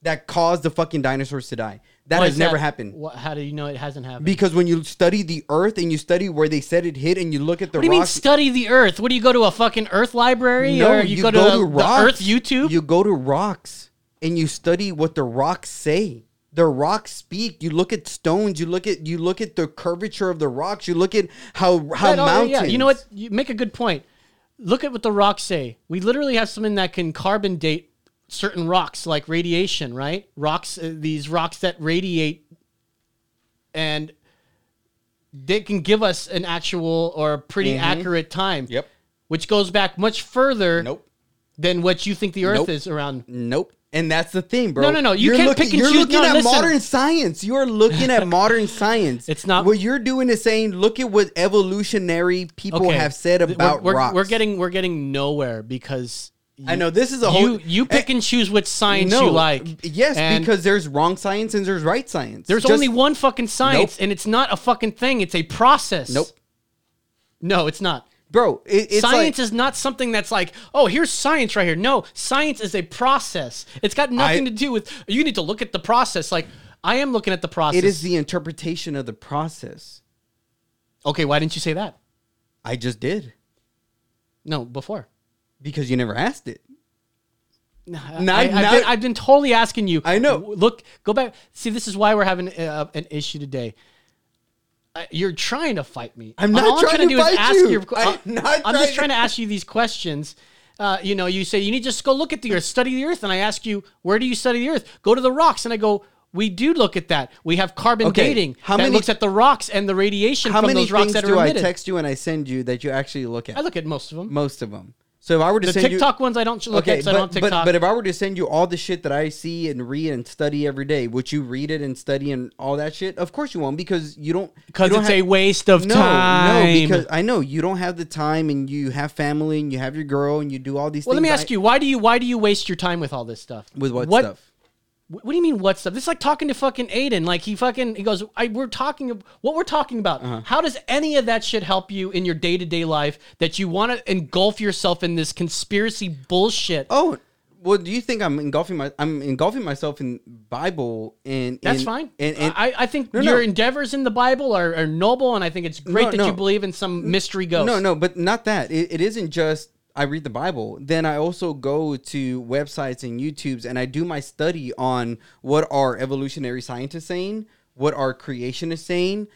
[SPEAKER 3] that caused the fucking dinosaurs to die. That
[SPEAKER 1] Why
[SPEAKER 3] has
[SPEAKER 1] is
[SPEAKER 3] never
[SPEAKER 1] that-
[SPEAKER 3] happened.
[SPEAKER 1] What, how do you know it hasn't happened?
[SPEAKER 3] Because when you study the Earth and you study where they said it hit, and you look at the
[SPEAKER 1] what do you mean
[SPEAKER 3] rocks-
[SPEAKER 1] study the Earth? What do you go to a fucking Earth library
[SPEAKER 3] no,
[SPEAKER 1] or you, go, to, the Earth YouTube?
[SPEAKER 3] You go to rocks and you study what the rocks say. The rocks speak. You look at stones. You look at you look at the curvature of the rocks. You look at how how
[SPEAKER 1] That all-
[SPEAKER 3] mountains.
[SPEAKER 1] oh, yeah, you know what? You make a good point. Look at what the rocks say. We literally have something that can carbon date certain rocks, like radiation, right? Rocks, uh, these rocks that radiate, and they can give us an actual or a pretty accurate time.
[SPEAKER 3] Mm-hmm. Yep.
[SPEAKER 1] Which goes back much further
[SPEAKER 3] Nope.
[SPEAKER 1] than what you think the Earth
[SPEAKER 3] Nope.
[SPEAKER 1] is around.
[SPEAKER 3] Nope. And that's the thing, bro.
[SPEAKER 1] No, no, no, you can't
[SPEAKER 3] looking,
[SPEAKER 1] pick and
[SPEAKER 3] You're
[SPEAKER 1] choose-
[SPEAKER 3] looking
[SPEAKER 1] no,
[SPEAKER 3] at
[SPEAKER 1] listen.
[SPEAKER 3] modern science. You are looking at modern science.
[SPEAKER 1] It's not-
[SPEAKER 3] what you're doing is saying, look at what evolutionary people have said
[SPEAKER 1] Th- we're-
[SPEAKER 3] about
[SPEAKER 1] we're,
[SPEAKER 3] rocks.
[SPEAKER 1] We're getting we're getting nowhere because
[SPEAKER 3] I know this is a whole.
[SPEAKER 1] you
[SPEAKER 3] Eh,
[SPEAKER 1] you pick and choose which science you like.
[SPEAKER 3] Yes,
[SPEAKER 1] And
[SPEAKER 3] because there's wrong science and there's right science.
[SPEAKER 1] there's
[SPEAKER 3] Just-
[SPEAKER 1] only one fucking science,
[SPEAKER 3] Nope.
[SPEAKER 1] and it's not a fucking thing. It's a process.
[SPEAKER 3] Nope.
[SPEAKER 1] No, it's not.
[SPEAKER 3] bro. It, it's
[SPEAKER 1] science
[SPEAKER 3] like,
[SPEAKER 1] is not something that's like, oh, here's science right here. No, science is a process. It's got nothing
[SPEAKER 3] I-
[SPEAKER 1] to do with. You need to look at the process. Like I am looking at the process.
[SPEAKER 3] it is the interpretation of the process.
[SPEAKER 1] okay. Why didn't you say that?
[SPEAKER 3] I just did
[SPEAKER 1] No, before.
[SPEAKER 3] because you never asked it.
[SPEAKER 1] I, have
[SPEAKER 3] now-
[SPEAKER 1] been, I've been totally asking you.
[SPEAKER 3] I know.
[SPEAKER 1] W- Look, go back. See, this is why we're having uh, an issue today. I, you're trying to fight me.
[SPEAKER 3] I'm not trying to fight you. I'm not
[SPEAKER 1] I'm just
[SPEAKER 3] trying
[SPEAKER 1] trying
[SPEAKER 3] to-
[SPEAKER 1] to ask you these questions. Uh, you know, you say you need to just go look at the earth, study the earth, and I ask you, where do you study the earth? Go to the rocks, and I go. We do look at that. We have carbon
[SPEAKER 3] Okay,
[SPEAKER 1] dating
[SPEAKER 3] how
[SPEAKER 1] that
[SPEAKER 3] many-
[SPEAKER 1] looks at the rocks and the radiation
[SPEAKER 3] How
[SPEAKER 1] from
[SPEAKER 3] many
[SPEAKER 1] those rocks
[SPEAKER 3] things
[SPEAKER 1] that are
[SPEAKER 3] do I
[SPEAKER 1] emitted.
[SPEAKER 3] text you and I send you that you actually look at?
[SPEAKER 1] I look at most of them.
[SPEAKER 3] most of them. So if I were to
[SPEAKER 1] The
[SPEAKER 3] send
[SPEAKER 1] TikTok
[SPEAKER 3] you,
[SPEAKER 1] ones I don't look at. 'cause I
[SPEAKER 3] but,
[SPEAKER 1] don't have TikTok.
[SPEAKER 3] But, but if I were to send you all the shit that I see and read and study every day, would you read it and study and all that shit? Of course you won't, because you don't.
[SPEAKER 1] because
[SPEAKER 3] you don't
[SPEAKER 1] it's
[SPEAKER 3] have-
[SPEAKER 1] a waste of
[SPEAKER 3] no,
[SPEAKER 1] time.
[SPEAKER 3] No, because I know you don't have the time, and you have family, and you have your girl, and you do all these.
[SPEAKER 1] Well, let
[SPEAKER 3] things.
[SPEAKER 1] me ask
[SPEAKER 3] I-
[SPEAKER 1] you, why do you why do you waste your time with all this stuff?
[SPEAKER 3] with what, stuff?
[SPEAKER 1] wh- What do you mean what stuff? This is like talking to fucking Aiden. Like he fucking he goes, I we're talking ab- what we're talking about.
[SPEAKER 3] Uh-huh.
[SPEAKER 1] How does any of that shit help you in your day to day life that you want to engulf yourself in this conspiracy bullshit?
[SPEAKER 3] Oh, well, do you think I'm engulfing my I'm engulfing myself in Bible and
[SPEAKER 1] That's
[SPEAKER 3] and-
[SPEAKER 1] fine.
[SPEAKER 3] And, and
[SPEAKER 1] I, I think
[SPEAKER 3] No,
[SPEAKER 1] your
[SPEAKER 3] no.
[SPEAKER 1] endeavors in the Bible are, are noble, and I think it's great
[SPEAKER 3] No,
[SPEAKER 1] that
[SPEAKER 3] no.
[SPEAKER 1] you believe in some mystery ghost.
[SPEAKER 3] no, no, but not that. It, it isn't just I read the Bible. Then I also go to websites and YouTubes and I do my study on what are evolutionary scientists saying, what are creationists saying.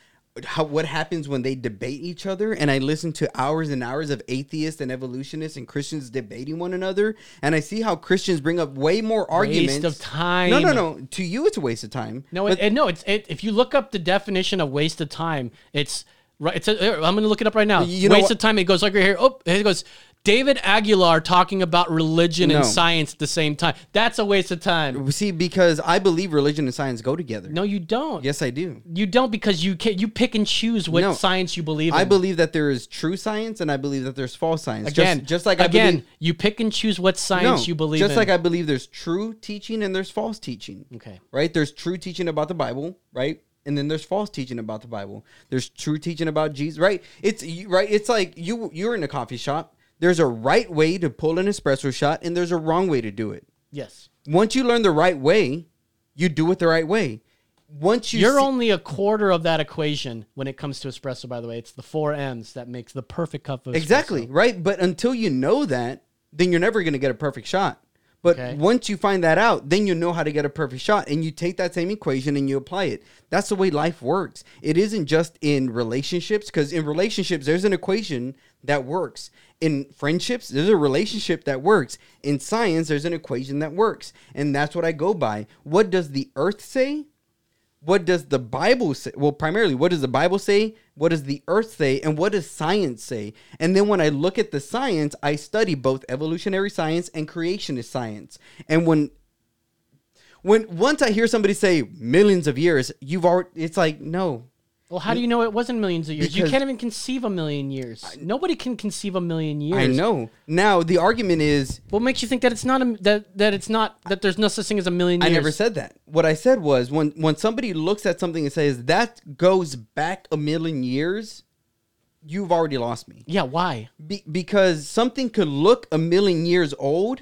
[SPEAKER 3] How, what happens when they debate each other and i listen to hours and hours of atheists and evolutionists and christians debating one another and i see how christians bring up way more arguments
[SPEAKER 1] Waste of
[SPEAKER 3] no no
[SPEAKER 1] time.
[SPEAKER 3] no to you it's a waste of time
[SPEAKER 1] No,
[SPEAKER 3] But-
[SPEAKER 1] it, it- no, it's it, if you look up the definition of waste of time, it's right. It's a, I'm going to look it up right now.
[SPEAKER 3] You know
[SPEAKER 1] waste
[SPEAKER 3] what-
[SPEAKER 1] of time. It goes like right here. Oh, it goes David Aguilar talking about religion and
[SPEAKER 3] No.
[SPEAKER 1] science at the same time. That's a waste of time.
[SPEAKER 3] See, because I believe religion and science go together.
[SPEAKER 1] No, you don't.
[SPEAKER 3] Yes, I do.
[SPEAKER 1] you don't because you can not You pick and choose what
[SPEAKER 3] No.
[SPEAKER 1] science you believe. in.
[SPEAKER 3] I believe that there is true science and I believe that there's false science. Just-
[SPEAKER 1] again,
[SPEAKER 3] just, like
[SPEAKER 1] again,
[SPEAKER 3] I believe,
[SPEAKER 1] you pick and choose what science
[SPEAKER 3] No,
[SPEAKER 1] you believe.
[SPEAKER 3] Just
[SPEAKER 1] in.
[SPEAKER 3] like I believe there's true teaching and there's false teaching.
[SPEAKER 1] Okay.
[SPEAKER 3] Right? There's true teaching about the Bible, right? And then there's false teaching about the Bible. There's true teaching about Jesus, right? It's you- right. It's like you you're in a coffee shop. There's a right way to pull an espresso shot, and there's a wrong way to do it.
[SPEAKER 1] yes,
[SPEAKER 3] Once you learn the right way, you do it the right way. Once you
[SPEAKER 1] you're
[SPEAKER 3] see-
[SPEAKER 1] only a quarter of that equation when it comes to espresso. By the way, it's the four M's that makes the perfect cup of espresso.
[SPEAKER 3] Exactly, right? But until you know that, then you're never going to get a perfect shot. But
[SPEAKER 1] Okay.
[SPEAKER 3] once you find that out, then you know how to get a perfect shot and you take that same equation and you apply it. That's the way life works. It isn't just in relationships because in relationships there's an equation that works. In friendships, there's a relationship that works. In science, there's an equation that works. And that's what I go by. What does the earth say? what does the Bible say? Well, primarily, what does the Bible say? What does the earth say? And what does science say? And then when I look at the science, I study both evolutionary science and creationist science. And when when once I hear somebody say millions of years, you've already it's like, no.
[SPEAKER 1] Well, how do you know it wasn't millions of years? you
[SPEAKER 3] Because-
[SPEAKER 1] can't even conceive a million years. Nobody can conceive a million years.
[SPEAKER 3] I know. Now the argument is
[SPEAKER 1] What makes you think that it's not a, that that it's not that there's no such thing as a million
[SPEAKER 3] I
[SPEAKER 1] years?
[SPEAKER 3] never said that. What I said was when when somebody looks at something and says that goes back a million years, you've already lost me.
[SPEAKER 1] Yeah, why?
[SPEAKER 3] Be- because something could look a million years old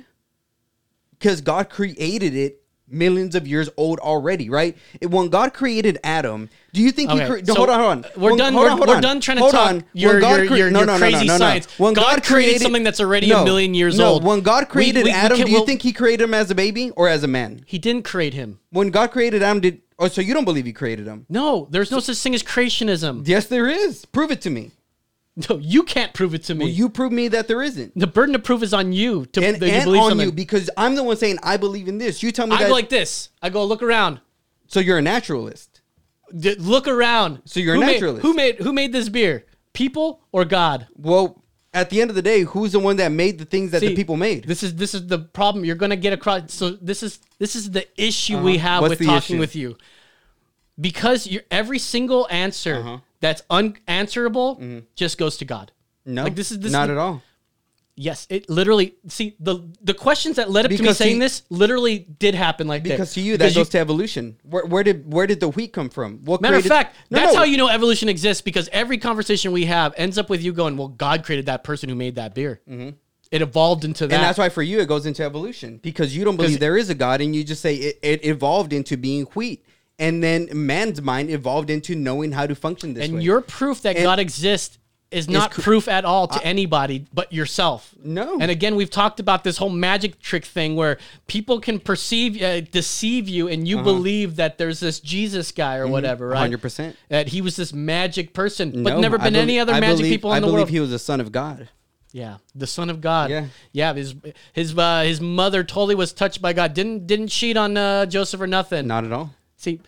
[SPEAKER 3] because God created it millions of years old already, right? It- When God created Adam, do you think
[SPEAKER 1] Okay,
[SPEAKER 3] he created?
[SPEAKER 1] so
[SPEAKER 3] hold on, hold on.
[SPEAKER 1] We're
[SPEAKER 3] When-
[SPEAKER 1] done.
[SPEAKER 3] hold
[SPEAKER 1] we're,
[SPEAKER 3] on, hold
[SPEAKER 1] we're
[SPEAKER 3] on.
[SPEAKER 1] done trying to
[SPEAKER 3] Hold
[SPEAKER 1] talk
[SPEAKER 3] on.
[SPEAKER 1] your,
[SPEAKER 3] When God
[SPEAKER 1] your,
[SPEAKER 3] cre-
[SPEAKER 1] your,
[SPEAKER 3] no,
[SPEAKER 1] your
[SPEAKER 3] no, no,
[SPEAKER 1] crazy
[SPEAKER 3] no, no, no.
[SPEAKER 1] science.
[SPEAKER 3] When
[SPEAKER 1] God, created, something that's already
[SPEAKER 3] no,
[SPEAKER 1] a million years
[SPEAKER 3] no,
[SPEAKER 1] old.
[SPEAKER 3] When God
[SPEAKER 1] We-
[SPEAKER 3] created
[SPEAKER 1] we- we
[SPEAKER 3] Adam,
[SPEAKER 1] can-
[SPEAKER 3] do you
[SPEAKER 1] well,
[SPEAKER 3] think He created him as a baby or as a man?
[SPEAKER 1] he didn't create him?
[SPEAKER 3] When God created Adam, did oh, so you don't believe He created him?
[SPEAKER 1] No, there's no such thing as creationism.
[SPEAKER 3] Yes, there is. Prove it to me.
[SPEAKER 1] No, you can't prove it to me.
[SPEAKER 3] Will you prove me that there isn't?
[SPEAKER 1] the burden of proof is on you to
[SPEAKER 3] And,
[SPEAKER 1] that you
[SPEAKER 3] and
[SPEAKER 1] believe
[SPEAKER 3] on
[SPEAKER 1] something.
[SPEAKER 3] you because I'm the one saying I believe in this. You tell me
[SPEAKER 1] I
[SPEAKER 3] that.
[SPEAKER 1] go like this. I go look around.
[SPEAKER 3] so you're a naturalist.
[SPEAKER 1] D- look around.
[SPEAKER 3] So you're a
[SPEAKER 1] who made-
[SPEAKER 3] naturalist.
[SPEAKER 1] who made who made this beer? People or God?
[SPEAKER 3] Well, at the end of the day, who's the one that made the things that
[SPEAKER 1] See,
[SPEAKER 3] the people made?
[SPEAKER 1] This is this is the problem you're going to get across. So this is this is the issue we have
[SPEAKER 3] Uh-huh. What's
[SPEAKER 1] with
[SPEAKER 3] the
[SPEAKER 1] talking
[SPEAKER 3] issue?
[SPEAKER 1] with you, because your every single answer
[SPEAKER 3] Uh-huh.
[SPEAKER 1] that's unanswerable just goes to God.
[SPEAKER 3] Mm-hmm. no,
[SPEAKER 1] like this is this is
[SPEAKER 3] not
[SPEAKER 1] the-
[SPEAKER 3] at all.
[SPEAKER 1] Yes, it literally. See the the questions that led up to me
[SPEAKER 3] Because
[SPEAKER 1] saying
[SPEAKER 3] he-
[SPEAKER 1] this literally did happen like that.
[SPEAKER 3] Because to you, that
[SPEAKER 1] Because you-
[SPEAKER 3] goes to evolution. Where, where did where did the wheat come from? What
[SPEAKER 1] Matter
[SPEAKER 3] created-
[SPEAKER 1] of fact,
[SPEAKER 3] No,
[SPEAKER 1] that's
[SPEAKER 3] no.
[SPEAKER 1] how you know evolution exists because every conversation we have ends up with you going, "Well, God created that person who made that beer. It evolved into that."
[SPEAKER 3] Mm-hmm. And that's why for you it goes into evolution because you don't believe
[SPEAKER 1] 'Cause-
[SPEAKER 3] there is a God and you just say it, it evolved into being wheat. And then man's mind evolved into knowing how to function this
[SPEAKER 1] and
[SPEAKER 3] way.
[SPEAKER 1] your proof that
[SPEAKER 3] And-
[SPEAKER 1] God exists is not
[SPEAKER 3] cr-
[SPEAKER 1] proof at all to anybody but yourself.
[SPEAKER 3] No.
[SPEAKER 1] And again, we've talked about this whole magic trick thing where people can perceive, uh, deceive you, and you
[SPEAKER 3] Uh-huh.
[SPEAKER 1] believe that there's this Jesus guy or
[SPEAKER 3] Mm-hmm.
[SPEAKER 1] whatever, right?
[SPEAKER 3] 100%.
[SPEAKER 1] That he was this magic person, but
[SPEAKER 3] No,
[SPEAKER 1] never
[SPEAKER 3] I
[SPEAKER 1] been any
[SPEAKER 3] believe-
[SPEAKER 1] other
[SPEAKER 3] I
[SPEAKER 1] magic
[SPEAKER 3] believe-
[SPEAKER 1] people in
[SPEAKER 3] I
[SPEAKER 1] the
[SPEAKER 3] believe
[SPEAKER 1] world.
[SPEAKER 3] he was a son of God.
[SPEAKER 1] Yeah, the Son of God.
[SPEAKER 3] Yeah.
[SPEAKER 1] yeah. His his uh, his mother totally was touched by God. Didn't didn't cheat on uh, Joseph or nothing.
[SPEAKER 3] Not at all.
[SPEAKER 1] See,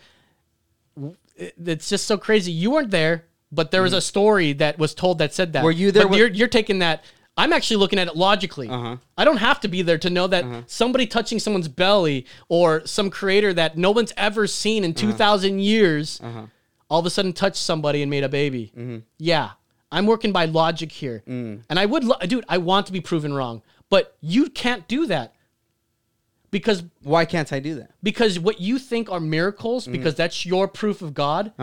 [SPEAKER 1] w- it- it's just so crazy. You weren't there, but there was a story that was told that said that.
[SPEAKER 3] Mm. Were you there Uh-huh.
[SPEAKER 1] But
[SPEAKER 3] when-
[SPEAKER 1] you're, you're taking that. I'm actually looking at it logically. I don't have to be there to know that
[SPEAKER 3] Uh-huh.
[SPEAKER 1] somebody touching someone's belly or some creator that no one's ever seen
[SPEAKER 3] Uh-huh.
[SPEAKER 1] in 2,000 years all of a sudden touched somebody and made a baby.
[SPEAKER 3] Mm-hmm.
[SPEAKER 1] Yeah. I'm working by logic here.
[SPEAKER 3] Mm.
[SPEAKER 1] And I would, lo- dude, I want to be proven wrong, but you can't do that because
[SPEAKER 3] Why can't I do that?
[SPEAKER 1] because what you think are miracles,
[SPEAKER 3] Mm-hmm.
[SPEAKER 1] because that's your proof of God,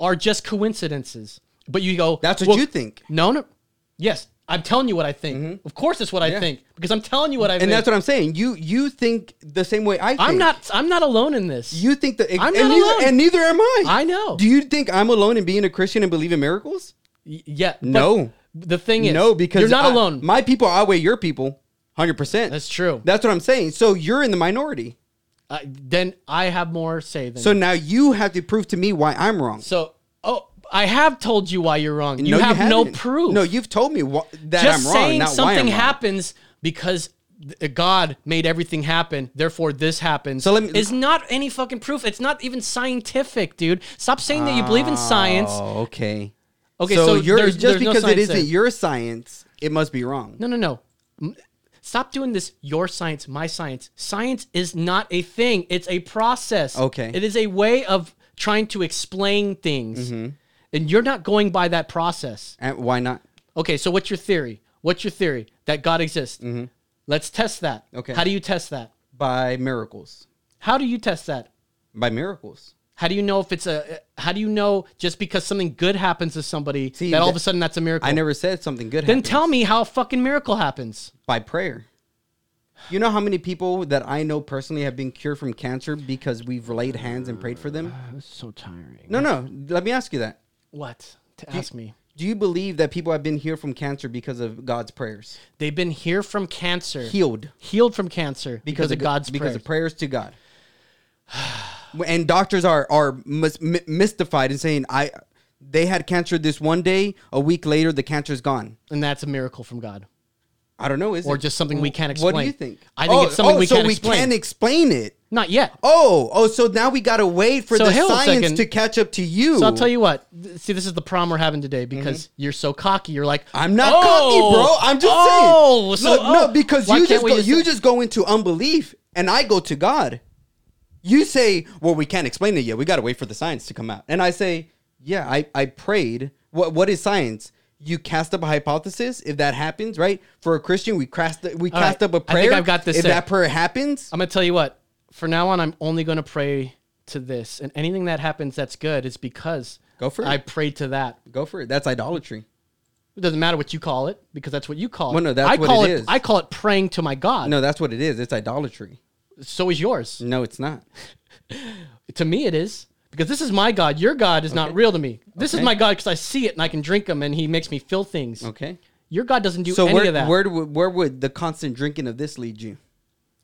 [SPEAKER 1] are just coincidences. But you go,
[SPEAKER 3] Uh-huh. That's what
[SPEAKER 1] well-
[SPEAKER 3] you think. Mm-hmm.
[SPEAKER 1] No, no. Yes, I'm telling you what I think. Of course, it's what I
[SPEAKER 3] Yeah.
[SPEAKER 1] think because I'm telling you what I
[SPEAKER 3] And
[SPEAKER 1] think.
[SPEAKER 3] that's what I'm saying. You you think the same way I think.
[SPEAKER 1] I'm not. I'm not alone in this.
[SPEAKER 3] You think that
[SPEAKER 1] I'm
[SPEAKER 3] and
[SPEAKER 1] not
[SPEAKER 3] neither,
[SPEAKER 1] alone.
[SPEAKER 3] and neither am I.
[SPEAKER 1] I know.
[SPEAKER 3] Do you think I'm alone in being a Christian and believe in miracles?
[SPEAKER 1] Y- yeah. but
[SPEAKER 3] No.
[SPEAKER 1] The thing is,
[SPEAKER 3] no, because
[SPEAKER 1] you're not
[SPEAKER 3] I-
[SPEAKER 1] alone.
[SPEAKER 3] My people outweigh your people, hundred percent.
[SPEAKER 1] That's true.
[SPEAKER 3] That's what I'm saying. So you're in the minority.
[SPEAKER 1] I- then I have more say than
[SPEAKER 3] So
[SPEAKER 1] you.
[SPEAKER 3] now you have to prove to me why I'm wrong.
[SPEAKER 1] So, oh, I have told you why you're wrong. You
[SPEAKER 3] No,
[SPEAKER 1] have no
[SPEAKER 3] haven't.
[SPEAKER 1] proof.
[SPEAKER 3] No, you've told me wha- that
[SPEAKER 1] just
[SPEAKER 3] I'm wrong,
[SPEAKER 1] saying
[SPEAKER 3] not why I'm
[SPEAKER 1] something
[SPEAKER 3] wrong.
[SPEAKER 1] happens because th- God made everything happen, therefore this happens.
[SPEAKER 3] So let me-
[SPEAKER 1] is not any fucking proof. It's not even scientific, dude. Stop saying that you believe in science.
[SPEAKER 3] Oh, okay.
[SPEAKER 1] Okay,
[SPEAKER 3] so,
[SPEAKER 1] so
[SPEAKER 3] you're
[SPEAKER 1] there's-
[SPEAKER 3] just
[SPEAKER 1] there's no
[SPEAKER 3] because it
[SPEAKER 1] science
[SPEAKER 3] isn't
[SPEAKER 1] there.
[SPEAKER 3] your science, it must be wrong.
[SPEAKER 1] No, no, no. M- Stop doing this. Your science, my science. Science is not a thing. It's a process.
[SPEAKER 3] Okay.
[SPEAKER 1] It is a way of trying to explain things,
[SPEAKER 3] Mm-hmm.
[SPEAKER 1] and you're not going by that process.
[SPEAKER 3] And why not?
[SPEAKER 1] Okay, so what's your theory? What's your theory that God exists? Let's test that.
[SPEAKER 3] Mm-hmm. Okay.
[SPEAKER 1] How do you test that?
[SPEAKER 3] By miracles.
[SPEAKER 1] How do you test that?
[SPEAKER 3] By miracles.
[SPEAKER 1] How do you know if it's a? uh, How do you know just because something good happens to somebody
[SPEAKER 3] See,
[SPEAKER 1] that all of a
[SPEAKER 3] that-
[SPEAKER 1] sudden that's a miracle?
[SPEAKER 3] I never said something good.
[SPEAKER 1] Then
[SPEAKER 3] happens.
[SPEAKER 1] tell me how a fucking miracle happens.
[SPEAKER 3] by prayer. You know how many people that I know personally have been cured from cancer because we've laid hands and prayed for them?
[SPEAKER 1] Uh, So tiring.
[SPEAKER 3] No, no. Let me ask you that.
[SPEAKER 1] What? To ask me.
[SPEAKER 3] Do you believe that people have been healed from cancer because of God's prayers?
[SPEAKER 1] They've been here from cancer,
[SPEAKER 3] Healed
[SPEAKER 1] healed from cancer because, of
[SPEAKER 3] go-
[SPEAKER 1] God's
[SPEAKER 3] because
[SPEAKER 1] prayers.
[SPEAKER 3] of prayers to God. and doctors are are mis- mi- mystified and saying I they had cancer this one day, a week later the cancer's gone.
[SPEAKER 1] and that's a miracle from God,
[SPEAKER 3] I don't know, is
[SPEAKER 1] or
[SPEAKER 3] it?
[SPEAKER 1] just something we can't explain.
[SPEAKER 3] What do you think?
[SPEAKER 1] I think
[SPEAKER 3] Oh,
[SPEAKER 1] it's something
[SPEAKER 3] oh,
[SPEAKER 1] we
[SPEAKER 3] so
[SPEAKER 1] can't
[SPEAKER 3] we
[SPEAKER 1] explain.
[SPEAKER 3] can explain it.
[SPEAKER 1] Not yet.
[SPEAKER 3] Oh, oh, so now we gotta wait for
[SPEAKER 1] So
[SPEAKER 3] the
[SPEAKER 1] hang on a
[SPEAKER 3] science
[SPEAKER 1] second.
[SPEAKER 3] to catch up to you.
[SPEAKER 1] So I'll tell you what. Th- See, this is the problem we're having today because you're so cocky. You're like,
[SPEAKER 3] Mm-hmm. I'm not
[SPEAKER 1] "Oh,
[SPEAKER 3] cocky, bro. I'm just
[SPEAKER 1] oh,
[SPEAKER 3] saying.
[SPEAKER 1] so
[SPEAKER 3] Look, no,
[SPEAKER 1] oh,
[SPEAKER 3] because
[SPEAKER 1] why
[SPEAKER 3] you
[SPEAKER 1] can't
[SPEAKER 3] just
[SPEAKER 1] we
[SPEAKER 3] go, you
[SPEAKER 1] say-
[SPEAKER 3] just go into unbelief, and I go to God. You say, "Well, we can't explain it yet. We gotta wait for the science to come out." And I say, "Yeah, I I prayed. What what is science?" You cast up a hypothesis. If that happens, right? For a Christian, we cast we
[SPEAKER 1] All
[SPEAKER 3] cast
[SPEAKER 1] right.
[SPEAKER 3] up a
[SPEAKER 1] I
[SPEAKER 3] prayer.
[SPEAKER 1] think I've got this
[SPEAKER 3] If
[SPEAKER 1] set.
[SPEAKER 3] that prayer happens,
[SPEAKER 1] I'm gonna tell you what. For now on, I'm only gonna pray to this, and anything that happens that's good is because
[SPEAKER 3] Go for it.
[SPEAKER 1] I prayed to that.
[SPEAKER 3] go for it. That's idolatry.
[SPEAKER 1] It doesn't matter what you call it because that's what you call it.
[SPEAKER 3] Well, no, that's
[SPEAKER 1] I
[SPEAKER 3] what
[SPEAKER 1] call
[SPEAKER 3] it
[SPEAKER 1] it.
[SPEAKER 3] is.
[SPEAKER 1] I call it praying to my God.
[SPEAKER 3] No, that's what it is. It's idolatry.
[SPEAKER 1] So is yours.
[SPEAKER 3] No, it's not.
[SPEAKER 1] To me, it is because this is my God. Your God is not real to me. This is
[SPEAKER 3] Mm. Okay.
[SPEAKER 1] my God because I see it and I can drink them, and He makes me feel things.
[SPEAKER 3] Okay.
[SPEAKER 1] Your God doesn't do
[SPEAKER 3] So
[SPEAKER 1] any
[SPEAKER 3] where
[SPEAKER 1] of that.
[SPEAKER 3] where do- where would the constant drinking of this lead you?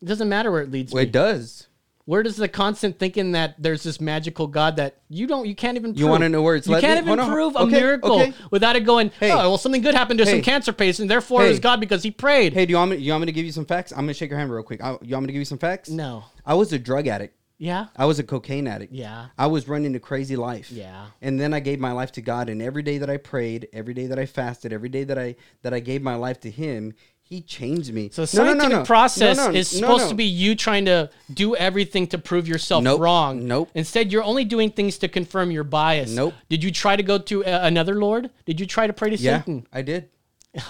[SPEAKER 1] it doesn't matter where it leads
[SPEAKER 3] Well,
[SPEAKER 1] me.
[SPEAKER 3] it does.
[SPEAKER 1] Where does the constant thinking that there's this magical God that you don't, you can't even. Prove.
[SPEAKER 3] You wanna know where it's
[SPEAKER 1] You
[SPEAKER 3] led me?
[SPEAKER 1] can't even
[SPEAKER 3] Hold on.
[SPEAKER 1] prove a
[SPEAKER 3] Okay,
[SPEAKER 1] miracle
[SPEAKER 3] okay.
[SPEAKER 1] without it going.
[SPEAKER 3] Hey.
[SPEAKER 1] Oh, well, something good happened to some
[SPEAKER 3] Hey.
[SPEAKER 1] cancer patient. Therefore, it was
[SPEAKER 3] Hey.
[SPEAKER 1] God because He prayed.
[SPEAKER 3] Hey, do you want me? You want me to give you some facts? I'm gonna shake your hand real quick. I, you want me to give you some facts?
[SPEAKER 1] No.
[SPEAKER 3] I was a drug addict.
[SPEAKER 1] Yeah.
[SPEAKER 3] I was a cocaine addict.
[SPEAKER 1] Yeah.
[SPEAKER 3] I was running a crazy life.
[SPEAKER 1] Yeah.
[SPEAKER 3] And then I gave my life to God, and every day that I prayed, every day that I fasted, every day that I that I gave my life to Him, He changed me.
[SPEAKER 1] So the scientific process is
[SPEAKER 3] no,
[SPEAKER 1] supposed
[SPEAKER 3] no.
[SPEAKER 1] to be you trying to do everything to prove yourself
[SPEAKER 3] Nope.
[SPEAKER 1] wrong.
[SPEAKER 3] Nope.
[SPEAKER 1] Instead, you're only doing things to confirm your bias.
[SPEAKER 3] Nope.
[SPEAKER 1] Did you try to go to uh, another Lord? Did you try to pray to
[SPEAKER 3] Yeah,
[SPEAKER 1] Satan?
[SPEAKER 3] I did,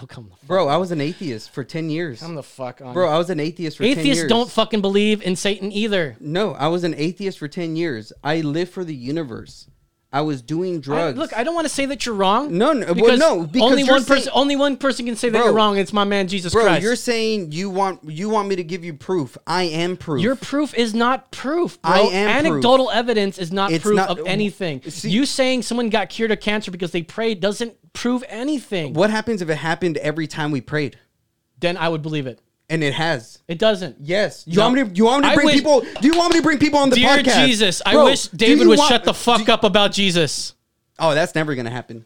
[SPEAKER 1] Oh, come the, f-
[SPEAKER 3] bro. I was an atheist for ten years.
[SPEAKER 1] come the fuck on.
[SPEAKER 3] bro, I was an atheist for ten years.
[SPEAKER 1] Atheists don't fucking believe in Satan either.
[SPEAKER 3] No, I was an atheist for ten years. I lived for the universe. I was doing
[SPEAKER 1] I-
[SPEAKER 3] drugs.
[SPEAKER 1] look, I don't want to say that you're wrong.
[SPEAKER 3] No, no, well,
[SPEAKER 1] because
[SPEAKER 3] no, because
[SPEAKER 1] only
[SPEAKER 3] you're
[SPEAKER 1] one person,
[SPEAKER 3] saying-
[SPEAKER 1] only one person can say that
[SPEAKER 3] Bro.
[SPEAKER 1] you're wrong. It's my man Jesus
[SPEAKER 3] Bro,
[SPEAKER 1] Christ.
[SPEAKER 3] you're saying you want you want me to give you proof. I am proof.
[SPEAKER 1] Your proof is not proof. Bro.
[SPEAKER 3] I am proof.
[SPEAKER 1] Anecdotal evidence is not
[SPEAKER 3] It's
[SPEAKER 1] proof
[SPEAKER 3] not-
[SPEAKER 1] of anything.
[SPEAKER 3] See-
[SPEAKER 1] you saying someone got cured of cancer because they prayed doesn't prove anything.
[SPEAKER 3] what happens if it happened every time we prayed?
[SPEAKER 1] Then I would believe it.
[SPEAKER 3] And it has.
[SPEAKER 1] It doesn't.
[SPEAKER 3] Yes. You
[SPEAKER 1] No.
[SPEAKER 3] want me to? You want me to
[SPEAKER 1] I
[SPEAKER 3] bring
[SPEAKER 1] wish-
[SPEAKER 3] people? Do you want me to bring people on the
[SPEAKER 1] Dear
[SPEAKER 3] podcast?
[SPEAKER 1] Jesus, I
[SPEAKER 3] Bro,
[SPEAKER 1] wish
[SPEAKER 3] do
[SPEAKER 1] David
[SPEAKER 3] you
[SPEAKER 1] would
[SPEAKER 3] want-
[SPEAKER 1] shut the fuck up about Jesus.
[SPEAKER 3] Oh, that's never gonna happen.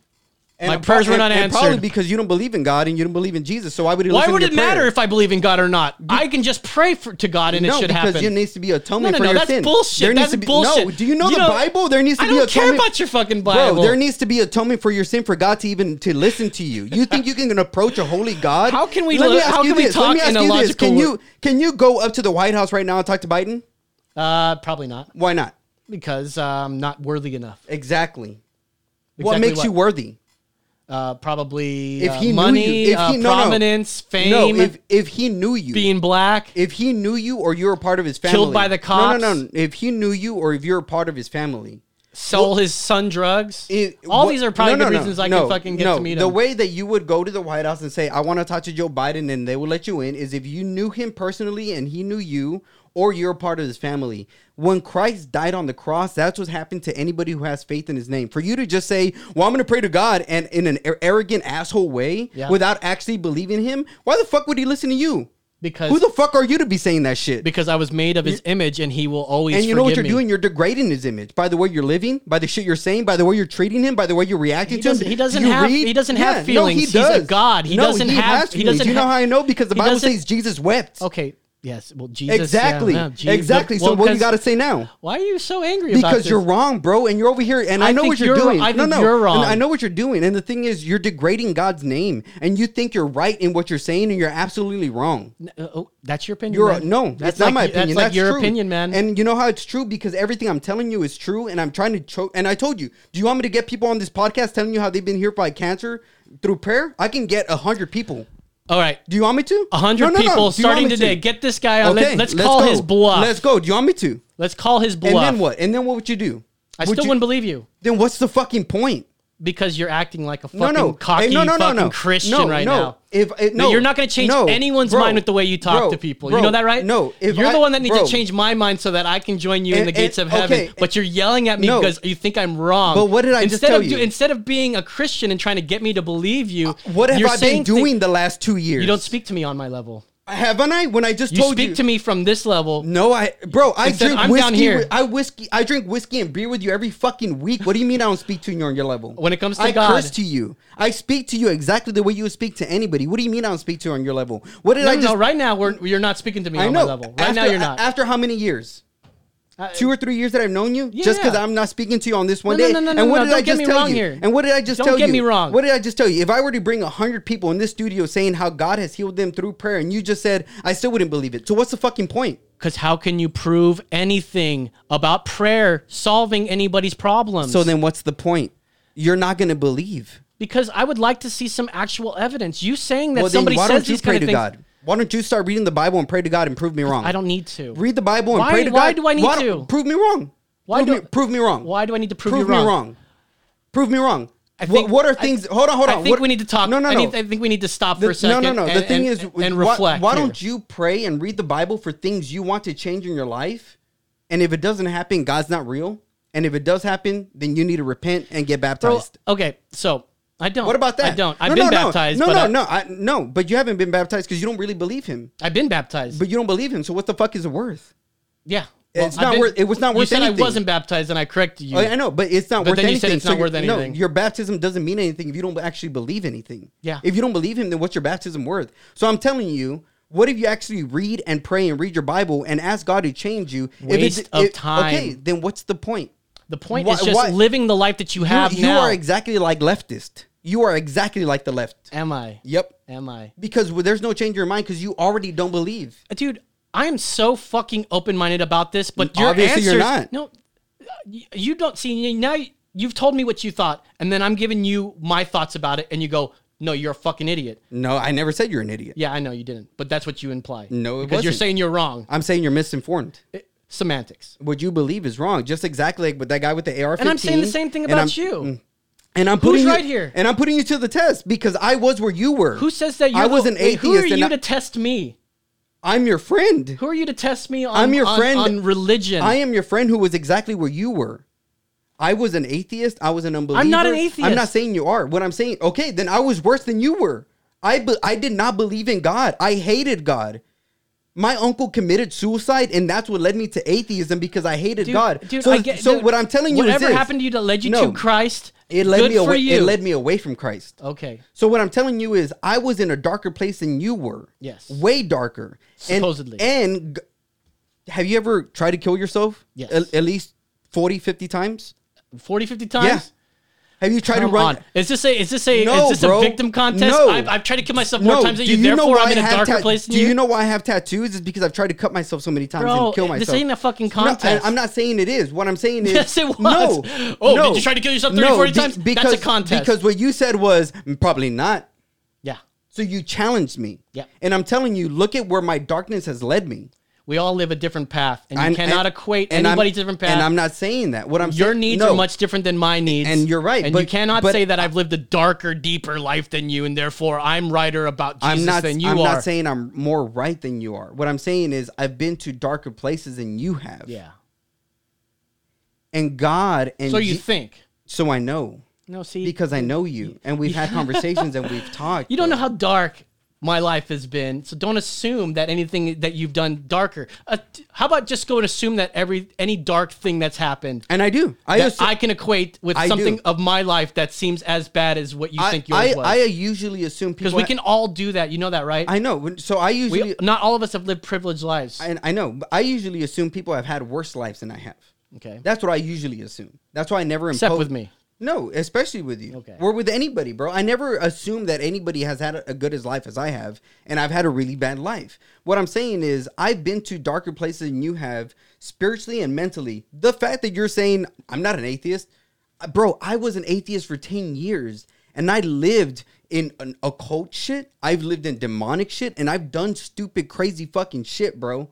[SPEAKER 3] And
[SPEAKER 1] My
[SPEAKER 3] pro-
[SPEAKER 1] prayers were
[SPEAKER 3] and-
[SPEAKER 1] not
[SPEAKER 3] and Probably
[SPEAKER 1] answered.
[SPEAKER 3] because you don't believe in God and you don't believe in Jesus. So why would he?
[SPEAKER 1] Why
[SPEAKER 3] listen
[SPEAKER 1] would
[SPEAKER 3] to
[SPEAKER 1] it
[SPEAKER 3] your
[SPEAKER 1] matter
[SPEAKER 3] prayer?
[SPEAKER 1] if I believe in God or not? I can just pray for, to God and
[SPEAKER 3] no,
[SPEAKER 1] it should
[SPEAKER 3] because
[SPEAKER 1] happen.
[SPEAKER 3] there needs to be atonement
[SPEAKER 1] No, no,
[SPEAKER 3] for
[SPEAKER 1] no,
[SPEAKER 3] your
[SPEAKER 1] that's
[SPEAKER 3] sin.
[SPEAKER 1] bullshit.
[SPEAKER 3] There needs
[SPEAKER 1] That's
[SPEAKER 3] to be,
[SPEAKER 1] bullshit.
[SPEAKER 3] No, do you know
[SPEAKER 1] You
[SPEAKER 3] the
[SPEAKER 1] don't-
[SPEAKER 3] Bible? There needs to
[SPEAKER 1] I
[SPEAKER 3] be
[SPEAKER 1] don't
[SPEAKER 3] atonement.
[SPEAKER 1] care about your fucking Bible.
[SPEAKER 3] Bro, there needs to be atonement for your sin for God to even to listen to you. You think you can approach a holy God?
[SPEAKER 1] How can we
[SPEAKER 3] Let me
[SPEAKER 1] lo-
[SPEAKER 3] ask
[SPEAKER 1] how
[SPEAKER 3] you
[SPEAKER 1] can we
[SPEAKER 3] this. Let
[SPEAKER 1] talk
[SPEAKER 3] me ask
[SPEAKER 1] in a
[SPEAKER 3] you this. Can
[SPEAKER 1] logical-
[SPEAKER 3] you can you go up to the White House right now and talk to Biden?
[SPEAKER 1] uh, probably not
[SPEAKER 3] Why not?
[SPEAKER 1] because uh, I'm not worthy enough.
[SPEAKER 3] Exactly. what
[SPEAKER 1] Exactly
[SPEAKER 3] makes
[SPEAKER 1] what?
[SPEAKER 3] you worthy?
[SPEAKER 1] Uh, probably
[SPEAKER 3] If
[SPEAKER 1] uh,
[SPEAKER 3] he knew
[SPEAKER 1] money,
[SPEAKER 3] you- if
[SPEAKER 1] uh,
[SPEAKER 3] he- no, no.
[SPEAKER 1] prominence, fame,
[SPEAKER 3] No, if if he knew you,
[SPEAKER 1] being black.
[SPEAKER 3] if he knew you or you're a part of his family,
[SPEAKER 1] Killed by the cops.
[SPEAKER 3] No, no, no. If he knew you or if you're a part of his family,
[SPEAKER 1] sell his son drugs.
[SPEAKER 3] it-
[SPEAKER 1] All
[SPEAKER 3] what-
[SPEAKER 1] these are probably
[SPEAKER 3] no, no,
[SPEAKER 1] good
[SPEAKER 3] no,
[SPEAKER 1] reasons I
[SPEAKER 3] no,
[SPEAKER 1] can fucking get
[SPEAKER 3] no.
[SPEAKER 1] to meet
[SPEAKER 3] The
[SPEAKER 1] him.
[SPEAKER 3] way that you would go to the White House and say, "I want to talk to Joe Biden," and they will let you in, is if you knew him personally and he knew you, or you're a part of his family. When Christ died on the cross, that's what happened to anybody who has faith in His name. For you to just say, "Well, I'm going to pray to God," and in an ar- arrogant asshole way,
[SPEAKER 1] Yeah.
[SPEAKER 3] without actually believing Him, why the fuck would He listen to you?
[SPEAKER 1] because
[SPEAKER 3] Who the fuck are you to be saying that shit?
[SPEAKER 1] because I was made of his image and he will always
[SPEAKER 3] and you know what
[SPEAKER 1] forgive
[SPEAKER 3] you're
[SPEAKER 1] me.
[SPEAKER 3] doing? You're degrading his image by the way you're living, by the shit you're saying, by the way you're treating him, by the way you're reacting
[SPEAKER 1] He
[SPEAKER 3] to
[SPEAKER 1] doesn't-
[SPEAKER 3] him.
[SPEAKER 1] he doesn't
[SPEAKER 3] Do you
[SPEAKER 1] have- he doesn't have feelings. He's a god. He doesn't have-
[SPEAKER 3] Has
[SPEAKER 1] he
[SPEAKER 3] feelings.
[SPEAKER 1] doesn't
[SPEAKER 3] You know
[SPEAKER 1] have-
[SPEAKER 3] how I know because the
[SPEAKER 1] he
[SPEAKER 3] Bible
[SPEAKER 1] doesn't-
[SPEAKER 3] says Jesus wept.
[SPEAKER 1] Okay. Yes. Well, Jesus. yeah,
[SPEAKER 3] Exactly.
[SPEAKER 1] yeah, Jesus-
[SPEAKER 3] exactly.
[SPEAKER 1] well,
[SPEAKER 3] so what do
[SPEAKER 1] 'cause-
[SPEAKER 3] you got to say now?
[SPEAKER 1] Why are you so angry about
[SPEAKER 3] Because
[SPEAKER 1] this?
[SPEAKER 3] you're wrong, bro, and you're over here, and I,
[SPEAKER 1] I
[SPEAKER 3] know
[SPEAKER 1] think
[SPEAKER 3] what you're,
[SPEAKER 1] you're-
[SPEAKER 3] doing.
[SPEAKER 1] I
[SPEAKER 3] no,
[SPEAKER 1] think
[SPEAKER 3] no,
[SPEAKER 1] you're wrong.
[SPEAKER 3] And I know what you're doing, and the thing is, you're degrading God's name, and you think you're right in what you're saying, and you're absolutely wrong.
[SPEAKER 1] Uh, oh, that's your opinion.
[SPEAKER 3] You're a,
[SPEAKER 1] man.
[SPEAKER 3] no, that's, not
[SPEAKER 1] like-
[SPEAKER 3] my opinion.
[SPEAKER 1] That's like your
[SPEAKER 3] true.
[SPEAKER 1] opinion, man.
[SPEAKER 3] And you know how it's true because everything I'm telling you is true, and I'm trying to. Cho- and I told you, do you want me to get people on this podcast telling you how they've been here by cancer through prayer? I can get a hundred people.
[SPEAKER 1] all right,
[SPEAKER 3] Do you want me to?
[SPEAKER 1] a hundred
[SPEAKER 3] No, no, no.
[SPEAKER 1] people
[SPEAKER 3] Do you want
[SPEAKER 1] starting
[SPEAKER 3] me to?
[SPEAKER 1] today. Get this guy on.
[SPEAKER 3] Okay,
[SPEAKER 1] Let, us call
[SPEAKER 3] go.
[SPEAKER 1] his bluff.
[SPEAKER 3] Let's go. Do you want me to?
[SPEAKER 1] Let's call his bluff.
[SPEAKER 3] And then what? And then what would you do?
[SPEAKER 1] I
[SPEAKER 3] Would
[SPEAKER 1] still
[SPEAKER 3] you-
[SPEAKER 1] wouldn't believe you
[SPEAKER 3] Then what's the fucking point?
[SPEAKER 1] because you're acting like a fucking
[SPEAKER 3] No, no,
[SPEAKER 1] cocky
[SPEAKER 3] Hey, no, no, no,
[SPEAKER 1] fucking
[SPEAKER 3] no.
[SPEAKER 1] Christian
[SPEAKER 3] no,
[SPEAKER 1] right
[SPEAKER 3] no.
[SPEAKER 1] now.
[SPEAKER 3] If eh,
[SPEAKER 1] No,
[SPEAKER 3] no,
[SPEAKER 1] you're not going to change
[SPEAKER 3] no,
[SPEAKER 1] anyone's
[SPEAKER 3] bro,
[SPEAKER 1] mind with the way you talk
[SPEAKER 3] bro,
[SPEAKER 1] to people.
[SPEAKER 3] bro,
[SPEAKER 1] you know that, right?
[SPEAKER 3] No, if
[SPEAKER 1] you're
[SPEAKER 3] I-
[SPEAKER 1] the one that needs
[SPEAKER 3] bro,
[SPEAKER 1] to change my mind so that I can join you in
[SPEAKER 3] And-
[SPEAKER 1] the gates
[SPEAKER 3] and-
[SPEAKER 1] of heaven.
[SPEAKER 3] okay,
[SPEAKER 1] but you're yelling at me
[SPEAKER 3] no.
[SPEAKER 1] because you think I'm wrong.
[SPEAKER 3] But what did I just
[SPEAKER 1] instead
[SPEAKER 3] tell
[SPEAKER 1] of
[SPEAKER 3] you? Uh,
[SPEAKER 1] instead of being a Christian and trying to get me to believe you,
[SPEAKER 3] What have
[SPEAKER 1] you're
[SPEAKER 3] I been
[SPEAKER 1] saying thi-
[SPEAKER 3] doing the last two years?
[SPEAKER 1] you don't speak to me on my level.
[SPEAKER 3] Haven't I? When I just
[SPEAKER 1] You
[SPEAKER 3] told
[SPEAKER 1] speak
[SPEAKER 3] you
[SPEAKER 1] to me from this level.
[SPEAKER 3] No, I, bro, I
[SPEAKER 1] Instead,
[SPEAKER 3] drink
[SPEAKER 1] I'm
[SPEAKER 3] whiskey.
[SPEAKER 1] down here.
[SPEAKER 3] with- I whiskey. I drink whiskey and beer with you every fucking week. What do you mean I don't speak to you on your level?
[SPEAKER 1] When it comes to
[SPEAKER 3] I
[SPEAKER 1] God.
[SPEAKER 3] curse to you. I speak to you exactly the way you would speak to anybody. What do you mean I don't speak to you on your level? What did
[SPEAKER 1] No,
[SPEAKER 3] I
[SPEAKER 1] no,
[SPEAKER 3] just?
[SPEAKER 1] no, right now we're, you're not speaking to me
[SPEAKER 3] I
[SPEAKER 1] on
[SPEAKER 3] know.
[SPEAKER 1] my level. Right now
[SPEAKER 3] After-
[SPEAKER 1] you're not.
[SPEAKER 3] After how many years?
[SPEAKER 1] I-
[SPEAKER 3] Two or three years that I've known you, just because
[SPEAKER 1] Yeah.
[SPEAKER 3] I'm not speaking to you on this one
[SPEAKER 1] No, no,
[SPEAKER 3] day.
[SPEAKER 1] no, no,
[SPEAKER 3] and
[SPEAKER 1] no,
[SPEAKER 3] what
[SPEAKER 1] no,
[SPEAKER 3] did
[SPEAKER 1] don't
[SPEAKER 3] I
[SPEAKER 1] get
[SPEAKER 3] just
[SPEAKER 1] me
[SPEAKER 3] tell
[SPEAKER 1] wrong
[SPEAKER 3] you?
[SPEAKER 1] here.
[SPEAKER 3] And what did I just
[SPEAKER 1] Don't
[SPEAKER 3] tell you?
[SPEAKER 1] get me wrong.
[SPEAKER 3] What did I just tell you? If I were to bring hundred people in this studio saying how God has healed them through prayer, and you just said I still wouldn't believe it, so what's the fucking point?
[SPEAKER 1] Because how can you prove anything about prayer solving anybody's problems?
[SPEAKER 3] So then what's the point? You're not going to believe.
[SPEAKER 1] because I would like to see some actual evidence. You saying that
[SPEAKER 3] Well, then
[SPEAKER 1] somebody
[SPEAKER 3] why
[SPEAKER 1] says
[SPEAKER 3] don't you
[SPEAKER 1] these
[SPEAKER 3] pray
[SPEAKER 1] kind
[SPEAKER 3] to
[SPEAKER 1] of things?
[SPEAKER 3] God? Why don't you start reading the Bible and pray to God and prove me wrong?
[SPEAKER 1] I don't need to
[SPEAKER 3] read the Bible and
[SPEAKER 1] Why-
[SPEAKER 3] pray to
[SPEAKER 1] why
[SPEAKER 3] God.
[SPEAKER 1] do I need
[SPEAKER 3] don't-
[SPEAKER 1] to?
[SPEAKER 3] Prove me wrong.
[SPEAKER 1] Why
[SPEAKER 3] prove,
[SPEAKER 1] do-
[SPEAKER 3] me, prove me wrong.
[SPEAKER 1] Why do I need to prove,
[SPEAKER 3] prove
[SPEAKER 1] you
[SPEAKER 3] me
[SPEAKER 1] wrong?
[SPEAKER 3] wrong? Prove me wrong.
[SPEAKER 1] I
[SPEAKER 3] What- what are things-
[SPEAKER 1] I,
[SPEAKER 3] hold on, hold on.
[SPEAKER 1] I think
[SPEAKER 3] What-
[SPEAKER 1] we need to talk.
[SPEAKER 3] No, no,
[SPEAKER 1] I,
[SPEAKER 3] no.
[SPEAKER 1] need- I think we need to stop
[SPEAKER 3] The-
[SPEAKER 1] for a second.
[SPEAKER 3] No, no, no.
[SPEAKER 1] and-
[SPEAKER 3] the thing
[SPEAKER 1] and-
[SPEAKER 3] is,
[SPEAKER 1] and
[SPEAKER 3] why-
[SPEAKER 1] reflect.
[SPEAKER 3] Why,
[SPEAKER 1] here.
[SPEAKER 3] don't you pray and read the Bible for things you want to change in your life? And if it doesn't happen, God's not real. And if it does happen, then you need to repent and get
[SPEAKER 1] Bro,
[SPEAKER 3] baptized.
[SPEAKER 1] okay, so I don't.
[SPEAKER 3] what about
[SPEAKER 1] Oh,
[SPEAKER 3] that?
[SPEAKER 1] I don't. I've
[SPEAKER 3] No,
[SPEAKER 1] been
[SPEAKER 3] no, no.
[SPEAKER 1] baptized.
[SPEAKER 3] No,
[SPEAKER 1] but
[SPEAKER 3] no,
[SPEAKER 1] I,
[SPEAKER 3] no, I, no. But you haven't been baptized because you don't really believe him.
[SPEAKER 1] I've been baptized.
[SPEAKER 3] But you don't believe him. So what the fuck is it worth?
[SPEAKER 1] yeah,
[SPEAKER 3] It's
[SPEAKER 1] I've
[SPEAKER 3] not worth- it was not
[SPEAKER 1] You
[SPEAKER 3] worth
[SPEAKER 1] said
[SPEAKER 3] anything.
[SPEAKER 1] I wasn't baptized, and I corrected you.
[SPEAKER 3] Oh, I know, but it's not
[SPEAKER 1] But
[SPEAKER 3] worth
[SPEAKER 1] then you
[SPEAKER 3] anything.
[SPEAKER 1] said it's not
[SPEAKER 3] your-
[SPEAKER 1] worth anything.
[SPEAKER 3] No, your baptism doesn't mean anything if you don't actually believe anything.
[SPEAKER 1] Yeah.
[SPEAKER 3] If you don't believe him, then what's your baptism worth? So I'm telling you, what if you actually read and pray and read your Bible and ask God to change you? if
[SPEAKER 1] Waste of time.
[SPEAKER 3] Okay, then what's the point?
[SPEAKER 1] The point
[SPEAKER 3] Why-
[SPEAKER 1] is just
[SPEAKER 3] why-
[SPEAKER 1] living the life that you
[SPEAKER 3] You,
[SPEAKER 1] have
[SPEAKER 3] you
[SPEAKER 1] now.
[SPEAKER 3] are exactly like leftist. You are exactly like the left.
[SPEAKER 1] Am I?
[SPEAKER 3] Yep.
[SPEAKER 1] Am I?
[SPEAKER 3] Because there's no change in your mind because you already don't believe.
[SPEAKER 1] dude, I am so fucking open minded about this, but your
[SPEAKER 3] Obviously
[SPEAKER 1] answers,
[SPEAKER 3] you're not.
[SPEAKER 1] No, y- you don't see now. you- You've told me what you thought, and then I'm giving you my thoughts about it, and you go, "No, you're a fucking idiot."
[SPEAKER 3] No, I never said you're an idiot.
[SPEAKER 1] Yeah, I know you didn't, but that's what you imply.
[SPEAKER 3] No, it
[SPEAKER 1] because you're
[SPEAKER 3] wasn't.
[SPEAKER 1] saying you're wrong.
[SPEAKER 3] I'm saying you're misinformed.
[SPEAKER 1] Semantics,
[SPEAKER 3] What you believe is wrong. Just exactly like with that guy with the AR-15.
[SPEAKER 1] and I'm saying the same thing
[SPEAKER 3] and
[SPEAKER 1] about
[SPEAKER 3] I'm- mm.
[SPEAKER 1] you.
[SPEAKER 3] And I'm
[SPEAKER 1] Who's
[SPEAKER 3] putting you-
[SPEAKER 1] right here?
[SPEAKER 3] And I'm putting you to the test because I was where you were.
[SPEAKER 1] Who says that? You're
[SPEAKER 3] I was
[SPEAKER 1] the-
[SPEAKER 3] an
[SPEAKER 1] wait,
[SPEAKER 3] atheist.
[SPEAKER 1] Who are you
[SPEAKER 3] and
[SPEAKER 1] to
[SPEAKER 3] I,
[SPEAKER 1] test me?
[SPEAKER 3] I'm your friend.
[SPEAKER 1] Who are you to test me on?
[SPEAKER 3] I'm your
[SPEAKER 1] on-
[SPEAKER 3] friend.
[SPEAKER 1] on religion.
[SPEAKER 3] I am your friend who was exactly where you were. I was an atheist. I was an unbeliever.
[SPEAKER 1] not an
[SPEAKER 3] I'm not
[SPEAKER 1] atheist.
[SPEAKER 3] saying you are. What I'm saying, okay, then I was worse than you were. I be, I did not believe in God. I hated God. My uncle committed suicide, and that's what led me to atheism because I hated
[SPEAKER 1] Dude,
[SPEAKER 3] God.
[SPEAKER 1] dude,
[SPEAKER 3] so,
[SPEAKER 1] I get-
[SPEAKER 3] so
[SPEAKER 1] dude,
[SPEAKER 3] what I'm telling you is
[SPEAKER 1] whatever
[SPEAKER 3] this.
[SPEAKER 1] happened to you that led you
[SPEAKER 3] No.
[SPEAKER 1] to Christ,
[SPEAKER 3] It led
[SPEAKER 1] good
[SPEAKER 3] me
[SPEAKER 1] for
[SPEAKER 3] away.
[SPEAKER 1] You.
[SPEAKER 3] It led me away from Christ.
[SPEAKER 1] Okay.
[SPEAKER 3] So what I'm telling you is, I was in a darker place than you were.
[SPEAKER 1] Yes.
[SPEAKER 3] Way darker. And-
[SPEAKER 1] Supposedly.
[SPEAKER 3] And, g- have you ever tried to kill yourself?
[SPEAKER 1] Yes.
[SPEAKER 3] At, at least 40, 50 times.
[SPEAKER 1] 40, 50 times?
[SPEAKER 3] Yeah. Have you tried
[SPEAKER 1] Come
[SPEAKER 3] to run?
[SPEAKER 1] on. Is this a is this a
[SPEAKER 3] No,
[SPEAKER 1] is this
[SPEAKER 3] bro.
[SPEAKER 1] a victim contest?
[SPEAKER 3] No.
[SPEAKER 1] I've, I've tried to kill myself more times than
[SPEAKER 3] do
[SPEAKER 1] you. Therefore,
[SPEAKER 3] why
[SPEAKER 1] I'm in
[SPEAKER 3] I
[SPEAKER 1] a
[SPEAKER 3] have
[SPEAKER 1] darker
[SPEAKER 3] tat-
[SPEAKER 1] place than
[SPEAKER 3] Do
[SPEAKER 1] you.
[SPEAKER 3] you know why I have tattoos? Is because I've tried to cut myself so many times
[SPEAKER 1] Bro,
[SPEAKER 3] and kill
[SPEAKER 1] this
[SPEAKER 3] myself.
[SPEAKER 1] ain't a fucking
[SPEAKER 3] No, and
[SPEAKER 1] contest.
[SPEAKER 3] I'm not saying it is. What I'm saying is
[SPEAKER 1] Yes, it was.
[SPEAKER 3] No,
[SPEAKER 1] Oh,
[SPEAKER 3] no,
[SPEAKER 1] did you try to kill yourself 30, 40 times? That's a
[SPEAKER 3] Because,
[SPEAKER 1] contest.
[SPEAKER 3] Because what you said was "Mm, probably not.
[SPEAKER 1] yeah,
[SPEAKER 3] So you challenged me.
[SPEAKER 1] Yeah.
[SPEAKER 3] And I'm telling you, look at where my darkness has led me.
[SPEAKER 1] we all live a different path, and you
[SPEAKER 3] And-
[SPEAKER 1] cannot
[SPEAKER 3] and-
[SPEAKER 1] equate
[SPEAKER 3] and I'm-
[SPEAKER 1] anybody's different path.
[SPEAKER 3] And I'm not saying that. What I'm
[SPEAKER 1] Your
[SPEAKER 3] saying-
[SPEAKER 1] needs
[SPEAKER 3] no.
[SPEAKER 1] are much different than my needs,
[SPEAKER 3] And you're right,
[SPEAKER 1] And you
[SPEAKER 3] but-
[SPEAKER 1] cannot
[SPEAKER 3] but-
[SPEAKER 1] say that I've lived a darker, deeper life than you, and therefore I'm righter about Jesus
[SPEAKER 3] I'm not.
[SPEAKER 1] than you
[SPEAKER 3] I'm
[SPEAKER 1] are.
[SPEAKER 3] not saying I'm more right than you are. What I'm saying is I've been to darker places than you have.
[SPEAKER 1] yeah.
[SPEAKER 3] And God and
[SPEAKER 1] So you
[SPEAKER 3] Je-
[SPEAKER 1] think?
[SPEAKER 3] So I know
[SPEAKER 1] No, see,
[SPEAKER 3] because I know you, and we've had conversations and we've talked.
[SPEAKER 1] You don't know
[SPEAKER 3] bro.
[SPEAKER 1] how dark my life has been, so don't assume that anything that you've done darker. Uh, t- how about just go and assume that every any dark thing that's happened
[SPEAKER 3] And I do. I
[SPEAKER 1] that
[SPEAKER 3] assu-
[SPEAKER 1] I can equate with
[SPEAKER 3] I do.
[SPEAKER 1] something of my life that seems as bad as what you
[SPEAKER 3] I,
[SPEAKER 1] think
[SPEAKER 3] I,
[SPEAKER 1] yours
[SPEAKER 3] I
[SPEAKER 1] was.
[SPEAKER 3] usually assume people
[SPEAKER 1] Because we can all do that. You know that, right?
[SPEAKER 3] I know. When- So I usually.
[SPEAKER 1] we, not all of us have lived privileged lives.
[SPEAKER 3] and I know. but I usually assume people have had worse lives than I have.
[SPEAKER 1] okay.
[SPEAKER 3] That's what I usually assume. That's why I never
[SPEAKER 1] Except
[SPEAKER 3] impose-
[SPEAKER 1] with me.
[SPEAKER 3] No, especially with you.
[SPEAKER 1] Okay.
[SPEAKER 3] Or with anybody, bro. I never assume that anybody has had a good as life as I have, and I've had a really bad life. What I'm saying is, I've been to darker places than you have, spiritually and mentally. The fact that you're saying I'm not an atheist, uh, bro. I was an atheist for ten years, and I lived in an occult shit. I've lived in demonic shit, and I've done stupid, crazy fucking shit, bro.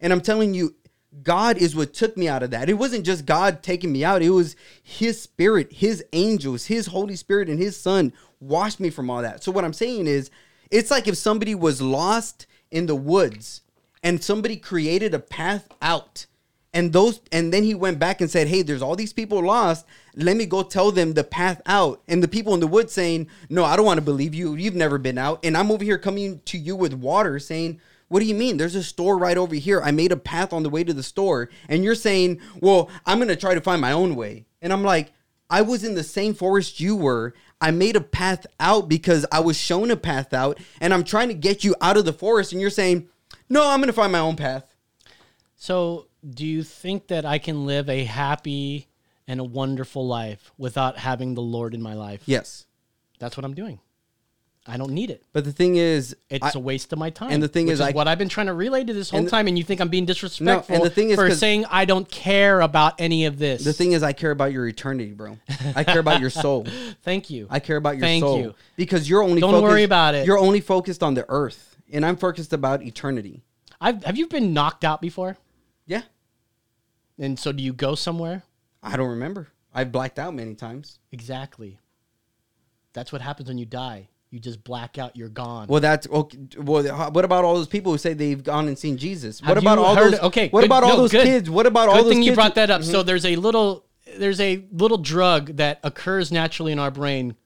[SPEAKER 3] And I'm telling you, God is what took me out of that. It wasn't just God taking me out, it was His Spirit, His angels, His Holy Spirit, and His Son washed me from all that. So, what I'm saying is, it's like if somebody was lost in the woods and somebody created a path out. And those, and then he went back and said, "Hey, there's all these people lost. Let me go tell them the path out." And the people in the woods saying, "No, I don't want to believe you. You've never been out." And I'm over here coming to you with water, saying, "What do you mean? There's a store right over here. I made a path on the way to the store." And you're saying, "Well, I'm gonna try to find my own way." And I'm like, "I was in the same forest you were. I made a path out because I was shown a path out, and I'm trying to get you out of the forest." And you're saying, "No, I'm gonna find my own path."
[SPEAKER 1] So, do you think that I can live a happy and a wonderful life without having the Lord in my life?
[SPEAKER 3] Yes.
[SPEAKER 1] That's what I'm doing. I don't need it.
[SPEAKER 3] But the thing is,
[SPEAKER 1] It's
[SPEAKER 3] I-
[SPEAKER 1] a waste of my time.
[SPEAKER 3] and the thing
[SPEAKER 1] which
[SPEAKER 3] is, I-
[SPEAKER 1] what I've been trying to relay to this whole
[SPEAKER 3] and the-
[SPEAKER 1] time, and you think I'm being disrespectful
[SPEAKER 3] the thing is
[SPEAKER 1] for
[SPEAKER 3] 'cause-
[SPEAKER 1] saying I don't care about any of this.
[SPEAKER 3] the thing is, I care about your eternity, bro. I care about your soul.
[SPEAKER 1] Thank you.
[SPEAKER 3] I care about your
[SPEAKER 1] Thank
[SPEAKER 3] soul
[SPEAKER 1] you.
[SPEAKER 3] because you're only
[SPEAKER 1] Don't
[SPEAKER 3] focused,
[SPEAKER 1] worry about it.
[SPEAKER 3] You're only focused on the earth, and I'm focused about eternity.
[SPEAKER 1] I've, have you been knocked out before?
[SPEAKER 3] Yeah,
[SPEAKER 1] And so do you go somewhere?
[SPEAKER 3] I don't remember. I've blacked out many times.
[SPEAKER 1] Exactly. That's what happens when you die. You just black out. You're gone.
[SPEAKER 3] Well, that's okay. Well, how- what about all those people who say they've gone and seen Jesus?
[SPEAKER 1] Have
[SPEAKER 3] what about
[SPEAKER 1] you
[SPEAKER 3] all
[SPEAKER 1] heard-
[SPEAKER 3] those?
[SPEAKER 1] Okay.
[SPEAKER 3] What
[SPEAKER 1] good-
[SPEAKER 3] about all
[SPEAKER 1] no,
[SPEAKER 3] those
[SPEAKER 1] good.
[SPEAKER 3] kids? What about all
[SPEAKER 1] Good
[SPEAKER 3] those
[SPEAKER 1] thing
[SPEAKER 3] kids?
[SPEAKER 1] you brought
[SPEAKER 3] who-
[SPEAKER 1] that up. So there's a little there's a little drug that occurs naturally in our brain,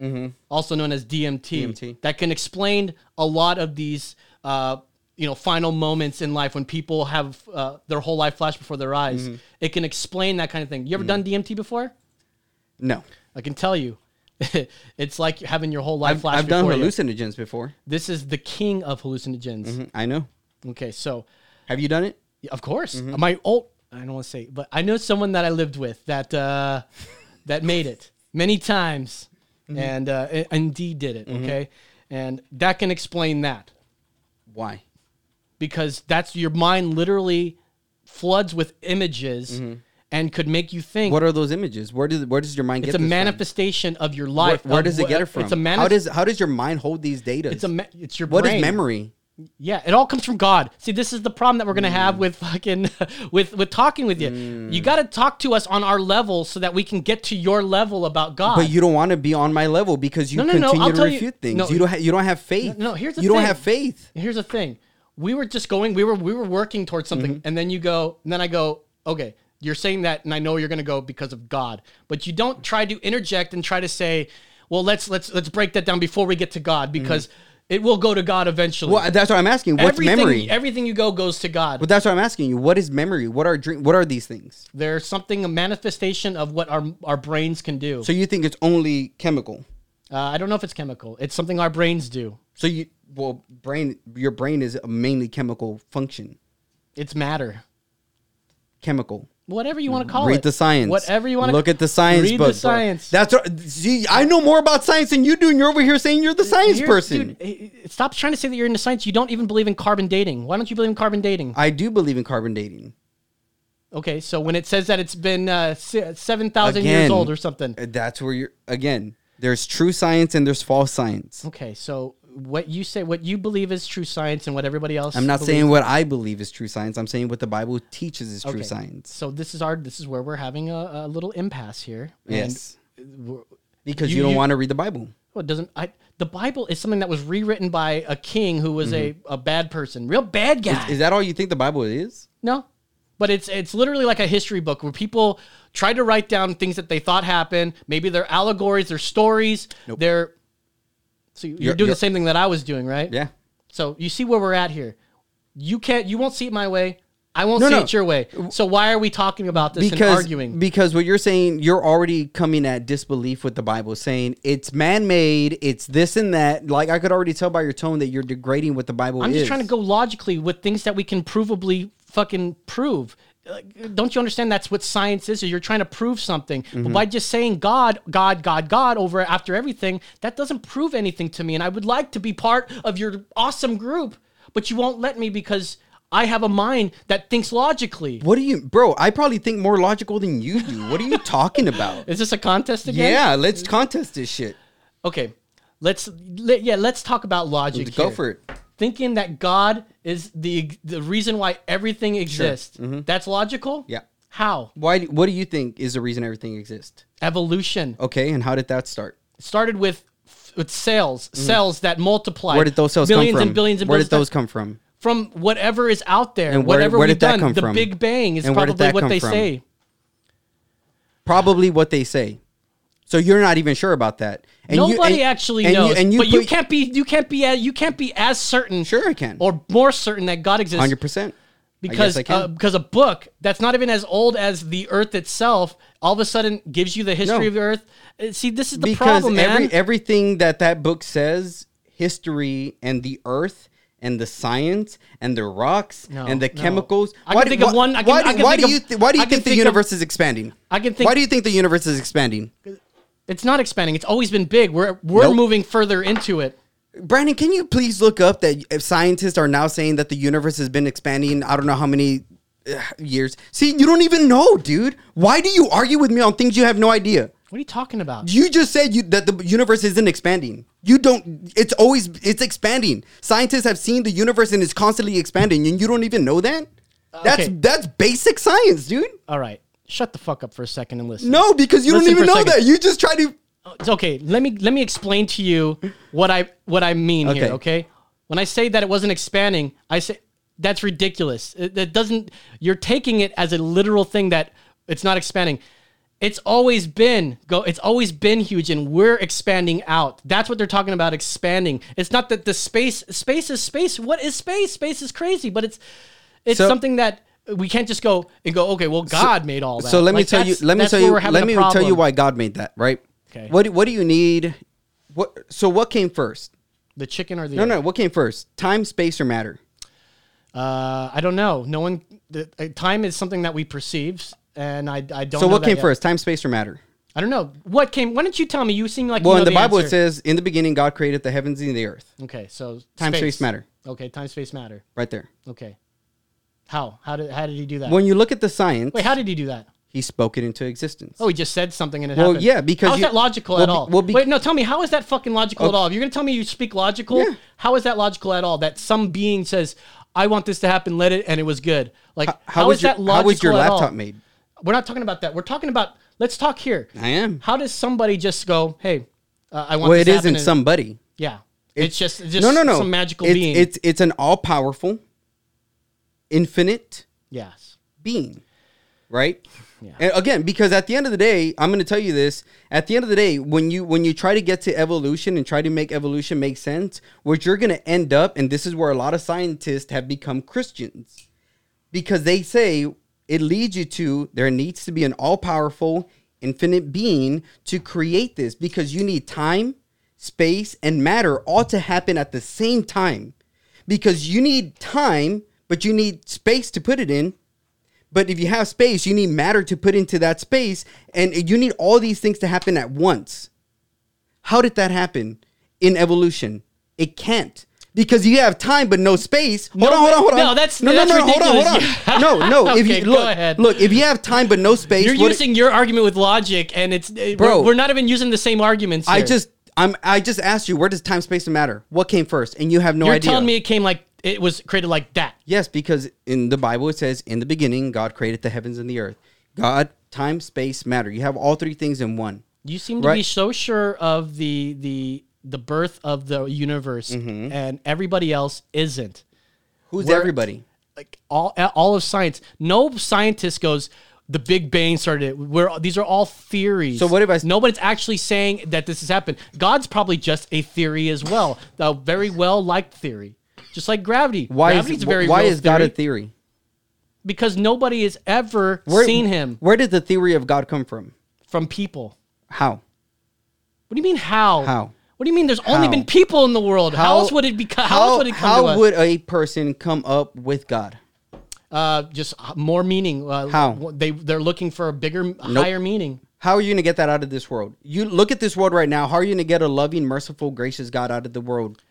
[SPEAKER 3] Mm-hmm.
[SPEAKER 1] also known as DMT,
[SPEAKER 3] DMT.
[SPEAKER 1] that can explain a lot of these uh, you know final moments in life when people have uh, their whole life flash before their eyes.
[SPEAKER 3] Mm-hmm.
[SPEAKER 1] It can explain that kind of thing. You ever done DMT before?
[SPEAKER 3] No,
[SPEAKER 1] I can tell you. it's like having your whole life
[SPEAKER 3] I've,
[SPEAKER 1] flash
[SPEAKER 3] I've done
[SPEAKER 1] before you.
[SPEAKER 3] hallucinogens before.
[SPEAKER 1] This is the king of hallucinogens.
[SPEAKER 3] I know.
[SPEAKER 1] Okay, so
[SPEAKER 3] Have you done it?
[SPEAKER 1] yeah, Of course.
[SPEAKER 3] Mm-hmm.
[SPEAKER 1] My old I don't want to say, but I know someone that I lived with that uh, that made it many times
[SPEAKER 3] Mm-hmm.
[SPEAKER 1] and uh, i- indeed did it, okay? And that can explain that
[SPEAKER 3] Why?
[SPEAKER 1] because that's your mind literally floods with images and could make you think
[SPEAKER 3] Mm-hmm. What are those images? Where do where does your mind
[SPEAKER 1] it's
[SPEAKER 3] get?
[SPEAKER 1] a
[SPEAKER 3] this from?
[SPEAKER 1] manifestation of your
[SPEAKER 3] Where,
[SPEAKER 1] life.
[SPEAKER 3] where
[SPEAKER 1] of
[SPEAKER 3] does it
[SPEAKER 1] what-
[SPEAKER 3] get it from?
[SPEAKER 1] uh, It's a
[SPEAKER 3] how
[SPEAKER 1] manifestation.
[SPEAKER 3] does how does your mind hold these data?
[SPEAKER 1] It's a ma- it's your
[SPEAKER 3] what is
[SPEAKER 1] brain.
[SPEAKER 3] memory?
[SPEAKER 1] Yeah, it all comes from God. See, this is the problem that we're gonna
[SPEAKER 3] Mm.
[SPEAKER 1] have with fucking with with talking with you. You gotta talk to us on our level so that we can get to your level about God.
[SPEAKER 3] But you don't want to be on my level because you
[SPEAKER 1] No, no, no,
[SPEAKER 3] continue
[SPEAKER 1] I'll
[SPEAKER 3] to
[SPEAKER 1] tell you-
[SPEAKER 3] refute things.
[SPEAKER 1] no,
[SPEAKER 3] you don't ha- you don't have faith.
[SPEAKER 1] No, no, here's the
[SPEAKER 3] you don't
[SPEAKER 1] thing.
[SPEAKER 3] have faith.
[SPEAKER 1] Here's the thing: we were just going, we were we were working towards something,
[SPEAKER 3] Mm-hmm.
[SPEAKER 1] and then you go, and then I go, okay, you're saying that, and I know you're gonna go because of God, but you don't try to interject and try to say, well, let's let's let's break that down before we get to God because it will go to God eventually.
[SPEAKER 3] Mm-hmm. Well, that's what I'm asking. What's
[SPEAKER 1] everything,
[SPEAKER 3] memory?
[SPEAKER 1] Everything you go goes to God.
[SPEAKER 3] but that's what I'm asking you. What is memory? What are dream? What are these things?
[SPEAKER 1] There's something a manifestation of what our our brains can do.
[SPEAKER 3] So you think it's only chemical?
[SPEAKER 1] Uh, I don't know if it's chemical. It's something our brains do.
[SPEAKER 3] So you well brain your brain is a mainly chemical function.
[SPEAKER 1] It's matter.
[SPEAKER 3] Chemical.
[SPEAKER 1] Whatever you want to call it.
[SPEAKER 3] Mm-hmm. Read the science.
[SPEAKER 1] Whatever you want to
[SPEAKER 3] Look at the science
[SPEAKER 1] Read
[SPEAKER 3] book.
[SPEAKER 1] the science.
[SPEAKER 3] Bro. That's what, see, I know more about science than you do, and you're over here saying you're the science
[SPEAKER 1] You're-
[SPEAKER 3] person.
[SPEAKER 1] dude, eh, eh, stop trying to say that you're into science. You don't even believe in carbon dating. Why don't you believe in carbon dating?
[SPEAKER 3] I do believe in carbon dating.
[SPEAKER 1] okay, so when it says that it's been uh, se- 7,000 years
[SPEAKER 3] Again.
[SPEAKER 1] old or something.
[SPEAKER 3] Uh, That's where you're again. There's true science and there's false science.
[SPEAKER 1] Okay, so what you say, what you believe is true science and what everybody else
[SPEAKER 3] I'm not
[SPEAKER 1] believes-
[SPEAKER 3] saying what I believe is true science. I'm saying what the Bible teaches is true
[SPEAKER 1] Okay,
[SPEAKER 3] science.
[SPEAKER 1] So this is our this is where we're having a, a little impasse here. And
[SPEAKER 3] Yes. Because you,
[SPEAKER 1] you-
[SPEAKER 3] don't
[SPEAKER 1] you-
[SPEAKER 3] want to read the Bible.
[SPEAKER 1] Well, it doesn't I? The Bible is something that was rewritten by a king who was a, a bad person, real bad guy.
[SPEAKER 3] Mm-hmm. Is that all you think the Bible is?
[SPEAKER 1] no, but it's it's literally like a history book where people try to write down things that they thought happened. Maybe they're allegories, they're stories, they're. So you're,
[SPEAKER 3] You're-
[SPEAKER 1] doing
[SPEAKER 3] you're-
[SPEAKER 1] the same thing that I was doing, right?
[SPEAKER 3] Yeah.
[SPEAKER 1] So you see where we're at here. You can't. You won't see it my way. I won't
[SPEAKER 3] No,
[SPEAKER 1] see
[SPEAKER 3] no.
[SPEAKER 1] it your way. So why are we talking about this and
[SPEAKER 3] because
[SPEAKER 1] arguing?
[SPEAKER 3] because what you're saying you're already coming at disbelief with the bible saying it's man-made it's this and that like i could already tell by your tone that you're degrading what the bible
[SPEAKER 1] I'm
[SPEAKER 3] is
[SPEAKER 1] just trying to go logically with things that we can provably fucking prove. Like, Don't you understand that's what science is? You're trying to prove something.
[SPEAKER 3] Mm-hmm.
[SPEAKER 1] But by just saying God, God, God, God over after everything, that doesn't prove anything to me. And I would like to be part of your awesome group, but you won't let me because I have a mind that thinks logically.
[SPEAKER 3] what do you bro i probably think more logical than you do what are you talking about
[SPEAKER 1] Is this a contest again?
[SPEAKER 3] yeah let's contest this shit
[SPEAKER 1] Okay. Let's let, yeah, let's talk about logic.
[SPEAKER 3] go
[SPEAKER 1] here.
[SPEAKER 3] for it
[SPEAKER 1] Thinking that God is the the reason why everything exists. That's logical?
[SPEAKER 3] Mm-hmm. Yeah.
[SPEAKER 1] How?
[SPEAKER 3] why do- what do you think is the reason everything exists
[SPEAKER 1] evolution
[SPEAKER 3] okay and how did that start
[SPEAKER 1] It started with with cells cells that multiply
[SPEAKER 3] Mm-hmm. where did those cells
[SPEAKER 1] billions
[SPEAKER 3] come from
[SPEAKER 1] and billions and
[SPEAKER 3] where
[SPEAKER 1] billions
[SPEAKER 3] did those
[SPEAKER 1] of-
[SPEAKER 3] come from
[SPEAKER 1] from whatever is out there
[SPEAKER 3] And where-
[SPEAKER 1] whatever
[SPEAKER 3] where
[SPEAKER 1] we've
[SPEAKER 3] did that
[SPEAKER 1] done
[SPEAKER 3] come
[SPEAKER 1] the
[SPEAKER 3] from?
[SPEAKER 1] big bang is
[SPEAKER 3] And where did
[SPEAKER 1] probably
[SPEAKER 3] that
[SPEAKER 1] what
[SPEAKER 3] come
[SPEAKER 1] they
[SPEAKER 3] from?
[SPEAKER 1] say
[SPEAKER 3] probably what they say so you're not even sure about that and you-
[SPEAKER 1] nobody
[SPEAKER 3] and-
[SPEAKER 1] actually
[SPEAKER 3] and you-
[SPEAKER 1] knows
[SPEAKER 3] and you
[SPEAKER 1] but you
[SPEAKER 3] put-
[SPEAKER 1] can't be you can't be as, you can't be as certain
[SPEAKER 3] Sure I can.
[SPEAKER 1] or more certain that god exists
[SPEAKER 3] 100%
[SPEAKER 1] because
[SPEAKER 3] I guess I
[SPEAKER 1] uh, because a book that's not even as old as the earth itself all of a sudden gives you the history
[SPEAKER 3] No.
[SPEAKER 1] of the earth Uh, see this is the
[SPEAKER 3] because
[SPEAKER 1] problem man
[SPEAKER 3] every everything that that book says, history and the earth and the science and the rocks
[SPEAKER 1] No,
[SPEAKER 3] and the
[SPEAKER 1] no.
[SPEAKER 3] chemicals.
[SPEAKER 1] I can think
[SPEAKER 3] do,
[SPEAKER 1] of one- I can-
[SPEAKER 3] why do,
[SPEAKER 1] I can
[SPEAKER 3] why
[SPEAKER 1] think
[SPEAKER 3] do you
[SPEAKER 1] of-
[SPEAKER 3] thi- why do
[SPEAKER 1] I
[SPEAKER 3] you
[SPEAKER 1] can
[SPEAKER 3] think the
[SPEAKER 1] think of-
[SPEAKER 3] universe is expanding?
[SPEAKER 1] I can think-
[SPEAKER 3] Why do you think the universe is expanding?
[SPEAKER 1] it's not expanding it's always been big we're we're
[SPEAKER 3] Nope.
[SPEAKER 1] moving further into it
[SPEAKER 3] Brandon, can you please look up that if scientists are now saying that the universe has been expanding? I don't know how many uh, years. See, you don't even know, dude. Why do you argue with me on things you have no idea?
[SPEAKER 1] what are you talking about
[SPEAKER 3] You just said you, that the universe isn't expanding. You don't. It's always it's expanding. Scientists have seen the universe and it's constantly expanding, and you don't even know that. That's
[SPEAKER 1] Uh, Okay.
[SPEAKER 3] that's basic science, dude.
[SPEAKER 1] All right, shut the fuck up for a second and listen.
[SPEAKER 3] No, because you
[SPEAKER 1] Listen
[SPEAKER 3] don't even
[SPEAKER 1] for a
[SPEAKER 3] know
[SPEAKER 1] second.
[SPEAKER 3] that. You just try to
[SPEAKER 1] It's okay. Let me let me explain to you what I what I mean here.
[SPEAKER 3] Okay.
[SPEAKER 1] Okay. When I say that it wasn't expanding, I say that's ridiculous. It- That doesn't. You're taking it as a literal thing that it's not expanding. It's always been go. It's always been huge, and we're expanding out. That's what they're talking about expanding. It's not that the space space is space. What is space? Space is crazy, but it's it's
[SPEAKER 3] So-
[SPEAKER 1] something that we can't just go and go. Okay, well, God made all that.
[SPEAKER 3] So let me
[SPEAKER 1] Like,
[SPEAKER 3] tell you.
[SPEAKER 1] that's-
[SPEAKER 3] Let me
[SPEAKER 1] that's
[SPEAKER 3] tell
[SPEAKER 1] where
[SPEAKER 3] you.
[SPEAKER 1] we're having
[SPEAKER 3] Let
[SPEAKER 1] a
[SPEAKER 3] me tell you
[SPEAKER 1] problem.
[SPEAKER 3] why God made that. Right.
[SPEAKER 1] Okay.
[SPEAKER 3] What do, What do you need? What? So what came first?
[SPEAKER 1] the chicken or the
[SPEAKER 3] No,
[SPEAKER 1] egg?
[SPEAKER 3] no. What came first? Time, space, or matter?
[SPEAKER 1] Uh, I don't know. No one. The, uh, time is something that we perceive, and I, I don't.
[SPEAKER 3] So
[SPEAKER 1] know
[SPEAKER 3] what
[SPEAKER 1] that
[SPEAKER 3] came
[SPEAKER 1] yet.
[SPEAKER 3] first? Time, space, or matter?
[SPEAKER 1] I don't know. What came? Why don't you tell me? You seem like
[SPEAKER 3] Well,
[SPEAKER 1] you know
[SPEAKER 3] in the, Bible
[SPEAKER 1] answer.
[SPEAKER 3] it says, "In the beginning, God created the heavens and the earth."
[SPEAKER 1] Okay, so
[SPEAKER 3] Time, space, matter.
[SPEAKER 1] Okay, time space matter.
[SPEAKER 3] Right there.
[SPEAKER 1] Okay, how how did how did he do that?
[SPEAKER 3] When you look at the science,
[SPEAKER 1] Wait, how did he do that?
[SPEAKER 3] he spoke it into existence.
[SPEAKER 1] Oh, he just said something and it
[SPEAKER 3] Well,
[SPEAKER 1] happened.
[SPEAKER 3] yeah, because
[SPEAKER 1] how is
[SPEAKER 3] you-
[SPEAKER 1] that logical
[SPEAKER 3] well,
[SPEAKER 1] at
[SPEAKER 3] be-
[SPEAKER 1] all?
[SPEAKER 3] well, be-
[SPEAKER 1] Wait, no, tell me how is that fucking logical at
[SPEAKER 3] Okay.
[SPEAKER 1] all? If you're gonna tell me you speak logical,
[SPEAKER 3] Yeah.
[SPEAKER 1] how is that logical at all? That some being says, "I want this to happen, let it," and it was good. Like
[SPEAKER 3] how
[SPEAKER 1] how
[SPEAKER 3] was
[SPEAKER 1] is
[SPEAKER 3] your-
[SPEAKER 1] that logical?
[SPEAKER 3] how was your
[SPEAKER 1] at all?
[SPEAKER 3] laptop made?
[SPEAKER 1] We're not talking about that. We're talking about. Let's talk here.
[SPEAKER 3] I am.
[SPEAKER 1] How does somebody just go, "Hey, uh, I want"?
[SPEAKER 3] well,
[SPEAKER 1] this
[SPEAKER 3] it
[SPEAKER 1] to happen,"
[SPEAKER 3] isn't
[SPEAKER 1] and-
[SPEAKER 3] somebody.
[SPEAKER 1] Yeah, it's, just it's just
[SPEAKER 3] no, no, no.
[SPEAKER 1] some magical
[SPEAKER 3] it's,
[SPEAKER 1] being.
[SPEAKER 3] It's it's an all powerful, infinite
[SPEAKER 1] yes.
[SPEAKER 3] being, right? And again, because at the end of the day, I'm going to tell you this. At the end of the day, when you when you try to get to evolution and try to make evolution make sense, what you're going to end up, and this is where a lot of scientists have become Christians, because they say it leads you to there needs to be an all powerful, infinite being to create this, because you need time, space, and matter all to happen at the same time, because you need time, but you need space to put it in, but if you have space, you need matter to put into that space, and you need all these things to happen at once. How did that happen in evolution? It can't. Because you have time but no space. Hold on, hold on, hold on.
[SPEAKER 1] no, that's-
[SPEAKER 3] no,
[SPEAKER 1] that's
[SPEAKER 3] no, no. Hold on,
[SPEAKER 1] ridiculous.
[SPEAKER 3] hold on. No, no. If
[SPEAKER 1] Okay,
[SPEAKER 3] you
[SPEAKER 1] go
[SPEAKER 3] look,
[SPEAKER 1] ahead.
[SPEAKER 3] look, if you have time but no space,
[SPEAKER 1] You're
[SPEAKER 3] what-
[SPEAKER 1] using your argument with logic, and it's uh,
[SPEAKER 3] Bro.
[SPEAKER 1] We're, we're not even using the same arguments.
[SPEAKER 3] I
[SPEAKER 1] here.
[SPEAKER 3] just, I'm, I just asked you, where does time, space, and matter? What came first? And you have no
[SPEAKER 1] you're
[SPEAKER 3] idea.
[SPEAKER 1] telling me it came like it was created like that.
[SPEAKER 3] Yes, because in the Bible it says, "In the beginning, God created the heavens and the earth." God, time, space, matter. You have all three things in one.
[SPEAKER 1] You seem to be
[SPEAKER 3] Right.
[SPEAKER 1] so sure of the the the birth of the universe,
[SPEAKER 3] Mm-hmm.
[SPEAKER 1] and everybody else isn't.
[SPEAKER 3] Who's
[SPEAKER 1] Where-
[SPEAKER 3] everybody?
[SPEAKER 1] Like all all of science, no scientist goes. The Big Bang started it. Where these are all theories.
[SPEAKER 3] So what if I-
[SPEAKER 1] Nobody's actually saying that this has happened. God's probably just a theory as well, a very well liked theory, just like gravity.
[SPEAKER 3] Why
[SPEAKER 1] Gravity's
[SPEAKER 3] is
[SPEAKER 1] a very
[SPEAKER 3] why
[SPEAKER 1] real
[SPEAKER 3] is God a theory?
[SPEAKER 1] Because nobody has ever seen him
[SPEAKER 3] Where did the theory of God come from?
[SPEAKER 1] from people.
[SPEAKER 3] How?
[SPEAKER 1] What do you mean how?
[SPEAKER 3] How?
[SPEAKER 1] What do you mean? There's only
[SPEAKER 3] How?
[SPEAKER 1] been people in the world. How, else would it be? How, else would it come
[SPEAKER 3] how
[SPEAKER 1] to us?
[SPEAKER 3] would a person come up with God?
[SPEAKER 1] uh, just h- more meaning? Uh,
[SPEAKER 3] How?
[SPEAKER 1] wh- they they're looking for a bigger, higher meaning.
[SPEAKER 3] How are you going to get that out of this world? You look at this world right now. How are you going to get a loving, merciful, gracious God out of the world?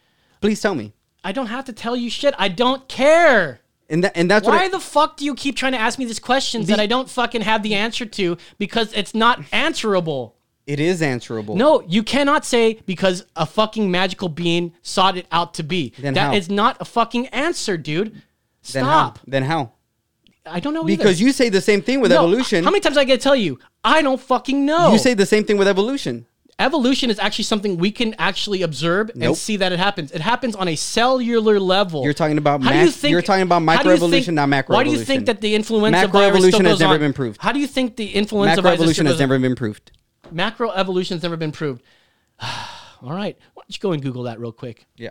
[SPEAKER 3] Please tell me.
[SPEAKER 1] I don't have to tell you shit. I don't care.
[SPEAKER 3] And that and that's what
[SPEAKER 1] Why
[SPEAKER 3] I-
[SPEAKER 1] the fuck do you keep trying to ask me these questions that I don't fucking have the answer to because it's not answerable?
[SPEAKER 3] it is answerable.
[SPEAKER 1] No, you cannot say because a fucking magical being sought it out to be. That
[SPEAKER 3] Then
[SPEAKER 1] is
[SPEAKER 3] how?
[SPEAKER 1] not a fucking answer, dude.
[SPEAKER 3] Then how?
[SPEAKER 1] Stop.
[SPEAKER 3] Then how?
[SPEAKER 1] I don't know either.
[SPEAKER 3] Because you say the same thing with
[SPEAKER 1] No,
[SPEAKER 3] evolution.
[SPEAKER 1] How many times I gotta tell you? I don't fucking know.
[SPEAKER 3] You say the same thing with evolution.
[SPEAKER 1] evolution is actually something we can actually observe and
[SPEAKER 3] Nope.
[SPEAKER 1] see that it happens. It happens on a cellular level.
[SPEAKER 3] You're talking about
[SPEAKER 1] How do
[SPEAKER 3] mac-
[SPEAKER 1] you think-
[SPEAKER 3] you're talking about
[SPEAKER 1] how do you
[SPEAKER 3] microevolution,
[SPEAKER 1] think-
[SPEAKER 3] not
[SPEAKER 1] Why do you
[SPEAKER 3] macroevolution.
[SPEAKER 1] think that the influenza virus
[SPEAKER 3] Macroevolution
[SPEAKER 1] still
[SPEAKER 3] has
[SPEAKER 1] goes
[SPEAKER 3] never
[SPEAKER 1] on?
[SPEAKER 3] been proved.
[SPEAKER 1] How do you think the influenza virus
[SPEAKER 3] Macroevolution
[SPEAKER 1] still
[SPEAKER 3] has
[SPEAKER 1] goes on?
[SPEAKER 3] never been proved.
[SPEAKER 1] Macroevolution has never been proved. All right, why don't you go and Google that real quick?
[SPEAKER 3] Yeah.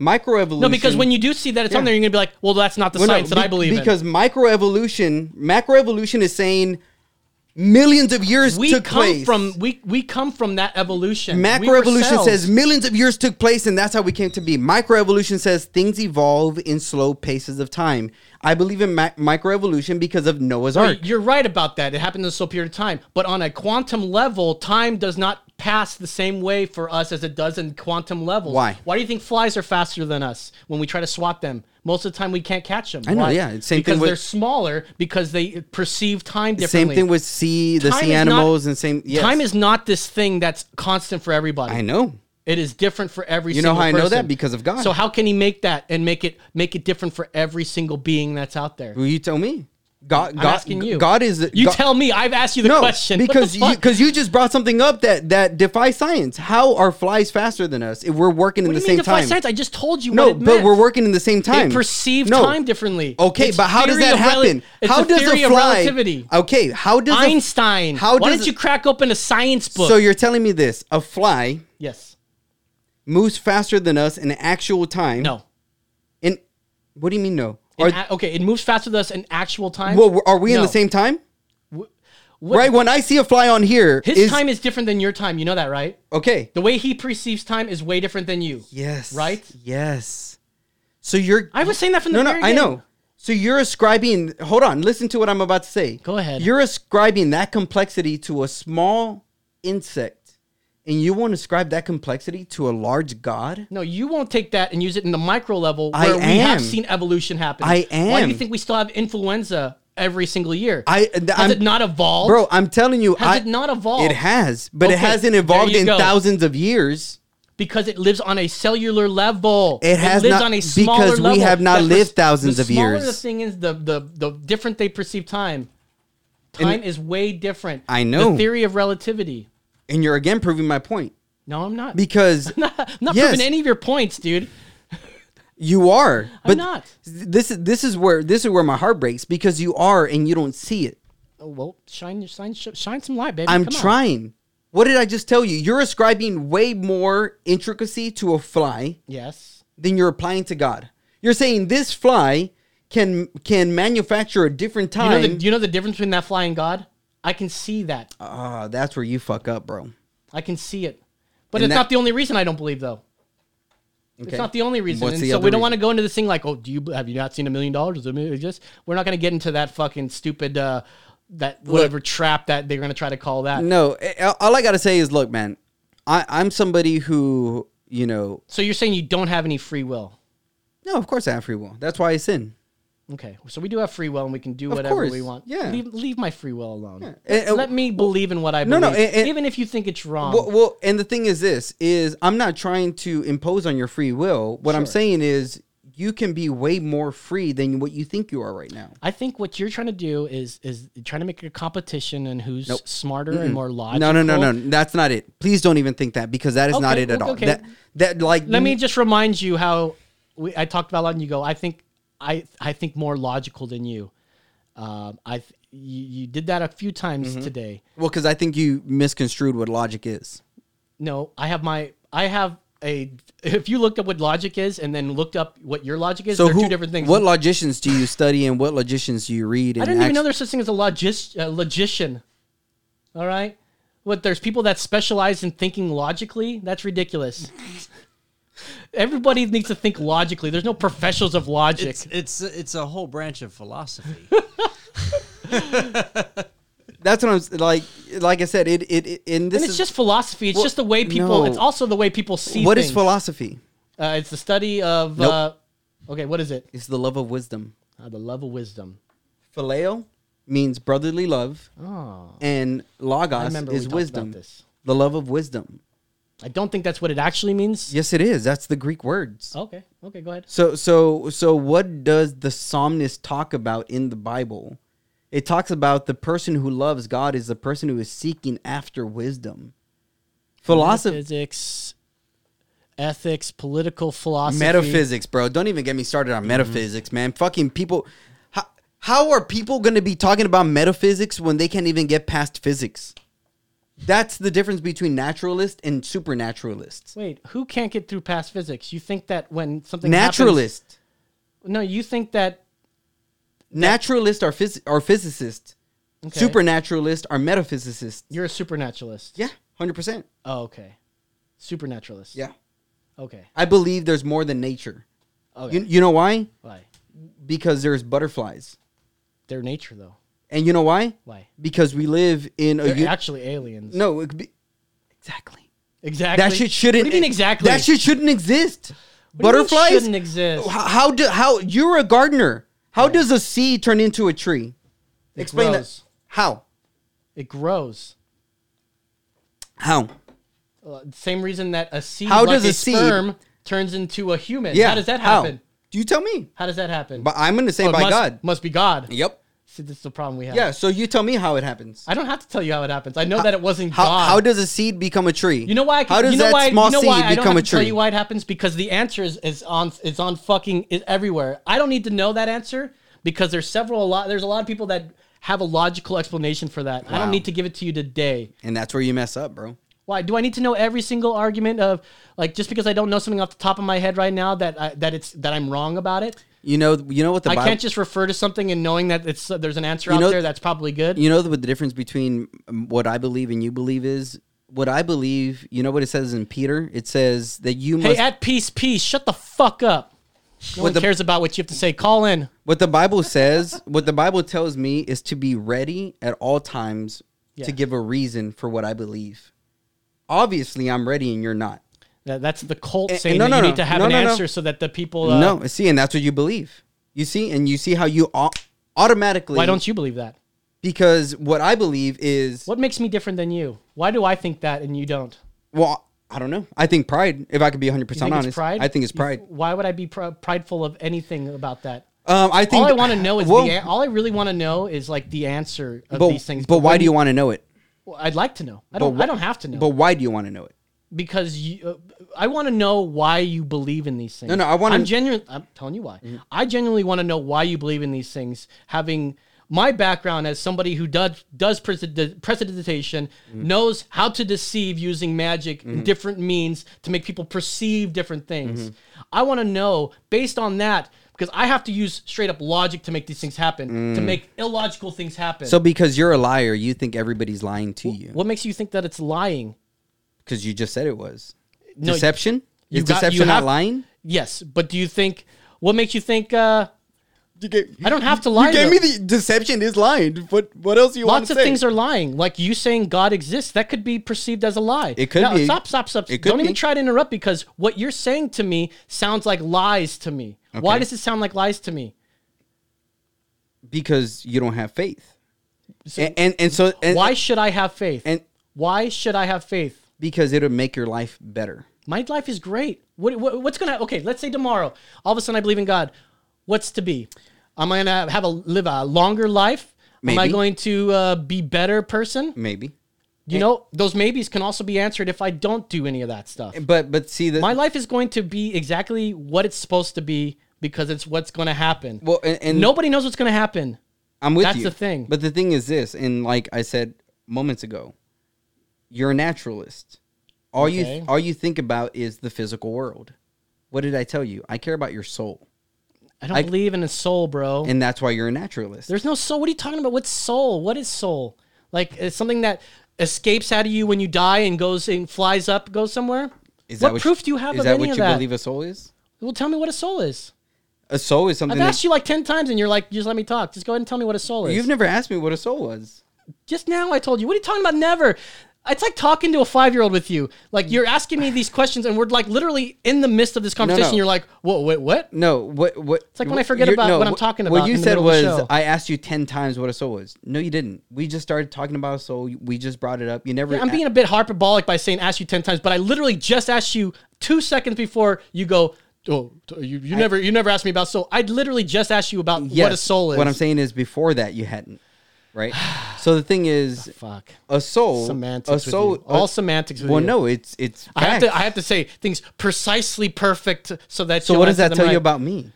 [SPEAKER 3] Microevolution.
[SPEAKER 1] No, because when you do see that it's on
[SPEAKER 3] Yeah.
[SPEAKER 1] there, you're gonna be like, "Well, that's not the
[SPEAKER 3] Well, no,
[SPEAKER 1] science that
[SPEAKER 3] be-
[SPEAKER 1] I believe in."
[SPEAKER 3] because microevolution, macroevolution is saying millions of years
[SPEAKER 1] we
[SPEAKER 3] took
[SPEAKER 1] come
[SPEAKER 3] place.
[SPEAKER 1] from we we come from that evolution. We were
[SPEAKER 3] macroevolution
[SPEAKER 1] cells.
[SPEAKER 3] says millions of years took place and that's how we came to be. Microevolution says things evolve in slow paces of time. I believe in ma- microevolution because of Noah's
[SPEAKER 1] Wait,
[SPEAKER 3] Ark.
[SPEAKER 1] You're right about that. It happened in a slow period of time. But on a quantum level, time does not pass the same way for us as it does in quantum levels.
[SPEAKER 3] Why?
[SPEAKER 1] Why do you think flies are faster than us when we try to swat them? Most of the time, we can't catch them.
[SPEAKER 3] I know,
[SPEAKER 1] Why?
[SPEAKER 3] yeah. Same thing
[SPEAKER 1] because
[SPEAKER 3] with-
[SPEAKER 1] they're smaller because they perceive time
[SPEAKER 3] Same
[SPEAKER 1] differently.
[SPEAKER 3] thing with sea, the
[SPEAKER 1] Time
[SPEAKER 3] sea
[SPEAKER 1] is not-
[SPEAKER 3] animals, and same. Yes.
[SPEAKER 1] Time is not this thing that's constant for everybody.
[SPEAKER 3] I know.
[SPEAKER 1] It is different for every.
[SPEAKER 3] You know
[SPEAKER 1] single
[SPEAKER 3] how I know that?
[SPEAKER 1] person.
[SPEAKER 3] Because of God.
[SPEAKER 1] So how can He make that and make it make it different for every single being that's out there?
[SPEAKER 3] Will you tell me? God, God,
[SPEAKER 1] asking you.
[SPEAKER 3] God is the-
[SPEAKER 1] You
[SPEAKER 3] God-
[SPEAKER 1] tell me. I've asked you the
[SPEAKER 3] no
[SPEAKER 1] question. What the
[SPEAKER 3] because you
[SPEAKER 1] fuck?
[SPEAKER 3] because you just brought something up that that defies science. How are flies faster than us if we're working in
[SPEAKER 1] What do
[SPEAKER 3] the
[SPEAKER 1] you
[SPEAKER 3] same
[SPEAKER 1] mean defy
[SPEAKER 3] time?
[SPEAKER 1] science? I just told you
[SPEAKER 3] no,
[SPEAKER 1] what it
[SPEAKER 3] but
[SPEAKER 1] meant.
[SPEAKER 3] we're working in the same time.
[SPEAKER 1] They perceive
[SPEAKER 3] No.
[SPEAKER 1] time differently.
[SPEAKER 3] Okay,
[SPEAKER 1] It's
[SPEAKER 3] but how does
[SPEAKER 1] theory
[SPEAKER 3] that
[SPEAKER 1] of rela-
[SPEAKER 3] happen?
[SPEAKER 1] it's
[SPEAKER 3] how
[SPEAKER 1] the
[SPEAKER 3] does
[SPEAKER 1] theory
[SPEAKER 3] a
[SPEAKER 1] of
[SPEAKER 3] fly?
[SPEAKER 1] relativity?
[SPEAKER 3] Okay, how does a-
[SPEAKER 1] Einstein.
[SPEAKER 3] how
[SPEAKER 1] Why
[SPEAKER 3] does
[SPEAKER 1] don't
[SPEAKER 3] a-
[SPEAKER 1] you crack open a science book?
[SPEAKER 3] So you're telling me this: a fly
[SPEAKER 1] yes.
[SPEAKER 3] moves faster than us in actual time.
[SPEAKER 1] No.
[SPEAKER 3] In what do you mean no?
[SPEAKER 1] In
[SPEAKER 3] Are,
[SPEAKER 1] a- okay, it moves faster than us in actual time.
[SPEAKER 3] well, are we in
[SPEAKER 1] No.
[SPEAKER 3] the same time?
[SPEAKER 1] What-
[SPEAKER 3] right when I see a fly on here,
[SPEAKER 1] His
[SPEAKER 3] is-
[SPEAKER 1] time is different than your time. You know that, right?
[SPEAKER 3] okay.
[SPEAKER 1] The way he perceives time is way different than you.
[SPEAKER 3] Yes.
[SPEAKER 1] Right?
[SPEAKER 3] Yes. So you're
[SPEAKER 1] I was saying that from the
[SPEAKER 3] no, no,
[SPEAKER 1] very
[SPEAKER 3] I
[SPEAKER 1] beginning.
[SPEAKER 3] know. So you're ascribing. Hold on, listen to what I'm about to say.
[SPEAKER 1] Go ahead.
[SPEAKER 3] You're ascribing that complexity to a small insect, and you won't ascribe that complexity to a large god.
[SPEAKER 1] No, you won't take that and use it in the micro level
[SPEAKER 3] I
[SPEAKER 1] where we have
[SPEAKER 3] am.
[SPEAKER 1] seen evolution happen.
[SPEAKER 3] I
[SPEAKER 1] Why do you
[SPEAKER 3] am.
[SPEAKER 1] think we still have influenza every single year?
[SPEAKER 3] I
[SPEAKER 1] Has
[SPEAKER 3] I'm,
[SPEAKER 1] it not evolved?
[SPEAKER 3] bro. I'm telling you,
[SPEAKER 1] Has
[SPEAKER 3] I,
[SPEAKER 1] it not evolved?
[SPEAKER 3] It has, but it
[SPEAKER 1] Okay,
[SPEAKER 3] hasn't
[SPEAKER 1] there
[SPEAKER 3] evolved
[SPEAKER 1] you
[SPEAKER 3] in
[SPEAKER 1] go.
[SPEAKER 3] thousands of years.
[SPEAKER 1] because it lives on a cellular level.
[SPEAKER 3] It has
[SPEAKER 1] lives
[SPEAKER 3] not-
[SPEAKER 1] on a smaller
[SPEAKER 3] because we
[SPEAKER 1] level.
[SPEAKER 3] have not
[SPEAKER 1] That's
[SPEAKER 3] lived
[SPEAKER 1] the-
[SPEAKER 3] thousands
[SPEAKER 1] the
[SPEAKER 3] of
[SPEAKER 1] smaller
[SPEAKER 3] years.
[SPEAKER 1] The thing is, the the the different they perceive time. Time is way different.
[SPEAKER 3] I know.
[SPEAKER 1] the theory of relativity.
[SPEAKER 3] And you're again proving my point
[SPEAKER 1] No, I'm not.
[SPEAKER 3] because
[SPEAKER 1] I'm not
[SPEAKER 3] Yes.
[SPEAKER 1] proving any of your points, dude.
[SPEAKER 3] you are. But
[SPEAKER 1] not.
[SPEAKER 3] This is this is where this is where my heart breaks because you are and you don't see it.
[SPEAKER 1] Oh, well, shine your shine, shine some light, baby.
[SPEAKER 3] I'm
[SPEAKER 1] Come on.
[SPEAKER 3] trying. What did I just tell you? You're ascribing way more intricacy to a fly
[SPEAKER 1] Yes.
[SPEAKER 3] than you're applying to God. You're saying this fly can can manufacture a different
[SPEAKER 1] You know,
[SPEAKER 3] time.
[SPEAKER 1] the, you know the difference between that fly and God? I can see that.
[SPEAKER 3] Ah, that's where you fuck up, bro.
[SPEAKER 1] I can see it. But
[SPEAKER 3] And
[SPEAKER 1] it's
[SPEAKER 3] that-
[SPEAKER 1] not the only reason I don't believe, though.
[SPEAKER 3] Okay.
[SPEAKER 1] It's not the only reason.
[SPEAKER 3] What's
[SPEAKER 1] and
[SPEAKER 3] the
[SPEAKER 1] so we
[SPEAKER 3] other
[SPEAKER 1] don't want to
[SPEAKER 3] reason?
[SPEAKER 1] go into this thing like, oh, do you have you not seen a million dollars? Does it mean it Just we're not going to get into that fucking stupid uh, that whatever trap that they're going to try to call that.
[SPEAKER 3] No, a- all I gotta say is, look, man, I, I'm somebody who, you know,
[SPEAKER 1] So you're saying you don't have any free will?
[SPEAKER 3] no, of course I have free will. That's why I sin.
[SPEAKER 1] Okay, so we do have free will, and we can do whatever
[SPEAKER 3] course,
[SPEAKER 1] we want.
[SPEAKER 3] yeah.
[SPEAKER 1] leave, leave my free will alone.
[SPEAKER 3] And- and-
[SPEAKER 1] Let me believe in what I
[SPEAKER 3] No,
[SPEAKER 1] believe,
[SPEAKER 3] no, and- and-
[SPEAKER 1] even if you think it's wrong.
[SPEAKER 3] Well, well, and the thing is, this is I'm not trying to impose on your free will. What I'm saying is, you can be way more free than what you think you are right now.
[SPEAKER 1] I think what you're trying to do is is trying to make a competition and who's smarter and more logical.
[SPEAKER 3] No, no, no, no, that's not it. Please don't even think that because that is not
[SPEAKER 1] Okay,
[SPEAKER 3] it at all.
[SPEAKER 1] okay.
[SPEAKER 3] That that like
[SPEAKER 1] Let me just remind you how we, I talked about a lot, and you go, I think I I think more logical than you. Um, I th- you, you did that a few times
[SPEAKER 3] Mm-hmm.
[SPEAKER 1] today.
[SPEAKER 3] well because I think you misconstrued what logic is.
[SPEAKER 1] No, I have my I have a. If you looked up what logic is and then looked up what your logic is,
[SPEAKER 3] So
[SPEAKER 1] they're
[SPEAKER 3] who,
[SPEAKER 1] two different things.
[SPEAKER 3] What logicians do you study and what logicians do you read? And
[SPEAKER 1] I didn't even know
[SPEAKER 3] act-
[SPEAKER 1] there's such thing as a logis- uh, logician. All right, what there's people that specialize in thinking logically. That's ridiculous. Everybody needs to think logically. There's no professionals of logic.
[SPEAKER 4] It's it's it's a whole branch of philosophy.
[SPEAKER 3] That's what I'm s- like. Like I said, it it, it and this
[SPEAKER 1] and it's
[SPEAKER 3] is
[SPEAKER 1] just philosophy. It's just the way people.
[SPEAKER 3] no.
[SPEAKER 1] It's also the way people see.
[SPEAKER 3] What is
[SPEAKER 1] things.
[SPEAKER 3] philosophy?
[SPEAKER 1] Uh, it's the study of.
[SPEAKER 3] Nope.
[SPEAKER 1] Uh, okay, what is it?
[SPEAKER 3] It's the love of wisdom.
[SPEAKER 1] Uh, the love of wisdom.
[SPEAKER 3] Phileo means brotherly love,
[SPEAKER 1] Oh,
[SPEAKER 3] and
[SPEAKER 1] I
[SPEAKER 3] logos
[SPEAKER 1] remember we
[SPEAKER 3] is
[SPEAKER 1] talked
[SPEAKER 3] wisdom.
[SPEAKER 1] About this.
[SPEAKER 3] The love of wisdom.
[SPEAKER 1] I don't think that's what it actually means.
[SPEAKER 3] Yes, it is. That's the Greek words.
[SPEAKER 1] Okay. Okay. Go ahead.
[SPEAKER 3] So so so what does the psalmist talk about in the Bible? It talks about the person who loves God is the person who is seeking after wisdom. Philosophy
[SPEAKER 1] Physics, ethics, political philosophy.
[SPEAKER 3] metaphysics, bro. Don't even get me started
[SPEAKER 1] Mm-hmm.
[SPEAKER 3] on metaphysics, man. Fucking people how, how are people going to be talking about metaphysics when they can't even get past physics? That's the difference between naturalist and supernaturalist.
[SPEAKER 1] Wait, who can't get through past physics? You think that when something
[SPEAKER 3] Naturalist.
[SPEAKER 1] happens- no, you think that
[SPEAKER 3] Naturalists are phys- are physicists.
[SPEAKER 1] Okay.
[SPEAKER 3] Supernaturalists are metaphysicists.
[SPEAKER 1] you're a supernaturalist.
[SPEAKER 3] Yeah, hundred percent.
[SPEAKER 1] Oh, okay. Supernaturalist.
[SPEAKER 3] Yeah,
[SPEAKER 1] Okay.
[SPEAKER 3] I believe there's more than nature.
[SPEAKER 1] Okay.
[SPEAKER 3] You, you know why?
[SPEAKER 1] Why?
[SPEAKER 3] Because there's butterflies,
[SPEAKER 1] They're nature though.
[SPEAKER 3] and you know why?
[SPEAKER 1] Why?
[SPEAKER 3] Because we live in a
[SPEAKER 1] They're
[SPEAKER 3] u-
[SPEAKER 1] actually aliens.
[SPEAKER 3] no. It could be, exactly.
[SPEAKER 1] Exactly.
[SPEAKER 3] Mm. That shit shouldn't. e-
[SPEAKER 1] What do you mean exactly?
[SPEAKER 3] That shit shouldn't exist.
[SPEAKER 1] What do you mean
[SPEAKER 3] Butterflies Oh,
[SPEAKER 1] shouldn't exist.
[SPEAKER 3] How, how do how you're a gardener? How does a seed turn into a tree?
[SPEAKER 1] It
[SPEAKER 3] Explain
[SPEAKER 1] grows.
[SPEAKER 3] that. How?
[SPEAKER 1] It grows.
[SPEAKER 3] How?
[SPEAKER 1] Uh, same reason that a seed,
[SPEAKER 3] How
[SPEAKER 1] like
[SPEAKER 3] does
[SPEAKER 1] a,
[SPEAKER 3] a seed-
[SPEAKER 1] sperm, turns into a human.
[SPEAKER 3] Yeah.
[SPEAKER 1] How does that
[SPEAKER 3] how?
[SPEAKER 1] happen?
[SPEAKER 3] Do you tell me?
[SPEAKER 1] How does that happen?
[SPEAKER 3] But I'm gonna say
[SPEAKER 1] Oh, it
[SPEAKER 3] by
[SPEAKER 1] must,
[SPEAKER 3] God.
[SPEAKER 1] must be God.
[SPEAKER 3] Yep.
[SPEAKER 1] See, this is the problem we have.
[SPEAKER 3] Yeah, so you tell me how it happens.
[SPEAKER 1] I don't have to tell you how it happens. I know that it wasn't
[SPEAKER 3] How,
[SPEAKER 1] God.
[SPEAKER 3] how does a seed become a tree?
[SPEAKER 1] you know why? I can,
[SPEAKER 3] how does
[SPEAKER 1] you know
[SPEAKER 3] that
[SPEAKER 1] why,
[SPEAKER 3] small
[SPEAKER 1] you know
[SPEAKER 3] seed
[SPEAKER 1] why I don't
[SPEAKER 3] become
[SPEAKER 1] have
[SPEAKER 3] a
[SPEAKER 1] to tell
[SPEAKER 3] tree?
[SPEAKER 1] you why it happens because the answer is, is on it's on fucking is everywhere. I don't need to know that answer because there's several a lot there's a lot of people that have a logical explanation for that. I don't need to give it to you today.
[SPEAKER 3] and that's where you mess up, bro.
[SPEAKER 1] Why do I need to know every single argument of like just because I don't know something off the top of my head right now that I, that it's that I'm wrong about it?
[SPEAKER 3] You know, you know what the
[SPEAKER 1] I
[SPEAKER 3] Bible,
[SPEAKER 1] can't just refer to something and knowing that it's there's an answer
[SPEAKER 3] You
[SPEAKER 1] out
[SPEAKER 3] know-
[SPEAKER 1] there that's probably good.
[SPEAKER 3] You know what the difference between um, what I believe and you believe is? What I believe, you know what it says in Peter? It says that you
[SPEAKER 1] hey,
[SPEAKER 3] must
[SPEAKER 1] at peace, peace. Shut the fuck up. No one
[SPEAKER 3] the-
[SPEAKER 1] cares about what you have to say. Call in.
[SPEAKER 3] What the Bible says, what the Bible tells me is to be ready at all times
[SPEAKER 1] Yeah.
[SPEAKER 3] to give a reason for what I believe. Obviously, I'm ready and you're not.
[SPEAKER 1] That- That's the cult
[SPEAKER 3] Eh, eh,
[SPEAKER 1] saying
[SPEAKER 3] no,
[SPEAKER 1] that
[SPEAKER 3] no,
[SPEAKER 1] you
[SPEAKER 3] no.
[SPEAKER 1] need to have
[SPEAKER 3] No,
[SPEAKER 1] an
[SPEAKER 3] no, no.
[SPEAKER 1] answer so that the people. Uh,
[SPEAKER 3] no, see, and that's what you believe. You see, and you see how you au- automatically.
[SPEAKER 1] Why don't you believe that?
[SPEAKER 3] Because what I believe is,
[SPEAKER 1] What makes me different than you? Why do I think that and you don't?
[SPEAKER 3] well, I don't know. I think pride, if I could be 100%
[SPEAKER 1] You think
[SPEAKER 3] honest.
[SPEAKER 1] it's pride?
[SPEAKER 3] I think it's
[SPEAKER 1] You-
[SPEAKER 3] pride.
[SPEAKER 1] why would I be pr- prideful of anything about that?
[SPEAKER 3] Um, I think
[SPEAKER 1] all I want to know is
[SPEAKER 3] Well,
[SPEAKER 1] the. an- All I really want to know is like the answer of
[SPEAKER 3] but,
[SPEAKER 1] these things.
[SPEAKER 3] But why
[SPEAKER 1] when-
[SPEAKER 3] do you want to know it?
[SPEAKER 1] well, I'd like to know. I don't.
[SPEAKER 3] wh-
[SPEAKER 1] I don't have to know.
[SPEAKER 3] But why do you want to know it?
[SPEAKER 1] because you, uh, I want to know why you believe in these things.
[SPEAKER 3] No, no, I wanna- Mm-hmm.
[SPEAKER 1] I'm genuine. I'm telling you why. I genuinely want to know why you believe in these things. Having my background as somebody who does does preced- precedentation
[SPEAKER 3] Mm-hmm.
[SPEAKER 1] knows how to deceive using magic and different means to make people perceive different things.
[SPEAKER 3] Mm-hmm.
[SPEAKER 1] I want to know based on that because I have to use straight up logic to make these things happen, to make illogical things happen.
[SPEAKER 3] Mm. So because you're a liar, you think everybody's lying to you.
[SPEAKER 1] what makes you think that it's lying?
[SPEAKER 3] Because you just said it was.
[SPEAKER 1] No,
[SPEAKER 3] deception?
[SPEAKER 1] you
[SPEAKER 3] Is
[SPEAKER 1] got- you
[SPEAKER 3] deception not
[SPEAKER 1] have-
[SPEAKER 3] lying?
[SPEAKER 1] Yes, but do you think what makes you think uh
[SPEAKER 3] You gave,
[SPEAKER 1] I don't have to lie? though.
[SPEAKER 3] the deception is lying. What what else you
[SPEAKER 1] Lots of things are lying. Like you saying God exists, that could be perceived as a lie.
[SPEAKER 3] It could
[SPEAKER 1] Now,
[SPEAKER 3] be.
[SPEAKER 1] Stop, stop, stop.
[SPEAKER 3] It could
[SPEAKER 1] Don't even
[SPEAKER 3] be.
[SPEAKER 1] try to interrupt because what you're saying to me sounds like lies to me. Why does it sound like lies to me?
[SPEAKER 3] because you don't have faith. and, and and so and,
[SPEAKER 1] Why should I have faith?
[SPEAKER 3] and
[SPEAKER 1] Why should I have faith?
[SPEAKER 3] because it'll make your life better.
[SPEAKER 1] My life is great. What, what what's gonna okay? Let's say tomorrow, all of a sudden I believe in God. What's to be? Am I gonna have a live a longer life? Am I
[SPEAKER 3] Maybe.
[SPEAKER 1] going to uh, be better person?
[SPEAKER 3] Maybe.
[SPEAKER 1] You know, those maybes can also be answered if I don't do any of that stuff.
[SPEAKER 3] But but see the
[SPEAKER 1] My life is going to be exactly what it's supposed to be because it's what's going to happen.
[SPEAKER 3] well and, and
[SPEAKER 1] Nobody knows what's going to happen.
[SPEAKER 3] I'm with
[SPEAKER 1] That's
[SPEAKER 3] you.
[SPEAKER 1] the thing.
[SPEAKER 3] But the thing is this, and like I said moments ago, you're a naturalist. All
[SPEAKER 1] Okay.
[SPEAKER 3] you all you think about is the physical world. What did I tell you? I care about your soul,
[SPEAKER 1] I don't
[SPEAKER 3] I-
[SPEAKER 1] believe in a soul, bro.
[SPEAKER 3] and that's why you're a naturalist.
[SPEAKER 1] There's no soul. What are you talking about? What's soul? What is soul? Like it's something that escapes out of you when you die and goes and flies up, goes somewhere.
[SPEAKER 3] Is
[SPEAKER 1] what
[SPEAKER 3] that what
[SPEAKER 1] proof do you have
[SPEAKER 3] Is
[SPEAKER 1] of
[SPEAKER 3] that
[SPEAKER 1] any
[SPEAKER 3] what
[SPEAKER 1] of
[SPEAKER 3] you
[SPEAKER 1] that?
[SPEAKER 3] believe a soul is?
[SPEAKER 1] Well, tell me what a soul is.
[SPEAKER 3] A soul is
[SPEAKER 1] I've
[SPEAKER 3] something.
[SPEAKER 1] asked
[SPEAKER 3] That,
[SPEAKER 1] you like ten times, and you're like, just let me talk. Just go ahead and tell me what a soul is.
[SPEAKER 3] you've never asked me what a soul was.
[SPEAKER 1] Just now I told you. What are you talking about? Never. It's like talking to a five year old with you. Like you're asking me these questions, and we're like literally in the midst of this conversation. You're like, whoa, wait, what?
[SPEAKER 3] No, what what? It's
[SPEAKER 1] like when I forget about what I'm talking about
[SPEAKER 3] What you
[SPEAKER 1] in the
[SPEAKER 3] said
[SPEAKER 1] middle of the
[SPEAKER 3] was
[SPEAKER 1] show.
[SPEAKER 3] I asked you ten times what a soul was. No, you didn't. We just started talking about a soul. We just brought it up. You never.
[SPEAKER 1] Yeah, I'm
[SPEAKER 3] a-
[SPEAKER 1] being a bit hyperbolic by saying ask you ten times, but I literally just asked you two seconds before you go. Oh, t- you, you never you never asked me about soul. I literally just asked you about what a
[SPEAKER 3] Yes,
[SPEAKER 1] soul is.
[SPEAKER 3] What I'm saying is before that you hadn't, right? so the thing is,
[SPEAKER 1] fuck
[SPEAKER 3] a soul,
[SPEAKER 1] semantics.
[SPEAKER 3] a
[SPEAKER 1] with
[SPEAKER 3] soul,
[SPEAKER 1] you. all
[SPEAKER 3] a-
[SPEAKER 1] semantics. With
[SPEAKER 3] Well,
[SPEAKER 1] you.
[SPEAKER 3] no, it's it's.
[SPEAKER 1] I have
[SPEAKER 3] facts.
[SPEAKER 1] to I have to say things precisely perfect so that
[SPEAKER 3] so
[SPEAKER 1] you'll
[SPEAKER 3] what does
[SPEAKER 1] answer
[SPEAKER 3] that
[SPEAKER 1] them
[SPEAKER 3] tell
[SPEAKER 1] right.
[SPEAKER 3] you about me?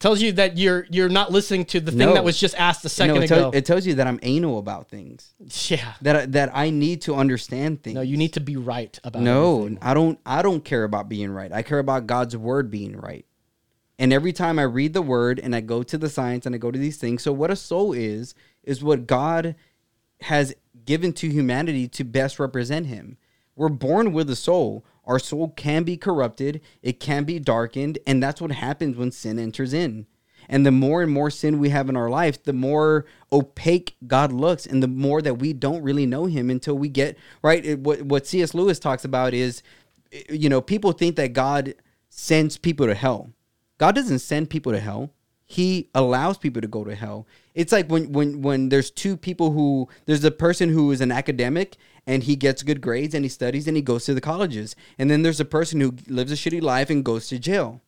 [SPEAKER 1] Tells you that you're you're not listening to the thing
[SPEAKER 3] No.
[SPEAKER 1] that was just asked a second
[SPEAKER 3] no, it,
[SPEAKER 1] ago.
[SPEAKER 3] tell, it tells you that I'm anal about things.
[SPEAKER 1] Yeah.
[SPEAKER 3] That I- that I need to understand things.
[SPEAKER 1] No, you need to be right about
[SPEAKER 3] No,
[SPEAKER 1] everything.
[SPEAKER 3] I don't. I don't care about being right. I care about God's word being right. And every time I read the word and I go to the science and I go to these things, so what a soul is is what God has given to humanity to best represent Him. We're born with a soul. Our soul can be corrupted. It can be darkened, and that's what happens when sin enters in. And the more and more sin we have in our life, the more opaque God looks, and the more that we don't really know Him until we get right. It- what what C.S. Lewis talks about is, eh, you know, people think that God sends people to hell. God doesn't send people to hell. He allows people to go to hell. It's like when when when there's two people who there's the person who is an academic and he gets good grades and he studies and he goes to the colleges. And then there's a person who lives a shitty life and goes to jail.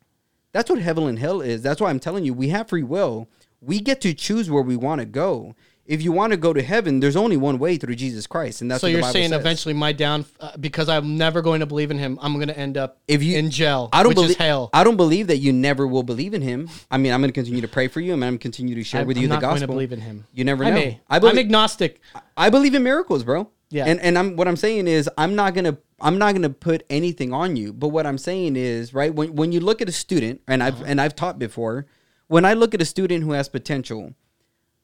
[SPEAKER 3] That's what heaven and hell is. That's why I'm telling you, we have free will. we get to choose where we want to go. If you want to go to heaven, there's only one way through Jesus Christ, and that's
[SPEAKER 1] So
[SPEAKER 3] what
[SPEAKER 1] you're
[SPEAKER 3] the Bible
[SPEAKER 1] saying
[SPEAKER 3] says.
[SPEAKER 1] eventually my down uh, because I'm never going to believe in him. I'm going to end up
[SPEAKER 3] if you
[SPEAKER 1] in jail.
[SPEAKER 3] I don't
[SPEAKER 1] which
[SPEAKER 3] believe
[SPEAKER 1] is hell.
[SPEAKER 3] I don't believe that you never will believe in him. I mean, I'm going to continue to pray for you, and I'm going to continue to share
[SPEAKER 1] I'm-
[SPEAKER 3] with you
[SPEAKER 1] I'm
[SPEAKER 3] the
[SPEAKER 1] not
[SPEAKER 3] gospel.
[SPEAKER 1] going to believe in him.
[SPEAKER 3] You never know.
[SPEAKER 1] I
[SPEAKER 3] I,
[SPEAKER 1] may.
[SPEAKER 3] believe,
[SPEAKER 1] I'm agnostic.
[SPEAKER 3] I believe in miracles, bro.
[SPEAKER 1] Yeah.
[SPEAKER 3] And and I'm what I'm saying is I'm not gonna I'm not gonna put anything on you. But what I'm saying is right when when you look at a student and I've and I've taught before, when I look at a student who has potential,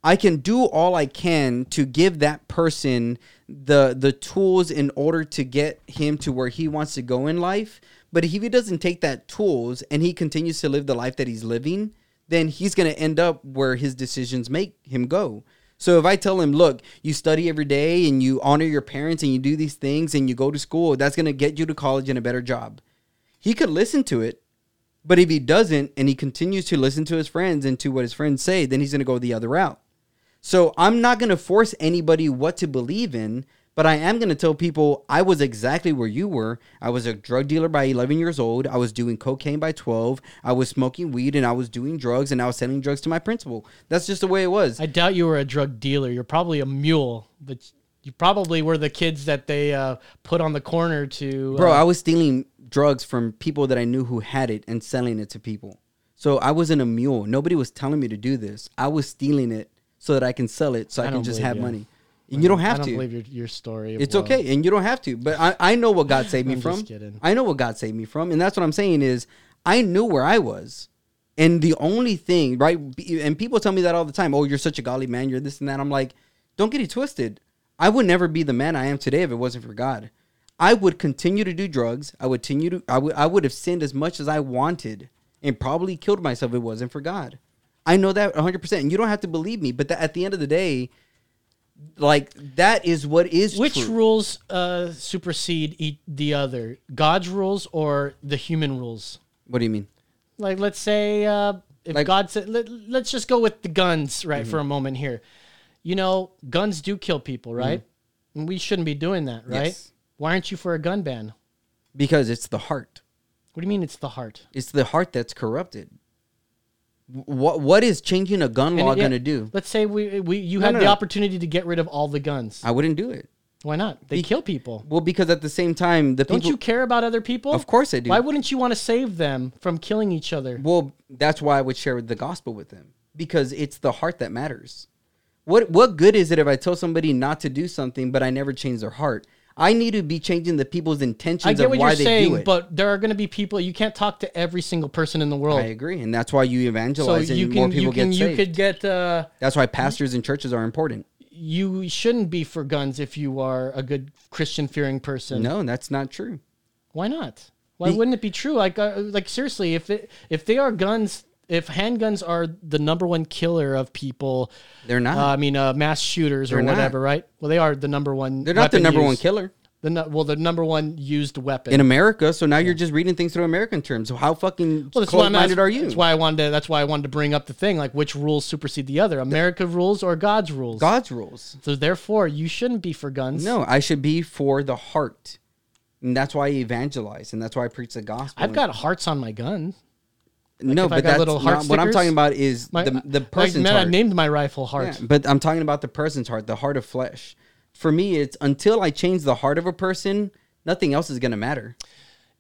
[SPEAKER 3] I can do all I can to give that person the the tools in order to get him to where he wants to go in life. But if he doesn't take that tools and he continues to live the life that he's living, then he's going to end up where his decisions make him go. So if I tell him, look, you study every day and you honor your parents and you do these things and you go to school, that's going to get you to college and a better job. He could listen to it, but if he doesn't and he continues to listen to his friends and to what his friends say, then he's going to go the other route. So I'm not going to force anybody what to believe in, but I am going to tell people I was exactly where you were. I was a drug dealer by 11 years old. I was doing cocaine by 12. I was smoking weed and I was doing drugs and I was selling drugs to my principal. That's just the way it was.
[SPEAKER 1] I doubt you were a drug dealer. You're probably a mule. That you probably were the kids that they uh, put on the corner to.
[SPEAKER 3] Bro,
[SPEAKER 1] uh,
[SPEAKER 3] I was stealing drugs from people that I knew who had it and selling it to people. So I wasn't a mule. Nobody was telling me to do this. I was stealing it so that I can sell it so I, can
[SPEAKER 1] don't
[SPEAKER 3] just
[SPEAKER 1] believe
[SPEAKER 3] have
[SPEAKER 1] you.
[SPEAKER 3] money. And you don't
[SPEAKER 1] I
[SPEAKER 3] have
[SPEAKER 1] don't
[SPEAKER 3] to.
[SPEAKER 1] believe your your story.
[SPEAKER 3] It's
[SPEAKER 1] Well,
[SPEAKER 3] okay, and you don't have to. But I, I know what God saved me
[SPEAKER 1] I'm just
[SPEAKER 3] from.
[SPEAKER 1] kidding.
[SPEAKER 3] I know what God saved me from, and that's what I'm saying is I knew where I was, and the only thing right, and people tell me that all the time. Oh, you're such a godly man. You're this and that. I'm like, don't get it twisted. I would never be the man I am today if it wasn't for God. I would continue to do drugs. I would continue to. I would. I would have sinned as much as I wanted, and probably killed myself if it wasn't for God. I know that 100. percent And you don't have to believe me, but that, at the end of the day. Like that is what is
[SPEAKER 1] Which
[SPEAKER 3] true.
[SPEAKER 1] rules uh, supersede e- the other? God's rules or the human rules?
[SPEAKER 3] What do you mean?
[SPEAKER 1] Like, let's say uh, if
[SPEAKER 3] Like- Mm-hmm.
[SPEAKER 1] God said, let, let's just go with the guns, right, for a moment here. You know, guns do kill people, right? And we shouldn't be doing that, right?
[SPEAKER 3] Mm-hmm. Yes.
[SPEAKER 1] Why aren't you for a gun ban?
[SPEAKER 3] Because it's the heart.
[SPEAKER 1] What do you mean it's the heart?
[SPEAKER 3] It's the heart that's corrupted. What what is changing a gun
[SPEAKER 1] And
[SPEAKER 3] law
[SPEAKER 1] yeah,
[SPEAKER 3] going to do?
[SPEAKER 1] Let's say we, we you had
[SPEAKER 3] no,
[SPEAKER 1] the
[SPEAKER 3] no.
[SPEAKER 1] opportunity to get rid of all the guns.
[SPEAKER 3] I wouldn't do it.
[SPEAKER 1] Why not? They
[SPEAKER 3] Be-
[SPEAKER 1] kill people.
[SPEAKER 3] Well, because at the same time, the
[SPEAKER 1] Don't
[SPEAKER 3] people.
[SPEAKER 1] you care about other people?
[SPEAKER 3] Of course I do.
[SPEAKER 1] Why wouldn't you want to save them from killing each other?
[SPEAKER 3] well, that's why I would share the gospel with them because it's the heart that matters. What what good is it if I tell somebody not to do something, but I never change their heart? I need to be changing the people's
[SPEAKER 1] I
[SPEAKER 3] intentions
[SPEAKER 1] get
[SPEAKER 3] of
[SPEAKER 1] what
[SPEAKER 3] why
[SPEAKER 1] you're
[SPEAKER 3] they do
[SPEAKER 1] saying,
[SPEAKER 3] it.
[SPEAKER 1] but there are going to be people. You can't talk to every single person in the world.
[SPEAKER 3] I agree, and that's why you
[SPEAKER 1] so
[SPEAKER 3] evangelize and
[SPEAKER 1] you
[SPEAKER 3] more
[SPEAKER 1] can,
[SPEAKER 3] people
[SPEAKER 1] you can,
[SPEAKER 3] get
[SPEAKER 1] you
[SPEAKER 3] saved.
[SPEAKER 1] could get. Uh,
[SPEAKER 3] that's why pastors and churches are important.
[SPEAKER 1] you shouldn't be for guns if you are a good Christian fearing person.
[SPEAKER 3] No, that's not true.
[SPEAKER 1] Why not? Why wouldn't it be true? Like, uh, like seriously, if it, if they are guns, if handguns are the number one killer of people,
[SPEAKER 3] They're not.
[SPEAKER 1] Uh, I mean, uh, mass shooters or
[SPEAKER 3] They're not.
[SPEAKER 1] whatever, right? Well, they are the number one.
[SPEAKER 3] They're not the
[SPEAKER 1] weapon
[SPEAKER 3] number one
[SPEAKER 1] used-
[SPEAKER 3] killer.
[SPEAKER 1] The nu- well, the number one used weapon.
[SPEAKER 3] in America. So now you're just reading things through American terms. So how fucking
[SPEAKER 1] Well, that's why I'm ask-
[SPEAKER 3] close-minded are you?
[SPEAKER 1] That's why I wanted. To, that's why I wanted to bring up the thing, like which rules supersede the other: America rules or God's rules.
[SPEAKER 3] God's rules.
[SPEAKER 1] So therefore, you shouldn't be for guns.
[SPEAKER 3] No, I should be for the heart, and that's why I evangelize, and that's why I preach the gospel.
[SPEAKER 1] I've got hearts on my gun.
[SPEAKER 3] no,
[SPEAKER 1] if I
[SPEAKER 3] but
[SPEAKER 1] got
[SPEAKER 3] that's
[SPEAKER 1] little
[SPEAKER 3] not
[SPEAKER 1] heart
[SPEAKER 3] what I'm
[SPEAKER 1] stickers,
[SPEAKER 3] talking about. Is
[SPEAKER 1] My,
[SPEAKER 3] the the
[SPEAKER 1] like,
[SPEAKER 3] person's
[SPEAKER 1] man,
[SPEAKER 3] heart.
[SPEAKER 1] I named my rifle
[SPEAKER 3] Yeah,
[SPEAKER 1] heart.
[SPEAKER 3] but I'm talking about the person's heart, the heart of flesh. For me, it's until I change the heart of a person, nothing else is gonna matter.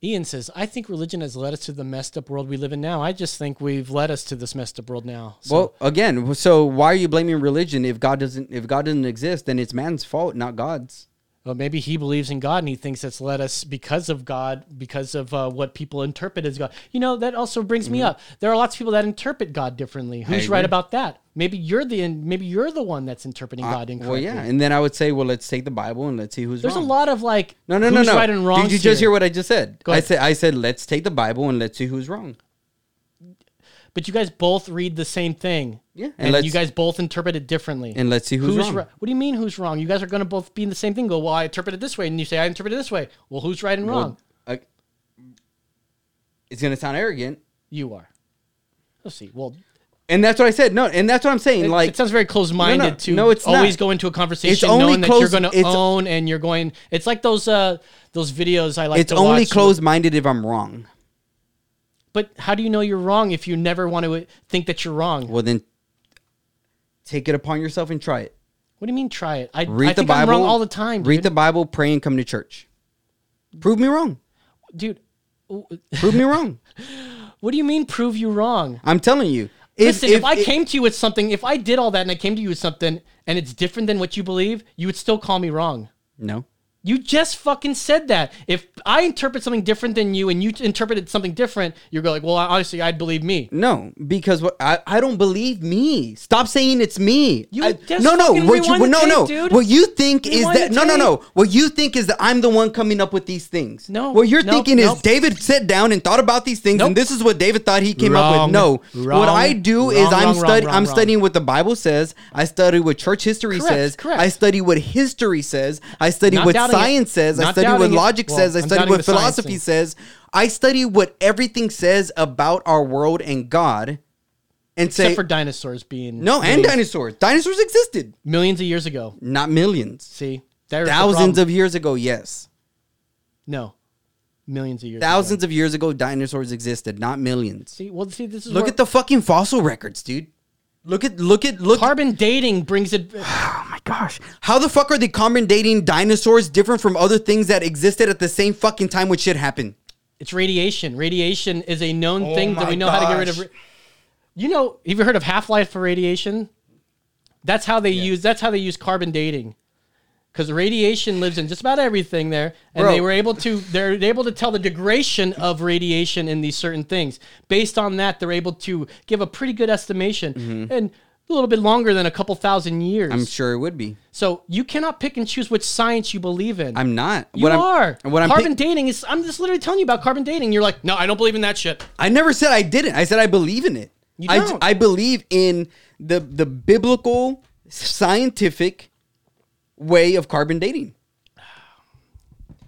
[SPEAKER 1] Ian says, "I think religion has led us to the messed up world we live in now. I just think we've led us to this messed up world now." So,
[SPEAKER 3] well, again, so why are you blaming religion if God doesn't if God doesn't exist? Then it's man's fault, not God's.
[SPEAKER 1] well, uh, maybe he believes in God and he thinks that's led us because of God, because of uh, what people interpret as God. You know, that also brings
[SPEAKER 3] Mm-hmm.
[SPEAKER 1] me up. There are lots of people that interpret God differently. Who's right
[SPEAKER 3] agree.
[SPEAKER 1] about that? Maybe you're the maybe you're the one that's interpreting God
[SPEAKER 3] Well,
[SPEAKER 1] incorrectly.
[SPEAKER 3] yeah, and then I would say, well, let's take the Bible and let's see who's
[SPEAKER 1] There's
[SPEAKER 3] wrong.
[SPEAKER 1] a lot of like
[SPEAKER 3] No, no, no,
[SPEAKER 1] who's
[SPEAKER 3] no.
[SPEAKER 1] right and wrong.
[SPEAKER 3] Did you just hear what I just said?
[SPEAKER 1] Go
[SPEAKER 3] I
[SPEAKER 1] ahead.
[SPEAKER 3] said, I said, let's take the Bible and let's see who's wrong.
[SPEAKER 1] But you guys both read the same thing.
[SPEAKER 3] Yeah, and
[SPEAKER 1] and,
[SPEAKER 3] let's-
[SPEAKER 1] you guys both interpret it differently.
[SPEAKER 3] And let's see who's wrong.
[SPEAKER 1] ri- what do you mean who's wrong? You guys are going to both be in the same thing. Go, well, I interpret it this way, and you say I interpret it this way. Well, who's right and wrong?
[SPEAKER 3] Uh, it's gonna sound arrogant,
[SPEAKER 1] you are. Let's see. Well,
[SPEAKER 3] and that's what I said. No, and that's what I'm saying.
[SPEAKER 1] it,
[SPEAKER 3] like,
[SPEAKER 1] it sounds very closed-minded
[SPEAKER 3] No, no,
[SPEAKER 1] to
[SPEAKER 3] no, it's
[SPEAKER 1] always
[SPEAKER 3] not.
[SPEAKER 1] go into a conversation
[SPEAKER 3] It's only
[SPEAKER 1] knowing that
[SPEAKER 3] close-
[SPEAKER 1] you're going to
[SPEAKER 3] it's-
[SPEAKER 1] own and you're going. It's like those uh those videos I like.
[SPEAKER 3] it's
[SPEAKER 1] to
[SPEAKER 3] only
[SPEAKER 1] watch.
[SPEAKER 3] closed-minded if I'm wrong.
[SPEAKER 1] But how do you know you're wrong if you never want to think that you're wrong?
[SPEAKER 3] Well, then take it upon yourself and try it.
[SPEAKER 1] What do you mean try it? I, I
[SPEAKER 3] Read the
[SPEAKER 1] think
[SPEAKER 3] Bible
[SPEAKER 1] I'm wrong all the time, dude.
[SPEAKER 3] Read the Bible, pray, and come to church. Prove me wrong.
[SPEAKER 1] dude. w-
[SPEAKER 3] Prove me wrong.
[SPEAKER 1] What do you mean prove you wrong?
[SPEAKER 3] I'm telling you.
[SPEAKER 1] Listen, if, I came to you with something, if I did all that and I came to you with something and it's different than what you believe, you would still call me wrong.
[SPEAKER 3] no,
[SPEAKER 1] You just fucking said that. If I interpret something different than you and you t- interpreted something different, you're going like, well, honestly, I'd believe me.
[SPEAKER 3] no, because what I, I don't believe me. Stop saying it's me.
[SPEAKER 1] You
[SPEAKER 3] I-
[SPEAKER 1] just
[SPEAKER 3] no, no,
[SPEAKER 1] fucking
[SPEAKER 3] what you,
[SPEAKER 1] rewind the
[SPEAKER 3] no,
[SPEAKER 1] tape,
[SPEAKER 3] no.
[SPEAKER 1] dude.
[SPEAKER 3] What you think is
[SPEAKER 1] Rewind
[SPEAKER 3] that
[SPEAKER 1] the
[SPEAKER 3] no, no,
[SPEAKER 1] tape.
[SPEAKER 3] no. What you think is that I'm the one coming up with these things.
[SPEAKER 1] No,
[SPEAKER 3] What you're
[SPEAKER 1] nope,
[SPEAKER 3] thinking is
[SPEAKER 1] nope.
[SPEAKER 3] David sat down and thought about these things, and
[SPEAKER 1] Nope.
[SPEAKER 3] this is what David thought he came up
[SPEAKER 1] Wrong,
[SPEAKER 3] with. No,
[SPEAKER 1] wrong,
[SPEAKER 3] what I do is
[SPEAKER 1] wrong,
[SPEAKER 3] I'm
[SPEAKER 1] wrong,
[SPEAKER 3] studying.
[SPEAKER 1] wrong,
[SPEAKER 3] I'm
[SPEAKER 1] wrong.
[SPEAKER 3] studying what the Bible says. I study what church history
[SPEAKER 1] Correct,
[SPEAKER 3] says.
[SPEAKER 1] correct.
[SPEAKER 3] I study what history says. I study
[SPEAKER 1] Not
[SPEAKER 3] what
[SPEAKER 1] doubting it.
[SPEAKER 3] science says. I
[SPEAKER 1] Not
[SPEAKER 3] study what
[SPEAKER 1] doubting it.
[SPEAKER 3] logic
[SPEAKER 1] Well,
[SPEAKER 3] says. I
[SPEAKER 1] I'm
[SPEAKER 3] study
[SPEAKER 1] doubting
[SPEAKER 3] what
[SPEAKER 1] the science
[SPEAKER 3] philosophy
[SPEAKER 1] thing.
[SPEAKER 3] says. I study what everything says about our world and God, and
[SPEAKER 1] Except
[SPEAKER 3] say
[SPEAKER 1] for dinosaurs being
[SPEAKER 3] no. And dinosaurs. Dinosaurs existed,
[SPEAKER 1] millions of years ago.
[SPEAKER 3] not millions,
[SPEAKER 1] See, there's the
[SPEAKER 3] thousands
[SPEAKER 1] problem.
[SPEAKER 3] of years ago. Yes,
[SPEAKER 1] no, millions of years. Ago.
[SPEAKER 3] thousands of years ago, dinosaurs existed, not millions.
[SPEAKER 1] See, well, see, this is
[SPEAKER 3] Look
[SPEAKER 1] where
[SPEAKER 3] at the fucking fossil records, dude. Look at look at look.
[SPEAKER 1] carbon dating brings it.
[SPEAKER 3] my gosh. How the fuck are they common dating dinosaurs different from other things that existed at the same fucking time when shit happened?
[SPEAKER 1] It's radiation. Radiation is a known
[SPEAKER 3] Oh
[SPEAKER 1] thing that
[SPEAKER 9] my
[SPEAKER 1] we know how to get rid of.
[SPEAKER 9] gosh.
[SPEAKER 1] ra- You know, have you heard of half life for radiation? That's how they use. That's how they use carbon dating, because radiation lives in just about everything there, and
[SPEAKER 3] Bro.
[SPEAKER 1] they were able to. They're able to tell the degradation of radiation in these certain things. Based on that, they're able to give a pretty good estimation, and a little bit longer than a couple thousand years.
[SPEAKER 3] Mm-hmm. I'm sure it would be.
[SPEAKER 1] So you cannot pick and choose which science you believe in.
[SPEAKER 3] I'm not.
[SPEAKER 1] You
[SPEAKER 3] What I'm-
[SPEAKER 1] are.
[SPEAKER 3] What I'm
[SPEAKER 1] carbon
[SPEAKER 3] pick-
[SPEAKER 1] dating is. I'm just literally telling you about carbon dating. You're like, no, I don't believe in that shit.
[SPEAKER 3] I never said I didn't. I said I believe in it.
[SPEAKER 1] You
[SPEAKER 3] I,
[SPEAKER 1] don't.
[SPEAKER 3] I believe in the the biblical scientific way of carbon dating.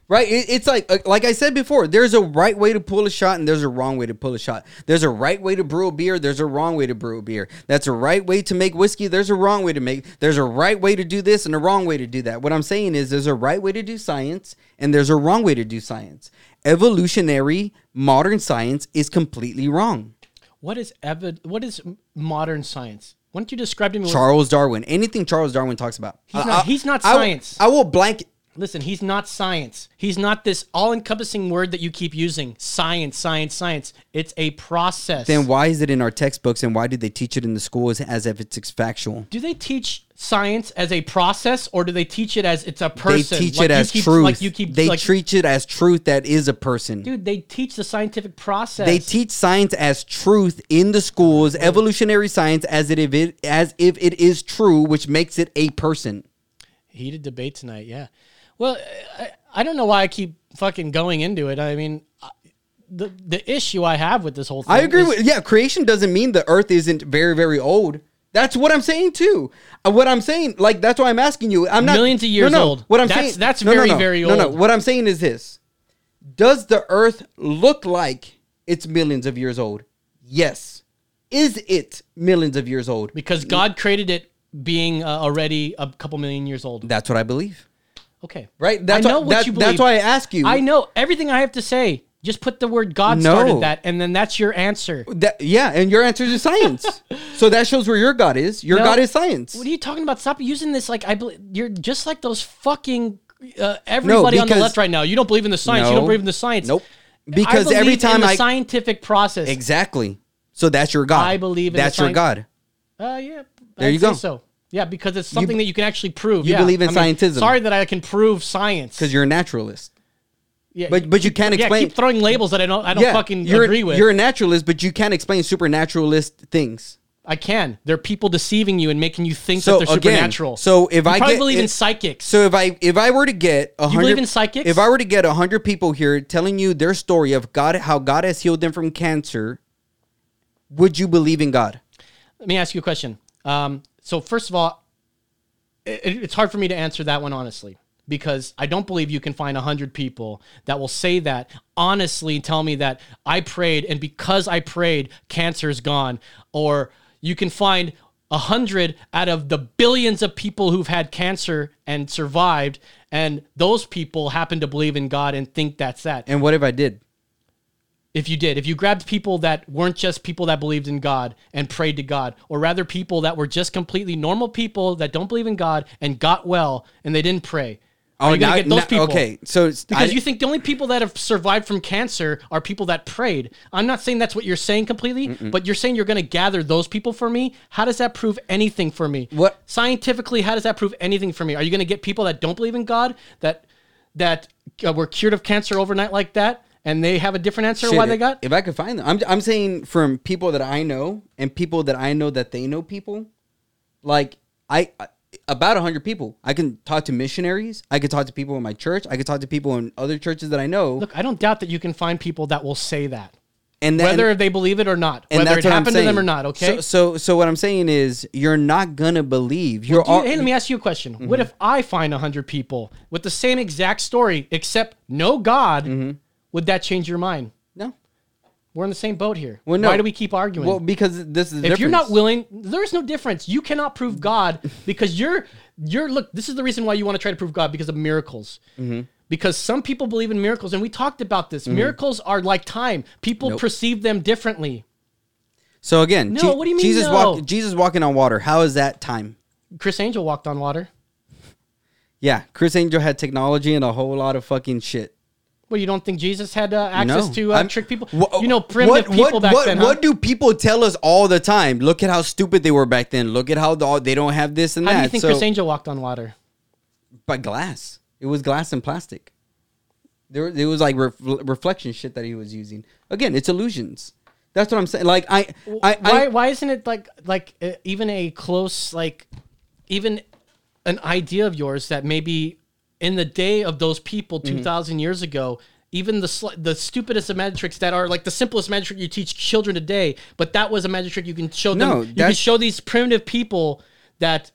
[SPEAKER 3] Right? It, it's like uh, like I said before, there's a right way to pull a shot and there's a wrong way to pull a shot. There's a right way to brew a beer, there's a wrong way to brew a beer. That's a right way to make whiskey, there's a wrong way to make. There's a right way to do this and a wrong way to do that. What I'm saying is there's a right way to do science and there's a wrong way to do science. Evolutionary modern science is completely wrong.
[SPEAKER 1] What is evi- What is m- modern science? Why don't you describe to me? what-
[SPEAKER 3] Charles Darwin, anything Charles Darwin talks about.
[SPEAKER 1] He's not- he's not
[SPEAKER 3] I will-
[SPEAKER 1] science.
[SPEAKER 3] I will blank
[SPEAKER 1] listen, he's not science. He's not this all-encompassing word that you keep using. Science, science, science. It's a process.
[SPEAKER 3] then why is it in our textbooks and why do they teach it in the schools as if it's factual?
[SPEAKER 1] do they teach science as a process, or do they teach it as it's a person?
[SPEAKER 3] They teach
[SPEAKER 1] Like
[SPEAKER 3] it
[SPEAKER 1] you
[SPEAKER 3] as
[SPEAKER 1] keep-
[SPEAKER 3] truth.
[SPEAKER 1] Like you keep.
[SPEAKER 3] they
[SPEAKER 1] like,
[SPEAKER 3] treat it as truth that is a person.
[SPEAKER 1] Dude, they teach the scientific process.
[SPEAKER 3] they teach science as truth in the schools, evolutionary science as it, if it as if it is true, which makes it a person.
[SPEAKER 1] heated debate tonight. Yeah. Well, I, I don't know why I keep fucking going into it. I mean, I- the the issue I have with this whole thing.
[SPEAKER 3] I agree
[SPEAKER 1] is-
[SPEAKER 3] with yeah. Creation doesn't mean the Earth isn't very very old. That's what I'm saying too. Uh, What I'm saying, like that's why I'm asking you. I'm not
[SPEAKER 1] Millions of years
[SPEAKER 3] no, no,
[SPEAKER 1] old.
[SPEAKER 3] What I'm
[SPEAKER 1] That's-
[SPEAKER 3] saying,
[SPEAKER 1] that's
[SPEAKER 3] no, no,
[SPEAKER 1] very,
[SPEAKER 3] no.
[SPEAKER 1] very
[SPEAKER 3] No, no.
[SPEAKER 1] old.
[SPEAKER 3] What I'm saying is this: Does the Earth look like it's millions of years old? Yes. Is it millions of years old?
[SPEAKER 1] because God created it being uh, already a couple million years old.
[SPEAKER 3] That's what I believe.
[SPEAKER 1] Okay.
[SPEAKER 3] Right? That's
[SPEAKER 1] I know
[SPEAKER 3] why-
[SPEAKER 1] what
[SPEAKER 3] that-
[SPEAKER 1] you
[SPEAKER 3] that's
[SPEAKER 1] believe.
[SPEAKER 3] why I ask you.
[SPEAKER 1] I know everything I have to say. Just put the word God
[SPEAKER 3] No.
[SPEAKER 1] started that, and then that's your answer.
[SPEAKER 3] That yeah, and your answer is science. so that shows where your God is. Your
[SPEAKER 1] No.
[SPEAKER 3] God is science.
[SPEAKER 1] What are you talking about? Stop using this. Like I, believe you're just like those fucking uh, everybody on the
[SPEAKER 3] because-
[SPEAKER 1] left right now. You don't believe in the science. You
[SPEAKER 3] No.
[SPEAKER 1] don't believe in the science.
[SPEAKER 3] Nope.
[SPEAKER 1] I
[SPEAKER 3] Because every
[SPEAKER 1] believe in
[SPEAKER 3] time
[SPEAKER 1] the
[SPEAKER 3] I-
[SPEAKER 1] scientific process.
[SPEAKER 3] Exactly. So that's your God.
[SPEAKER 1] I believe in the
[SPEAKER 3] that's your
[SPEAKER 1] science-
[SPEAKER 3] God.
[SPEAKER 1] Uh, yeah.
[SPEAKER 3] There
[SPEAKER 1] I'd
[SPEAKER 3] you
[SPEAKER 1] say
[SPEAKER 3] go.
[SPEAKER 1] So yeah, because it's something that you can actually prove.
[SPEAKER 3] you
[SPEAKER 1] yeah.
[SPEAKER 3] believe in
[SPEAKER 1] I
[SPEAKER 3] scientism.
[SPEAKER 1] Sorry that I can prove science.
[SPEAKER 3] Because you're a naturalist.
[SPEAKER 1] yeah,
[SPEAKER 3] But but you can't
[SPEAKER 1] yeah,
[SPEAKER 3] explain.
[SPEAKER 1] keep throwing labels that I don't I don't
[SPEAKER 3] Yeah,
[SPEAKER 1] fucking
[SPEAKER 3] you're,
[SPEAKER 1] agree with.
[SPEAKER 3] You're a naturalist, but you can't explain supernaturalist things.
[SPEAKER 1] I can. They're people deceiving you and making you think
[SPEAKER 3] So
[SPEAKER 1] that they're
[SPEAKER 3] again,
[SPEAKER 1] supernatural.
[SPEAKER 3] so if
[SPEAKER 1] You
[SPEAKER 3] I
[SPEAKER 1] probably
[SPEAKER 3] get-
[SPEAKER 1] believe
[SPEAKER 3] it-
[SPEAKER 1] in psychics.
[SPEAKER 3] So if I if I were to get a
[SPEAKER 1] You
[SPEAKER 3] hundred,
[SPEAKER 1] believe in psychics?
[SPEAKER 3] If I were to get a hundred people here telling you their story of God, how God has healed them from cancer, would you believe in God?
[SPEAKER 1] let me ask you a question. Um, so first of all, it, it's hard for me to answer that one honestly because I don't believe you can find hundred people that will say that honestly. Tell me that I prayed and because I prayed, cancer is gone. Or you can find a hundred out of the billions of people who've had cancer and survived, and those people happen to believe in God and think that's that.
[SPEAKER 3] And what if I did?
[SPEAKER 1] if you did, if you grabbed people that weren't just people that believed in God and prayed to God, or rather people that were just completely normal people that don't believe in God and got well and they didn't pray. Are you gonna
[SPEAKER 3] Oh, now-
[SPEAKER 1] get those
[SPEAKER 3] now-
[SPEAKER 1] people?
[SPEAKER 3] Okay, so it's,
[SPEAKER 1] Because
[SPEAKER 3] I-
[SPEAKER 1] you think the only people that have survived from cancer are people that prayed. I'm not saying that's what you're saying completely, but you're saying you're going to gather those people for me. How does that prove anything for me?
[SPEAKER 3] What-
[SPEAKER 1] scientifically? How does that prove anything for me? Are you going to get people that don't believe in God that that uh, were cured of cancer overnight like that, and they have a different answer
[SPEAKER 3] Shit,
[SPEAKER 1] why they got?
[SPEAKER 3] If I could find them, I'm I'm saying from people that I know and people that I know that they know people, like I I- about hundred people. I can talk to missionaries. I could talk to people in my church. I could talk to people in other churches that I know.
[SPEAKER 1] Look, I don't doubt that you can find people that will say that,
[SPEAKER 3] and then,
[SPEAKER 1] whether they believe it or not,
[SPEAKER 3] and
[SPEAKER 1] whether it
[SPEAKER 3] that's what I'm
[SPEAKER 1] happened to them
[SPEAKER 3] saying.
[SPEAKER 1] or not. Okay.
[SPEAKER 3] So, so so what I'm saying is you're not gonna believe. You're
[SPEAKER 1] Do you-
[SPEAKER 3] all,
[SPEAKER 1] hey, let me ask you a question. What
[SPEAKER 3] Mm-hmm.
[SPEAKER 1] if I find 100 people with the same exact story, except no God?
[SPEAKER 3] Mm-hmm.
[SPEAKER 1] Would that change your mind?
[SPEAKER 3] no.
[SPEAKER 1] We're in the same boat here.
[SPEAKER 3] Well, no.
[SPEAKER 1] Why do we keep arguing?
[SPEAKER 3] Well, because this is the
[SPEAKER 1] if you're not
[SPEAKER 3] difference. Mm-hmm.
[SPEAKER 1] willing, there's no difference. You cannot prove God because you're you're look, this is the reason why you want to try to prove God because of miracles.
[SPEAKER 3] Mm-hmm.
[SPEAKER 1] Because some people believe in miracles, and we talked about this. Miracles are like time. People perceive them differently.
[SPEAKER 3] so again,
[SPEAKER 1] No,
[SPEAKER 3] Je-
[SPEAKER 1] what do you mean,
[SPEAKER 3] Jesus
[SPEAKER 1] no?
[SPEAKER 3] walk, Jesus walking on water. How is that time?
[SPEAKER 1] Chris Angel walked on water.
[SPEAKER 3] Yeah, Chris Angel had technology and a whole lot of fucking shit.
[SPEAKER 1] Well, you don't think Jesus had uh, access
[SPEAKER 3] No,
[SPEAKER 1] to uh,
[SPEAKER 3] I'm-
[SPEAKER 1] trick people?
[SPEAKER 3] Wha-
[SPEAKER 1] you know, primitive
[SPEAKER 3] what,
[SPEAKER 1] people
[SPEAKER 3] what,
[SPEAKER 1] back
[SPEAKER 3] what,
[SPEAKER 1] then. huh?
[SPEAKER 3] What do people tell us all the time? Look at how stupid they were back then. Look at how the, they don't have this and
[SPEAKER 1] How
[SPEAKER 3] that.
[SPEAKER 1] do you think
[SPEAKER 3] so,
[SPEAKER 1] Chris Angel walked on water?
[SPEAKER 3] By glass. It was glass and plastic. There, it was like ref, reflection shit that he was using. Again, it's illusions. That's what I'm saying. Like I,
[SPEAKER 1] why
[SPEAKER 3] I, I
[SPEAKER 1] why isn't it like like uh, even a close like even an idea of yours that maybe in the day of those people
[SPEAKER 3] Mm-hmm.
[SPEAKER 1] 2000 years ago even the sl- the stupidest of magic tricks that are like the simplest magic trick you teach children today but that was a magic trick you can show them
[SPEAKER 3] No,
[SPEAKER 1] you can
[SPEAKER 3] that's-
[SPEAKER 1] show these primitive people that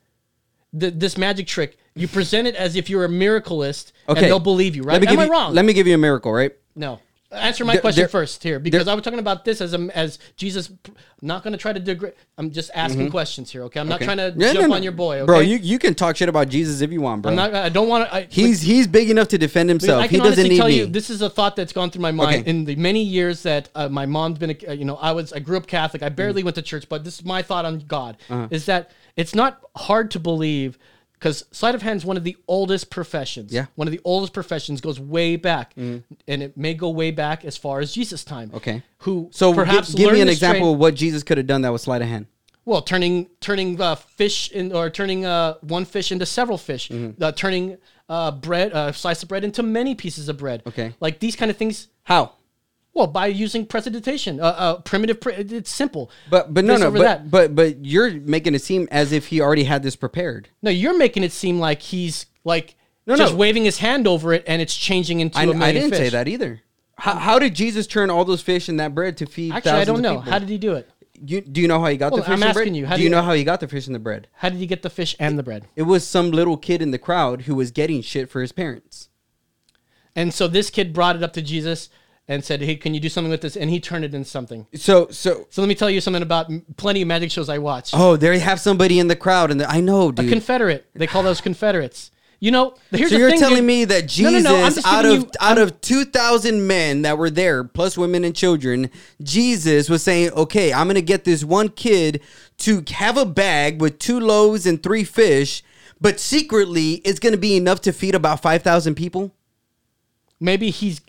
[SPEAKER 1] th- this magic trick you present it as if you're a miracleist
[SPEAKER 3] okay.
[SPEAKER 1] and they'll believe you right
[SPEAKER 3] Let me
[SPEAKER 1] am
[SPEAKER 3] give
[SPEAKER 1] i
[SPEAKER 3] you-
[SPEAKER 1] wrong
[SPEAKER 3] Let me give you a miracle, right?
[SPEAKER 1] no. Answer my
[SPEAKER 3] There-
[SPEAKER 1] question
[SPEAKER 3] there-
[SPEAKER 1] first here, because I was talking about this as a, as Jesus. I'm not going to try to degrade. I'm just asking questions here. Okay, I'm not
[SPEAKER 3] Mm-hmm. Okay.
[SPEAKER 1] trying to
[SPEAKER 3] Yeah,
[SPEAKER 1] jump
[SPEAKER 3] no, no.
[SPEAKER 1] on your boy. Okay?
[SPEAKER 3] bro. You you can talk shit about Jesus if you want, bro.
[SPEAKER 1] I'm not. I don't want to.
[SPEAKER 3] he's he's big enough to defend himself.
[SPEAKER 1] I can
[SPEAKER 3] he doesn't
[SPEAKER 1] honestly
[SPEAKER 3] need
[SPEAKER 1] tell
[SPEAKER 3] me.
[SPEAKER 1] you this is a thought that's gone through my mind
[SPEAKER 3] Okay.
[SPEAKER 1] in the many years that uh, my mom's been. A, uh, you know, I was I grew up Catholic. I
[SPEAKER 3] Mm.
[SPEAKER 1] barely went to church, but this is my thought on God
[SPEAKER 3] Uh-huh.
[SPEAKER 1] is that it's not hard to believe because sleight of hand is one of the oldest professions.
[SPEAKER 3] Yeah. Mm.
[SPEAKER 1] one of the oldest professions goes way back, and it may go way back as far as Jesus' time.
[SPEAKER 3] Okay.
[SPEAKER 1] who
[SPEAKER 3] so
[SPEAKER 1] perhaps
[SPEAKER 3] perhaps give, me
[SPEAKER 1] learned
[SPEAKER 3] an
[SPEAKER 1] this trade-
[SPEAKER 3] example of what Jesus could have done that was sleight of hand.
[SPEAKER 1] well, turning turning uh, fish in, or turning uh, one fish into several fish,
[SPEAKER 3] Mm-hmm.
[SPEAKER 1] uh, turning uh, bread, uh, slice of bread into many pieces of bread.
[SPEAKER 3] Okay.
[SPEAKER 1] like these kind of things.
[SPEAKER 3] How?
[SPEAKER 1] Well, by using precipitation, uh, uh, primitive. Pre- it's simple.
[SPEAKER 3] But but no
[SPEAKER 1] This
[SPEAKER 3] no
[SPEAKER 1] over
[SPEAKER 3] but,
[SPEAKER 1] that.
[SPEAKER 3] but but you're making it seem as if he already had this prepared.
[SPEAKER 1] no, you're making it seem like he's like just
[SPEAKER 3] no. waving
[SPEAKER 1] waving his hand over it and it's changing into
[SPEAKER 3] I,
[SPEAKER 1] a million
[SPEAKER 3] I didn't
[SPEAKER 1] fish.
[SPEAKER 3] say that either. How, how did Jesus turn all those fish and that bread to feed?
[SPEAKER 1] Actually, I don't
[SPEAKER 3] thousands of
[SPEAKER 1] know.
[SPEAKER 3] people?
[SPEAKER 1] How did he do it?
[SPEAKER 3] you do you know how he got
[SPEAKER 1] Hold on,
[SPEAKER 3] the fish?
[SPEAKER 1] I'm
[SPEAKER 3] and bread?
[SPEAKER 1] asking you, how
[SPEAKER 3] do
[SPEAKER 1] do
[SPEAKER 3] you
[SPEAKER 1] you-
[SPEAKER 3] know how he got the fish and the bread?
[SPEAKER 1] How did he get the fish and the bread?
[SPEAKER 3] It was some little kid in the crowd who was getting shit for his parents.
[SPEAKER 1] And so this kid brought it up to Jesus and said, "Hey, can you do something with this?" And he turned it into something.
[SPEAKER 3] So so
[SPEAKER 1] So let me tell you something about m- plenty of magic shows I watch.
[SPEAKER 3] oh there you have somebody in the crowd and the- I know dude.
[SPEAKER 1] Confederate. They call those Confederates. You know, here's
[SPEAKER 3] so
[SPEAKER 1] the
[SPEAKER 3] you're
[SPEAKER 1] thing,
[SPEAKER 3] telling
[SPEAKER 1] dude.
[SPEAKER 3] me that
[SPEAKER 1] No,
[SPEAKER 3] Jesus,
[SPEAKER 1] no, no, I'm just
[SPEAKER 3] out of
[SPEAKER 1] giving you-
[SPEAKER 3] out of two thousand men that were there, plus women and children, Jesus was saying, "Okay, I'm gonna get this one kid to have a bag with two loaves and three fish, but secretly it's gonna be enough to feed about five thousand people."
[SPEAKER 1] maybe he's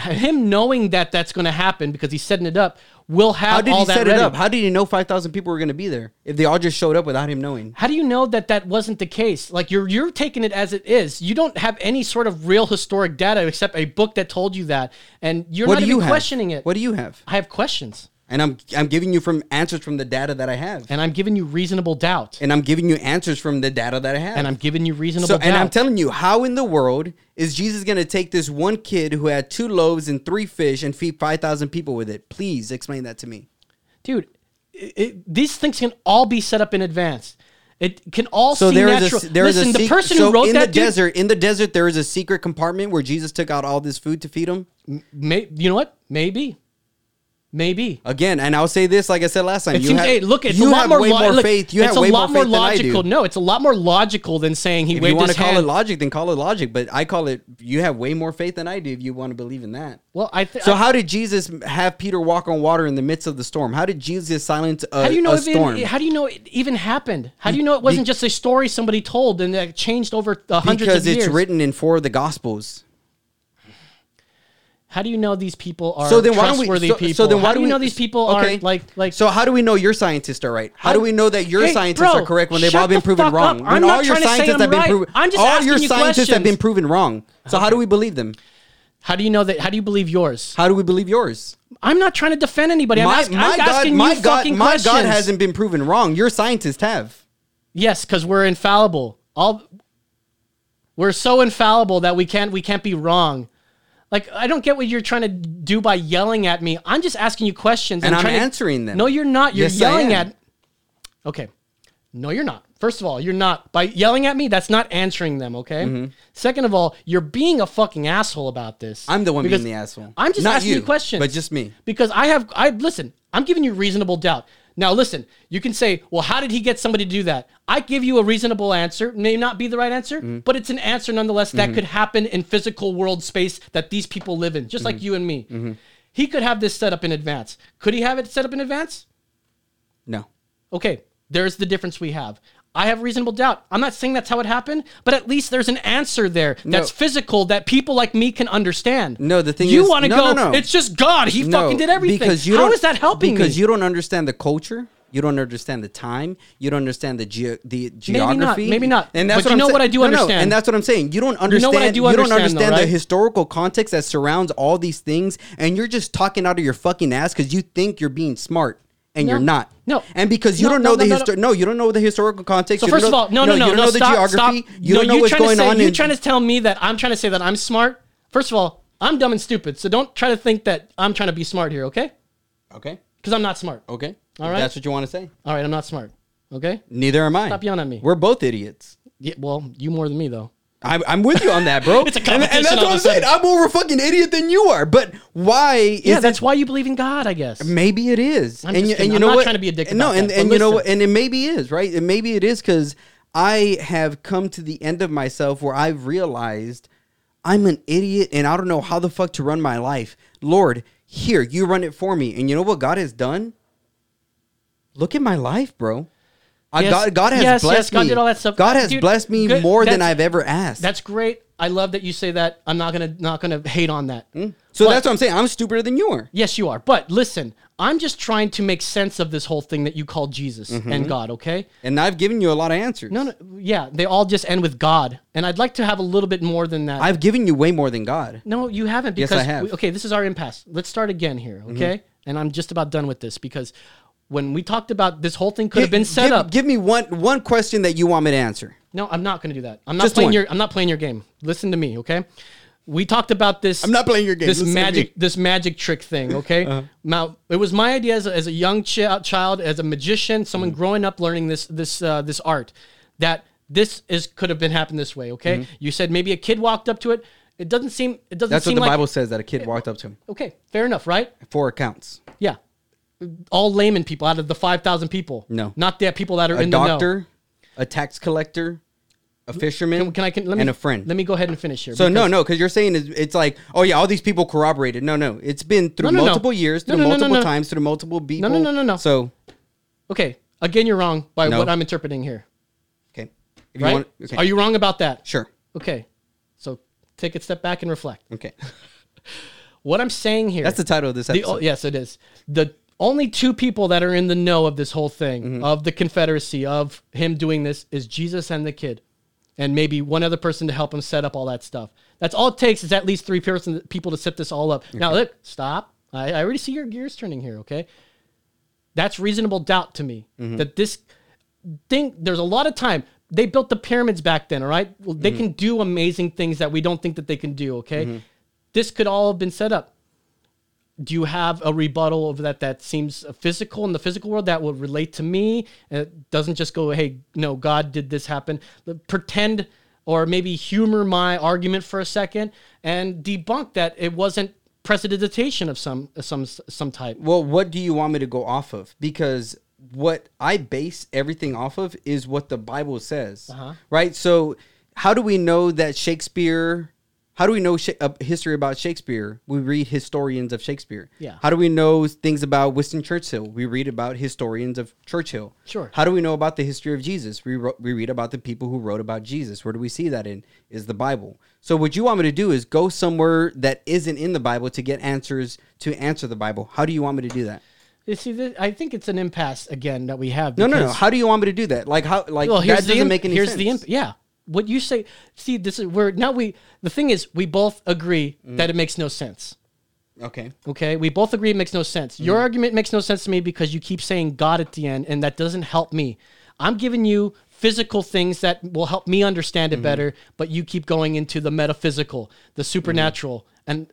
[SPEAKER 1] him knowing that that's going to happen because he's setting it up. Will have
[SPEAKER 3] How did
[SPEAKER 1] all
[SPEAKER 3] he
[SPEAKER 1] that
[SPEAKER 3] set
[SPEAKER 1] ready.
[SPEAKER 3] it up? How did he know five thousand people were gonna be there if they all just showed up without him knowing?
[SPEAKER 1] How do you know that that wasn't the case? Like you're you're taking it as it is. You don't have any sort of real historic data except a book that told you that, and you're
[SPEAKER 3] What
[SPEAKER 1] not
[SPEAKER 3] do
[SPEAKER 1] even
[SPEAKER 3] you have?
[SPEAKER 1] questioning it.
[SPEAKER 3] What do you have?
[SPEAKER 1] I have questions,
[SPEAKER 3] And I'm I'm giving you from answers from the data that I have,
[SPEAKER 1] and I'm giving you reasonable doubt,
[SPEAKER 3] and I'm giving you answers from the data that I have,
[SPEAKER 1] and I'm giving you reasonable
[SPEAKER 3] So,
[SPEAKER 1] doubt.
[SPEAKER 3] and I'm telling you, how in the world is Jesus going to take this one kid who had two loaves and three fish and feed 5,000 people with it? Please explain that to me.
[SPEAKER 1] dude it, it, these things can all be set up in advance it can all
[SPEAKER 3] So
[SPEAKER 1] seem
[SPEAKER 3] there is
[SPEAKER 1] natural.
[SPEAKER 3] a there is
[SPEAKER 1] listen
[SPEAKER 3] a
[SPEAKER 1] the
[SPEAKER 3] sec-
[SPEAKER 1] person
[SPEAKER 3] so
[SPEAKER 1] who wrote
[SPEAKER 3] in
[SPEAKER 1] that
[SPEAKER 3] the
[SPEAKER 1] dude,
[SPEAKER 3] desert in the desert there is a secret compartment where Jesus took out all this food to feed them.
[SPEAKER 1] may, you know what maybe Maybe.
[SPEAKER 3] Again, and I'll say this, like I said last time,
[SPEAKER 1] It seems, hey, look, it's
[SPEAKER 3] Uh, you
[SPEAKER 1] a lot
[SPEAKER 3] have
[SPEAKER 1] more,
[SPEAKER 3] way
[SPEAKER 1] lo-
[SPEAKER 3] more
[SPEAKER 1] look,
[SPEAKER 3] faith. You
[SPEAKER 1] it's
[SPEAKER 3] have
[SPEAKER 1] a
[SPEAKER 3] way
[SPEAKER 1] lot
[SPEAKER 3] more, faith
[SPEAKER 1] logical.
[SPEAKER 3] Than I do.
[SPEAKER 1] No, it's a lot more logical than saying he
[SPEAKER 3] If you
[SPEAKER 1] waved
[SPEAKER 3] want
[SPEAKER 1] his
[SPEAKER 3] to call
[SPEAKER 1] hand.
[SPEAKER 3] it logic, then call it logic. But I call it you have way more faith than I do. If you want to believe in that,
[SPEAKER 1] well, I th-
[SPEAKER 3] so
[SPEAKER 1] I-
[SPEAKER 3] how did Jesus have Peter walk on water in the midst of the storm? How did Jesus silence a,
[SPEAKER 1] how do you know
[SPEAKER 3] a
[SPEAKER 1] if
[SPEAKER 3] storm?
[SPEAKER 1] It, how do you know it even happened? How do you know it wasn't just a story somebody told and that changed over the hundreds
[SPEAKER 3] because
[SPEAKER 1] of years?
[SPEAKER 3] it's written in four of the gospels.
[SPEAKER 1] How do you know these people are
[SPEAKER 3] So then why don't we?
[SPEAKER 1] trustworthy
[SPEAKER 3] So,
[SPEAKER 1] people?
[SPEAKER 3] so then why
[SPEAKER 1] how do
[SPEAKER 3] we
[SPEAKER 1] you know these people are
[SPEAKER 3] okay.
[SPEAKER 1] like like?
[SPEAKER 3] So how do we know your scientists are right? How do we know that your
[SPEAKER 1] Hey,
[SPEAKER 3] scientists
[SPEAKER 1] bro,
[SPEAKER 3] are correct when they've
[SPEAKER 1] shut
[SPEAKER 3] all been
[SPEAKER 1] the
[SPEAKER 3] proven
[SPEAKER 1] fuck
[SPEAKER 3] wrong?
[SPEAKER 1] up.
[SPEAKER 3] When
[SPEAKER 1] I'm
[SPEAKER 3] all
[SPEAKER 1] not
[SPEAKER 3] your
[SPEAKER 1] trying to say
[SPEAKER 3] scientists
[SPEAKER 1] I'm
[SPEAKER 3] have been
[SPEAKER 1] right.
[SPEAKER 3] proven.
[SPEAKER 1] I'm just
[SPEAKER 3] all
[SPEAKER 1] asking
[SPEAKER 3] your
[SPEAKER 1] you
[SPEAKER 3] scientists have been
[SPEAKER 1] questions.
[SPEAKER 3] proven wrong. So how do we believe them?
[SPEAKER 1] how do you know that? How do you believe yours?
[SPEAKER 3] How do we believe yours?
[SPEAKER 1] I'm not trying to defend anybody. I'm, ask, I'm asking
[SPEAKER 3] my
[SPEAKER 1] you
[SPEAKER 3] God,
[SPEAKER 1] fucking
[SPEAKER 3] my
[SPEAKER 1] questions.
[SPEAKER 3] God hasn't been proven wrong. Your scientists have.
[SPEAKER 1] Yes, because we're infallible. All we're so infallible that we can't we can't be wrong. Like I don't get what you're trying to do by yelling at me. I'm just asking you questions,
[SPEAKER 3] And I'm
[SPEAKER 1] trying to-
[SPEAKER 3] answering them.
[SPEAKER 1] No, you're not. You're
[SPEAKER 3] Yes, I
[SPEAKER 1] yelling
[SPEAKER 3] am.
[SPEAKER 1] at. Okay, no, you're not. First of all, you're not by yelling at me. That's not answering them. Okay.
[SPEAKER 3] Mm-hmm.
[SPEAKER 1] Second of all, you're being a fucking asshole about this.
[SPEAKER 3] I'm the one
[SPEAKER 1] Because
[SPEAKER 3] being the asshole.
[SPEAKER 1] I'm just
[SPEAKER 3] Not
[SPEAKER 1] asking you,
[SPEAKER 3] you,
[SPEAKER 1] questions,
[SPEAKER 3] but just me.
[SPEAKER 1] because I have I listen, I'm giving you reasonable doubt. Now listen, you can say, "Well, how did he get somebody to do that?" I give you a reasonable answer, It may not be the right answer,
[SPEAKER 3] Mm-hmm.
[SPEAKER 1] but it's an answer nonetheless that could happen in physical world space that these people live in, just like
[SPEAKER 3] Mm-hmm.
[SPEAKER 1] you and me. He could have this set up in advance. Could he have it set up in advance?
[SPEAKER 3] No.
[SPEAKER 1] Okay, there's the difference we have. I have reasonable doubt. I'm not saying that's how it happened, but at least there's an answer there that's physical that people like me can understand.
[SPEAKER 3] No, the thing
[SPEAKER 1] you
[SPEAKER 3] is-
[SPEAKER 1] want to
[SPEAKER 3] no,
[SPEAKER 1] go.
[SPEAKER 3] no, no.
[SPEAKER 1] It's just God. He fucking did everything.
[SPEAKER 3] Because you
[SPEAKER 1] How
[SPEAKER 3] don't,
[SPEAKER 1] is that helping
[SPEAKER 3] Because
[SPEAKER 1] me?
[SPEAKER 3] you don't understand the culture. You don't understand the time. You don't understand the ge- the
[SPEAKER 1] not,
[SPEAKER 3] geography.
[SPEAKER 1] maybe not.
[SPEAKER 3] And that's
[SPEAKER 1] But
[SPEAKER 3] what
[SPEAKER 1] you
[SPEAKER 3] I'm
[SPEAKER 1] know
[SPEAKER 3] saying.
[SPEAKER 1] what I do
[SPEAKER 3] No, no,
[SPEAKER 1] understand.
[SPEAKER 3] and that's what I'm saying. You don't
[SPEAKER 1] know
[SPEAKER 3] understand.
[SPEAKER 1] what I do
[SPEAKER 3] don't
[SPEAKER 1] understand, though,
[SPEAKER 3] understand the
[SPEAKER 1] right?
[SPEAKER 3] historical context that surrounds all these things, and you're just talking out of your fucking ass because you think you're being smart. And
[SPEAKER 1] No.
[SPEAKER 3] you're not.
[SPEAKER 1] No.
[SPEAKER 3] And because you
[SPEAKER 1] No,
[SPEAKER 3] don't
[SPEAKER 1] no,
[SPEAKER 3] know the
[SPEAKER 1] no, no,
[SPEAKER 3] history. No, you don't know the historical context.
[SPEAKER 1] So
[SPEAKER 3] you don't
[SPEAKER 1] first of
[SPEAKER 3] know-
[SPEAKER 1] all, no, no, no,
[SPEAKER 3] You
[SPEAKER 1] no.
[SPEAKER 3] don't know the
[SPEAKER 1] stop,
[SPEAKER 3] geography.
[SPEAKER 1] Stop.
[SPEAKER 3] You
[SPEAKER 1] no,
[SPEAKER 3] don't know
[SPEAKER 1] you're
[SPEAKER 3] what's
[SPEAKER 1] trying to
[SPEAKER 3] going
[SPEAKER 1] say-
[SPEAKER 3] on.
[SPEAKER 1] You're
[SPEAKER 3] in-
[SPEAKER 1] trying to tell me that I'm trying to say that I'm smart. First of all, I'm dumb and stupid, so don't try to think that I'm trying to be smart here, okay?
[SPEAKER 3] Okay.
[SPEAKER 1] Because I'm not smart.
[SPEAKER 3] Okay.
[SPEAKER 1] All
[SPEAKER 3] If
[SPEAKER 1] right.
[SPEAKER 3] That's what you want to say.
[SPEAKER 1] All right, I'm not smart. Okay.
[SPEAKER 3] Neither am I.
[SPEAKER 1] Stop yelling at me.
[SPEAKER 3] We're both idiots.
[SPEAKER 1] Yeah, well, you more than me though.
[SPEAKER 3] I'm, I'm with you on that, bro.
[SPEAKER 1] It's a
[SPEAKER 3] And- and,
[SPEAKER 1] competition
[SPEAKER 3] that's
[SPEAKER 1] all
[SPEAKER 3] what
[SPEAKER 1] of
[SPEAKER 3] I'm
[SPEAKER 1] a
[SPEAKER 3] saying. I'm more of a fucking idiot than you are. But why? Is
[SPEAKER 1] yeah,
[SPEAKER 3] it-
[SPEAKER 1] that's why you believe in God, I guess.
[SPEAKER 3] Maybe it is.
[SPEAKER 1] I'm
[SPEAKER 3] and
[SPEAKER 1] just
[SPEAKER 3] you, and
[SPEAKER 1] kidding.
[SPEAKER 3] you
[SPEAKER 1] I'm
[SPEAKER 3] know
[SPEAKER 1] not
[SPEAKER 3] what?
[SPEAKER 1] trying to be a dick
[SPEAKER 3] No,
[SPEAKER 1] about
[SPEAKER 3] and,
[SPEAKER 1] that,
[SPEAKER 3] and
[SPEAKER 1] but
[SPEAKER 3] you know what?
[SPEAKER 1] listen.
[SPEAKER 3] And it maybe is right. And maybe it is because I have come to the end of myself where I've realized I'm an idiot and I don't know how the fuck to run my life. Lord, here you run it for me. And you know what God has done? Look at my life, bro. I,
[SPEAKER 1] Yes,
[SPEAKER 3] God, God has
[SPEAKER 1] yes, yes,
[SPEAKER 3] blessed
[SPEAKER 1] God
[SPEAKER 3] me.
[SPEAKER 1] did all that stuff.
[SPEAKER 3] God has
[SPEAKER 1] Dude,
[SPEAKER 3] blessed me
[SPEAKER 1] good-
[SPEAKER 3] more than
[SPEAKER 1] that's-
[SPEAKER 3] I've ever asked.
[SPEAKER 1] That's great. I love that you say that. I'm not gonna not gonna hate on that.
[SPEAKER 3] Mm. so
[SPEAKER 1] But-
[SPEAKER 3] that's what I'm saying. I'm stupider than you are.
[SPEAKER 1] Yes, you are. But listen, I'm just trying to make sense of this whole thing that you call Jesus
[SPEAKER 3] Mm-hmm.
[SPEAKER 1] and God, okay?
[SPEAKER 3] And I've given you a lot of answers.
[SPEAKER 1] No, no, yeah, they all just end with God, and I'd like to have a little bit more than that.
[SPEAKER 3] I've given you way more than God.
[SPEAKER 1] no, you haven't.
[SPEAKER 3] Yes,
[SPEAKER 1] Because
[SPEAKER 3] I have. Mm-hmm.
[SPEAKER 1] we- okay, this is our impasse. Let's start again here, okay? And I'm just about done with this because when we talked about this whole thing could have been set
[SPEAKER 3] give,
[SPEAKER 1] up.
[SPEAKER 3] Give me one one question that you want me to answer.
[SPEAKER 1] no, I'm not going to do that. I'm not
[SPEAKER 3] Just
[SPEAKER 1] playing
[SPEAKER 3] one.
[SPEAKER 1] your. I'm not playing your game. Listen to me, okay? We talked about this.
[SPEAKER 3] I'm not playing your game.
[SPEAKER 1] This
[SPEAKER 3] Listen to
[SPEAKER 1] magic,
[SPEAKER 3] me. Uh-huh.
[SPEAKER 1] this magic trick thing. Okay, now it was my idea as a, as a young chi- child, as a magician, someone
[SPEAKER 3] Mm-hmm.
[SPEAKER 1] growing up learning this this uh, this art, that this is could have been happened this way. Okay, you said maybe a kid walked up to it. It doesn't seem. It doesn't
[SPEAKER 3] Mm-hmm. That's what
[SPEAKER 1] seem
[SPEAKER 3] the
[SPEAKER 1] like.
[SPEAKER 3] Bible says that a kid walked up to him.
[SPEAKER 1] Okay, fair enough, right?
[SPEAKER 3] Four accounts.
[SPEAKER 1] Yeah, all layman people out of the five thousand people.
[SPEAKER 3] No.
[SPEAKER 1] not the people that are
[SPEAKER 3] A
[SPEAKER 1] in the know.
[SPEAKER 3] doctor, a tax collector, a fisherman,
[SPEAKER 1] Can, can I? Can, let me,
[SPEAKER 3] and a friend.
[SPEAKER 1] Let me go ahead and finish here.
[SPEAKER 3] so no,
[SPEAKER 1] because-
[SPEAKER 3] no, because you're saying it's, it's like, oh yeah, all these people corroborated. No, no, it's been through
[SPEAKER 1] No, no, no.
[SPEAKER 3] multiple years,
[SPEAKER 1] No,
[SPEAKER 3] through
[SPEAKER 1] no, no, no,
[SPEAKER 3] multiple
[SPEAKER 1] no.
[SPEAKER 3] times, through multiple people.
[SPEAKER 1] no, no, no.
[SPEAKER 3] So
[SPEAKER 1] Okay, again, you're wrong by
[SPEAKER 3] No.
[SPEAKER 1] what I'm interpreting here.
[SPEAKER 3] okay, if
[SPEAKER 1] Right?
[SPEAKER 3] okay.
[SPEAKER 1] Are you wrong about that?
[SPEAKER 3] sure?
[SPEAKER 1] Okay, so take a step back and reflect.
[SPEAKER 3] Okay,
[SPEAKER 1] What I'm saying here.
[SPEAKER 3] that's the title of this
[SPEAKER 1] The,
[SPEAKER 3] episode.
[SPEAKER 1] oh, yes, it is. The only two people that are in the know of this whole thing,
[SPEAKER 3] Mm-hmm.
[SPEAKER 1] of the Confederacy, of him doing this, is Jesus and the kid. And maybe one other person to help him set up all that stuff. That's all it takes is at least three person, people to set this all up. Now, look, stop. I, I already see your gears turning here, okay? That's reasonable doubt to me
[SPEAKER 3] Mm-hmm.
[SPEAKER 1] that this thing, there's a lot of time. They built the pyramids back then, all right? Well,
[SPEAKER 3] Mm-hmm.
[SPEAKER 1] they can do amazing things that we don't think that they can do, okay? This could all have been set up do you have a rebuttal of that that seems physical in the physical world that will relate to me and it doesn't just go hey no god did this happen pretend or maybe humor my argument for a second and debunk that it wasn't precipitation of some some some type.
[SPEAKER 3] Well, what do you want me to go off of? Because what I base everything off of is what the Bible says, right? So, how do we know that Shakespeare? How do we know Sha- uh, history about Shakespeare? We read historians of Shakespeare.
[SPEAKER 1] Yeah.
[SPEAKER 3] How do we know things about Winston Churchill? We read about historians of Churchill.
[SPEAKER 1] Sure.
[SPEAKER 3] How do we know about the history of Jesus? We, wrote, we read about the people who wrote about Jesus. Where do we see that in? Is the Bible. So what you want me to do is go somewhere that isn't in the Bible to get answers to answer the Bible. How do you want me to do that?
[SPEAKER 1] You see, th- I think it's an impasse again that we have.
[SPEAKER 3] No, no, no.
[SPEAKER 1] because-
[SPEAKER 3] How do you want me to do that? Like how? Like
[SPEAKER 1] well,
[SPEAKER 3] that
[SPEAKER 1] here's
[SPEAKER 3] doesn't
[SPEAKER 1] the imp-
[SPEAKER 3] make any
[SPEAKER 1] here's
[SPEAKER 3] sense.
[SPEAKER 1] the imp- yeah. What you say? See, this is where now we. The thing is, we both agree
[SPEAKER 3] Mm.
[SPEAKER 1] that it makes no sense.
[SPEAKER 3] okay.
[SPEAKER 1] Okay, we both agree it makes no sense.
[SPEAKER 3] Mm.
[SPEAKER 1] Your argument makes no sense to me because you keep saying God at the end, and that doesn't help me. I'm giving you physical things that will help me understand
[SPEAKER 3] Mm-hmm.
[SPEAKER 1] it better, but you keep going into the metaphysical, the supernatural, and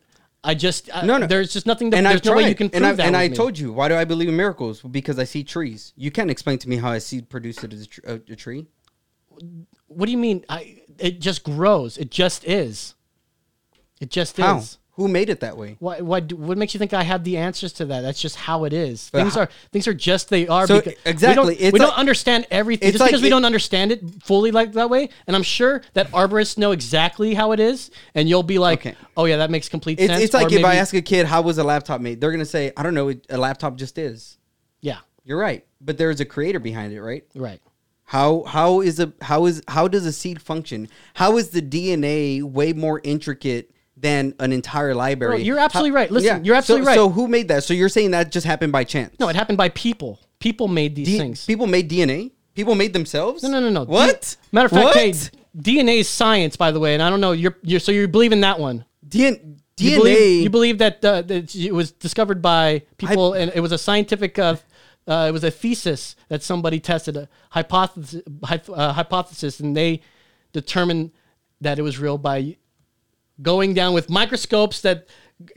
[SPEAKER 1] I just I,
[SPEAKER 3] No, no.
[SPEAKER 1] There's just nothing. That,
[SPEAKER 3] and
[SPEAKER 1] there's
[SPEAKER 3] I've
[SPEAKER 1] no way
[SPEAKER 3] tried.
[SPEAKER 1] you can prove
[SPEAKER 3] and I,
[SPEAKER 1] that.
[SPEAKER 3] And
[SPEAKER 1] with
[SPEAKER 3] I
[SPEAKER 1] me.
[SPEAKER 3] told you, why do I believe in miracles? Because I see trees. You can't explain to me how I see produced it as a, tr- a, a tree.
[SPEAKER 1] What do you mean? I it just grows. It just is. It just
[SPEAKER 3] How?
[SPEAKER 1] is.
[SPEAKER 3] Who made it that way?
[SPEAKER 1] Why, why, do- what makes you think I have the answers to that? That's just how it is.
[SPEAKER 3] But
[SPEAKER 1] things
[SPEAKER 3] how-
[SPEAKER 1] are things are just they are.
[SPEAKER 3] So,
[SPEAKER 1] because
[SPEAKER 3] exactly,
[SPEAKER 1] we don't,
[SPEAKER 3] it's
[SPEAKER 1] we
[SPEAKER 3] like-
[SPEAKER 1] don't understand everything
[SPEAKER 3] it's
[SPEAKER 1] just because
[SPEAKER 3] like
[SPEAKER 1] we
[SPEAKER 3] it-
[SPEAKER 1] don't understand it fully like that way. And I'm sure that arborists know exactly how it is, and you'll be like,
[SPEAKER 3] Okay.
[SPEAKER 1] "Oh yeah, that makes complete
[SPEAKER 3] It's,
[SPEAKER 1] sense."
[SPEAKER 3] it's like
[SPEAKER 1] or
[SPEAKER 3] if I
[SPEAKER 1] maybe-
[SPEAKER 3] ask a kid how was a laptop made, they're gonna say, I don't know, it- a laptop just is.
[SPEAKER 1] yeah,
[SPEAKER 3] You're right, but there is a creator behind it, right?
[SPEAKER 1] right.
[SPEAKER 3] How how is a how is how does a seed function? How is the DNA way more intricate than an entire library?
[SPEAKER 1] Bro, you're
[SPEAKER 3] How-
[SPEAKER 1] absolutely right. Listen, you're
[SPEAKER 3] So-
[SPEAKER 1] absolutely right.
[SPEAKER 3] So who made that? So you're saying that just happened by chance?
[SPEAKER 1] No, it happened by people. People made these
[SPEAKER 3] D-
[SPEAKER 1] things.
[SPEAKER 3] People made DNA. People made themselves.
[SPEAKER 1] No, no, no, no.
[SPEAKER 3] What?
[SPEAKER 1] D- matter of fact,
[SPEAKER 3] What?
[SPEAKER 1] hey, DNA is science, by the way, and I don't know. You're, you're so you believe in that one.
[SPEAKER 3] DN- DNA.
[SPEAKER 1] You believe, you believe that, uh, that it was discovered by people, and it was a scientific. Uh, uh, it was a thesis that somebody tested a hypothesis, uh, hypothesis, and they determined that it was real by going down with microscopes that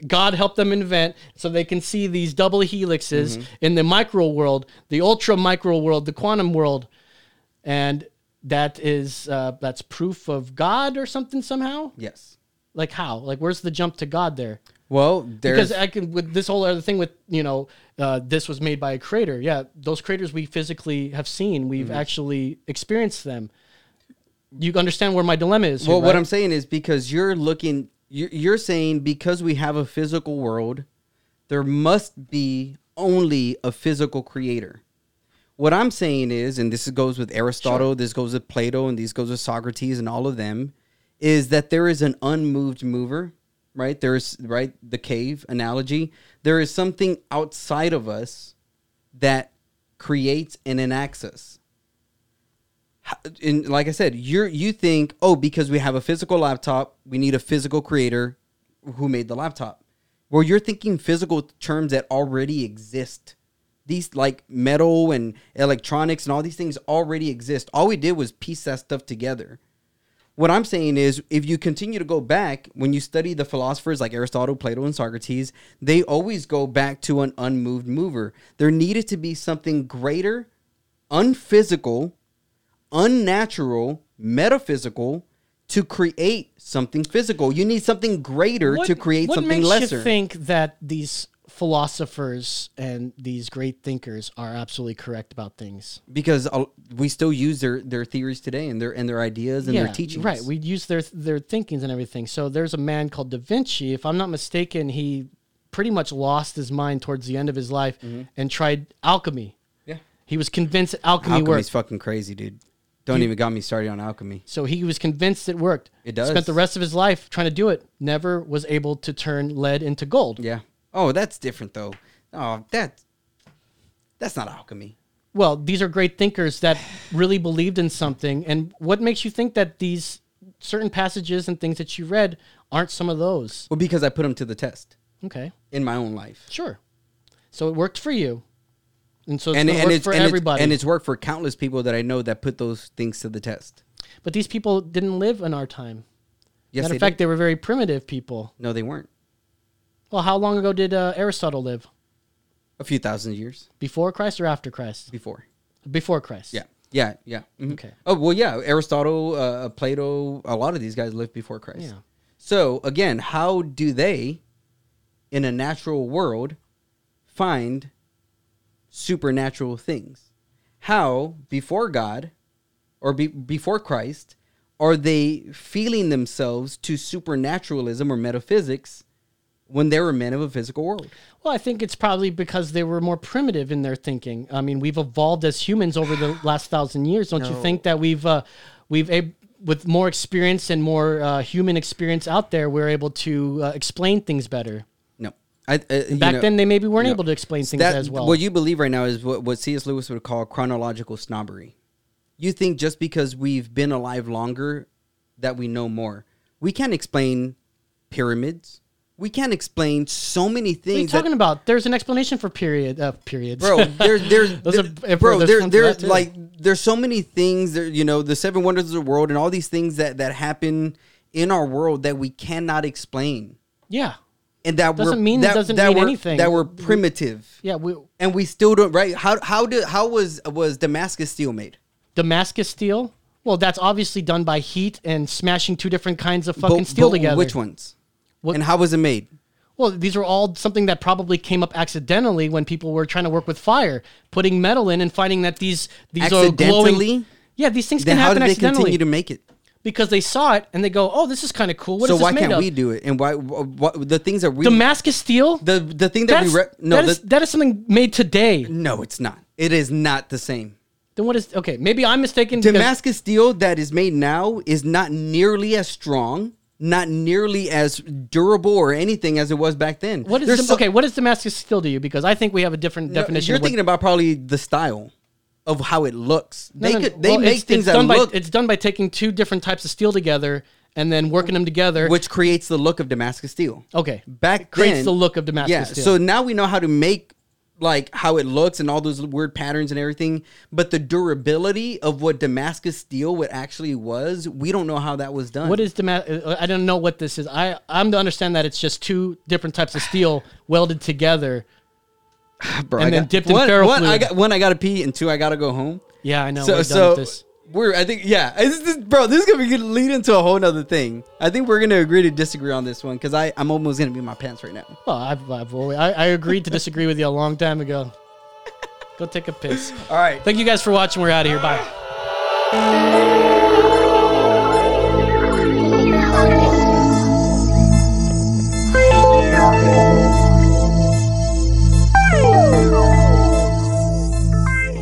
[SPEAKER 1] God helped them invent, so they can see these double helixes in the micro world, the ultra micro world, the quantum world, and that is uh, that's proof of God or something somehow.
[SPEAKER 3] yes.
[SPEAKER 1] Like how? Like where's the jump to God there?
[SPEAKER 3] Well, there's
[SPEAKER 1] Because I can with this whole other thing with you know uh, this was made by a creator. Yeah, those creators we physically have seen, we've
[SPEAKER 3] Mm-hmm.
[SPEAKER 1] actually experienced them. You understand where my dilemma is? here,
[SPEAKER 3] well, what
[SPEAKER 1] right?
[SPEAKER 3] I'm saying is because you're looking, you're, you're saying because we have a physical world, there must be only a physical creator. What I'm saying is, and this goes with Aristotle, this goes with Plato, and these goes with Socrates, and all of them, is that there is an unmoved mover, right? There is right the cave analogy. There is something outside of us that creates and enacts us and like I said, you're you think, oh, because we have a physical laptop, we need a physical creator who made the laptop. Well, you're thinking physical terms that already exist. These like metal and electronics and all these things already exist. All we did was piece that stuff together. What I'm saying is, if you continue to go back, when you study the philosophers like Aristotle, Plato, and Socrates, they always go back to an unmoved mover. There needed to be something greater, unphysical, unnatural, metaphysical to create something physical. You need something greater to create
[SPEAKER 1] what
[SPEAKER 3] something
[SPEAKER 1] makes
[SPEAKER 3] lesser.
[SPEAKER 1] You think that these philosophers and these great thinkers are absolutely correct about things.
[SPEAKER 3] because uh, we still use their, their theories today and their and their ideas and their teachings.
[SPEAKER 1] right. We use their their thinkings and everything. So there's a man called Da Vinci. If I'm not mistaken, he pretty much lost his mind towards the end of his life
[SPEAKER 3] Mm-hmm.
[SPEAKER 1] and tried alchemy.
[SPEAKER 3] yeah.
[SPEAKER 1] He was convinced alchemy
[SPEAKER 3] Alchemy's
[SPEAKER 1] worked.
[SPEAKER 3] fucking crazy, dude. Don't even got me started on alchemy.
[SPEAKER 1] So he was convinced it worked.
[SPEAKER 3] It does.
[SPEAKER 1] Spent the rest of his life trying to do it. Never was able to turn lead into gold.
[SPEAKER 3] Yeah. Oh, that's different though. Oh, that that's not alchemy.
[SPEAKER 1] well, these are great thinkers that really believed in something. And what makes you think that these certain passages and things that you read aren't some of those?
[SPEAKER 3] Well, because I put them to the test
[SPEAKER 1] Okay,
[SPEAKER 3] in my own life.
[SPEAKER 1] sure. So it worked for you, and so it's
[SPEAKER 3] And,
[SPEAKER 1] gonna
[SPEAKER 3] and
[SPEAKER 1] work
[SPEAKER 3] it's
[SPEAKER 1] for
[SPEAKER 3] and it's-
[SPEAKER 1] everybody.
[SPEAKER 3] and it's worked for countless people that I know that put those things to the test.
[SPEAKER 1] but these people didn't live in our time.
[SPEAKER 3] Yes,
[SPEAKER 1] Matter
[SPEAKER 3] they
[SPEAKER 1] of fact,
[SPEAKER 3] did.
[SPEAKER 1] they were very primitive people.
[SPEAKER 3] no, they weren't.
[SPEAKER 1] Well, how long ago did uh, Aristotle live?
[SPEAKER 3] A few thousand years
[SPEAKER 1] Before Christ or after Christ?
[SPEAKER 3] before.
[SPEAKER 1] Before Christ.
[SPEAKER 3] Yeah. Yeah. Yeah. Mhm.
[SPEAKER 1] Okay.
[SPEAKER 3] Oh well, yeah. Aristotle, uh, Plato, a lot of these guys lived before Christ.
[SPEAKER 1] Yeah.
[SPEAKER 3] So again, how do they in a natural world find supernatural things? How, before God or be, before Christ, are they feeling themselves to supernaturalism or metaphysics when they were men of a physical world?
[SPEAKER 1] Well, I think it's probably because they were more primitive in their thinking. I mean, we've evolved as humans over the last thousand years. Don't you think that we've uh, we've ab- with more experience and more uh, human experience out there, we're able to uh, explain things better.
[SPEAKER 3] No. I, uh,
[SPEAKER 1] Back then, they maybe weren't able to explain things
[SPEAKER 3] That-
[SPEAKER 1] as well.
[SPEAKER 3] What you believe right now is what, what C.S. Lewis would call chronological snobbery. You think just because we've been alive longer that we know more. We can't explain pyramids. We can't explain so many
[SPEAKER 1] what are you
[SPEAKER 3] things. that-
[SPEAKER 1] talking about? There's an explanation for period uh, periods,
[SPEAKER 3] bro, there, there's,
[SPEAKER 1] Those are-
[SPEAKER 3] there-
[SPEAKER 1] if
[SPEAKER 3] bro,
[SPEAKER 1] there's
[SPEAKER 3] there,
[SPEAKER 1] something to
[SPEAKER 3] there's
[SPEAKER 1] that too.
[SPEAKER 3] like, there's so many things that, you know, the seven wonders of the world and all these things that, that happen in our world that we cannot explain.
[SPEAKER 1] yeah,
[SPEAKER 3] And that
[SPEAKER 1] Doesn't
[SPEAKER 3] we're,
[SPEAKER 1] mean-
[SPEAKER 3] that,
[SPEAKER 1] doesn't
[SPEAKER 3] that
[SPEAKER 1] mean
[SPEAKER 3] we're,
[SPEAKER 1] anything.
[SPEAKER 3] That we're primitive
[SPEAKER 1] yeah. We,
[SPEAKER 3] and we still don't right how how did how was was damascus steel made
[SPEAKER 1] Damascus steel. Well, that's obviously done by heat and smashing two different kinds of fucking
[SPEAKER 3] But-
[SPEAKER 1] steel
[SPEAKER 3] but
[SPEAKER 1] together.
[SPEAKER 3] which ones
[SPEAKER 1] What-
[SPEAKER 3] and how was it made
[SPEAKER 1] Well, these were all something that probably came up accidentally when people were trying to work with fire, putting metal in and finding that these these are glowing.
[SPEAKER 3] Accidentally?
[SPEAKER 1] Yeah, these things
[SPEAKER 3] then
[SPEAKER 1] can
[SPEAKER 3] how
[SPEAKER 1] happen
[SPEAKER 3] did they
[SPEAKER 1] accidentally
[SPEAKER 3] continue to make it
[SPEAKER 1] because they saw it and they go, "Oh, this is kind of cool. What is
[SPEAKER 3] so
[SPEAKER 1] this
[SPEAKER 3] why
[SPEAKER 1] made
[SPEAKER 3] can't
[SPEAKER 1] of?"
[SPEAKER 3] we do it and why what the things that we
[SPEAKER 1] Damascus steel.
[SPEAKER 3] the the thing that
[SPEAKER 1] That's,
[SPEAKER 3] we re- no
[SPEAKER 1] that, is,
[SPEAKER 3] the-
[SPEAKER 1] that is something made today.
[SPEAKER 3] no it's not it is not the same
[SPEAKER 1] Then what is okay? Maybe I'm mistaken. because-
[SPEAKER 3] damascus steel that is made now is not nearly as strong not nearly as durable or anything as it was back then
[SPEAKER 1] What is
[SPEAKER 3] There's
[SPEAKER 1] Dam-
[SPEAKER 3] so-
[SPEAKER 1] okay? What is Damascus steel to you? Because I think we have a different
[SPEAKER 3] No,
[SPEAKER 1] definition.
[SPEAKER 3] you're
[SPEAKER 1] of what-
[SPEAKER 3] thinking about probably the style of how it looks
[SPEAKER 1] No,
[SPEAKER 3] they
[SPEAKER 1] no, no.
[SPEAKER 3] could they
[SPEAKER 1] Well,
[SPEAKER 3] make
[SPEAKER 1] it's-
[SPEAKER 3] things
[SPEAKER 1] it's
[SPEAKER 3] that
[SPEAKER 1] done
[SPEAKER 3] look
[SPEAKER 1] by it's done by taking two different types of steel together and then working them together.
[SPEAKER 3] which creates the look of Damascus steel.
[SPEAKER 1] okay,
[SPEAKER 3] Back
[SPEAKER 1] It creates
[SPEAKER 3] then-
[SPEAKER 1] the look of Damascus
[SPEAKER 3] yeah,
[SPEAKER 1] steel.
[SPEAKER 3] So now we know how to make like how it looks and all those weird patterns and everything, but the durability of what Damascus steel what actually was, we don't know how that was done.
[SPEAKER 1] What is Damascus? I don't know what this is. I I'm to understand that it's just two different types of steel welded together.
[SPEAKER 3] Bro,
[SPEAKER 1] and then dipped in
[SPEAKER 3] one,
[SPEAKER 1] ferro
[SPEAKER 3] one, I
[SPEAKER 1] fluid.
[SPEAKER 3] got one I got to pee and two I got to go home.
[SPEAKER 1] Yeah, I know.
[SPEAKER 3] so
[SPEAKER 1] we're done
[SPEAKER 3] so
[SPEAKER 1] with this.
[SPEAKER 3] we're I think yeah, this, this, bro, this is going to lead into a whole nother thing. I think we're going to agree to disagree on this one cuz I I'm almost going to be in my pants right now.
[SPEAKER 1] Well, I've, I've always, I, I agreed to disagree with you a long time ago. Go take a piss.
[SPEAKER 3] All right.
[SPEAKER 1] Thank you guys for watching. We're out of here. Bye.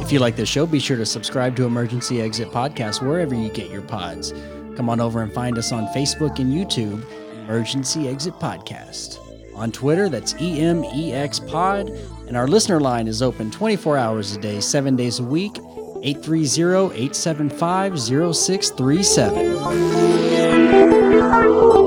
[SPEAKER 2] If you like this show, be sure to subscribe to Emergency Exit Podcast wherever you get your pods. Come on over and find us on Facebook and YouTube, Emergency Exit Podcast. On Twitter, that's E EMEX Pod. And our listener line is open 24 hours a day, seven days a week, 830 875 0637.
[SPEAKER 10] Thank you.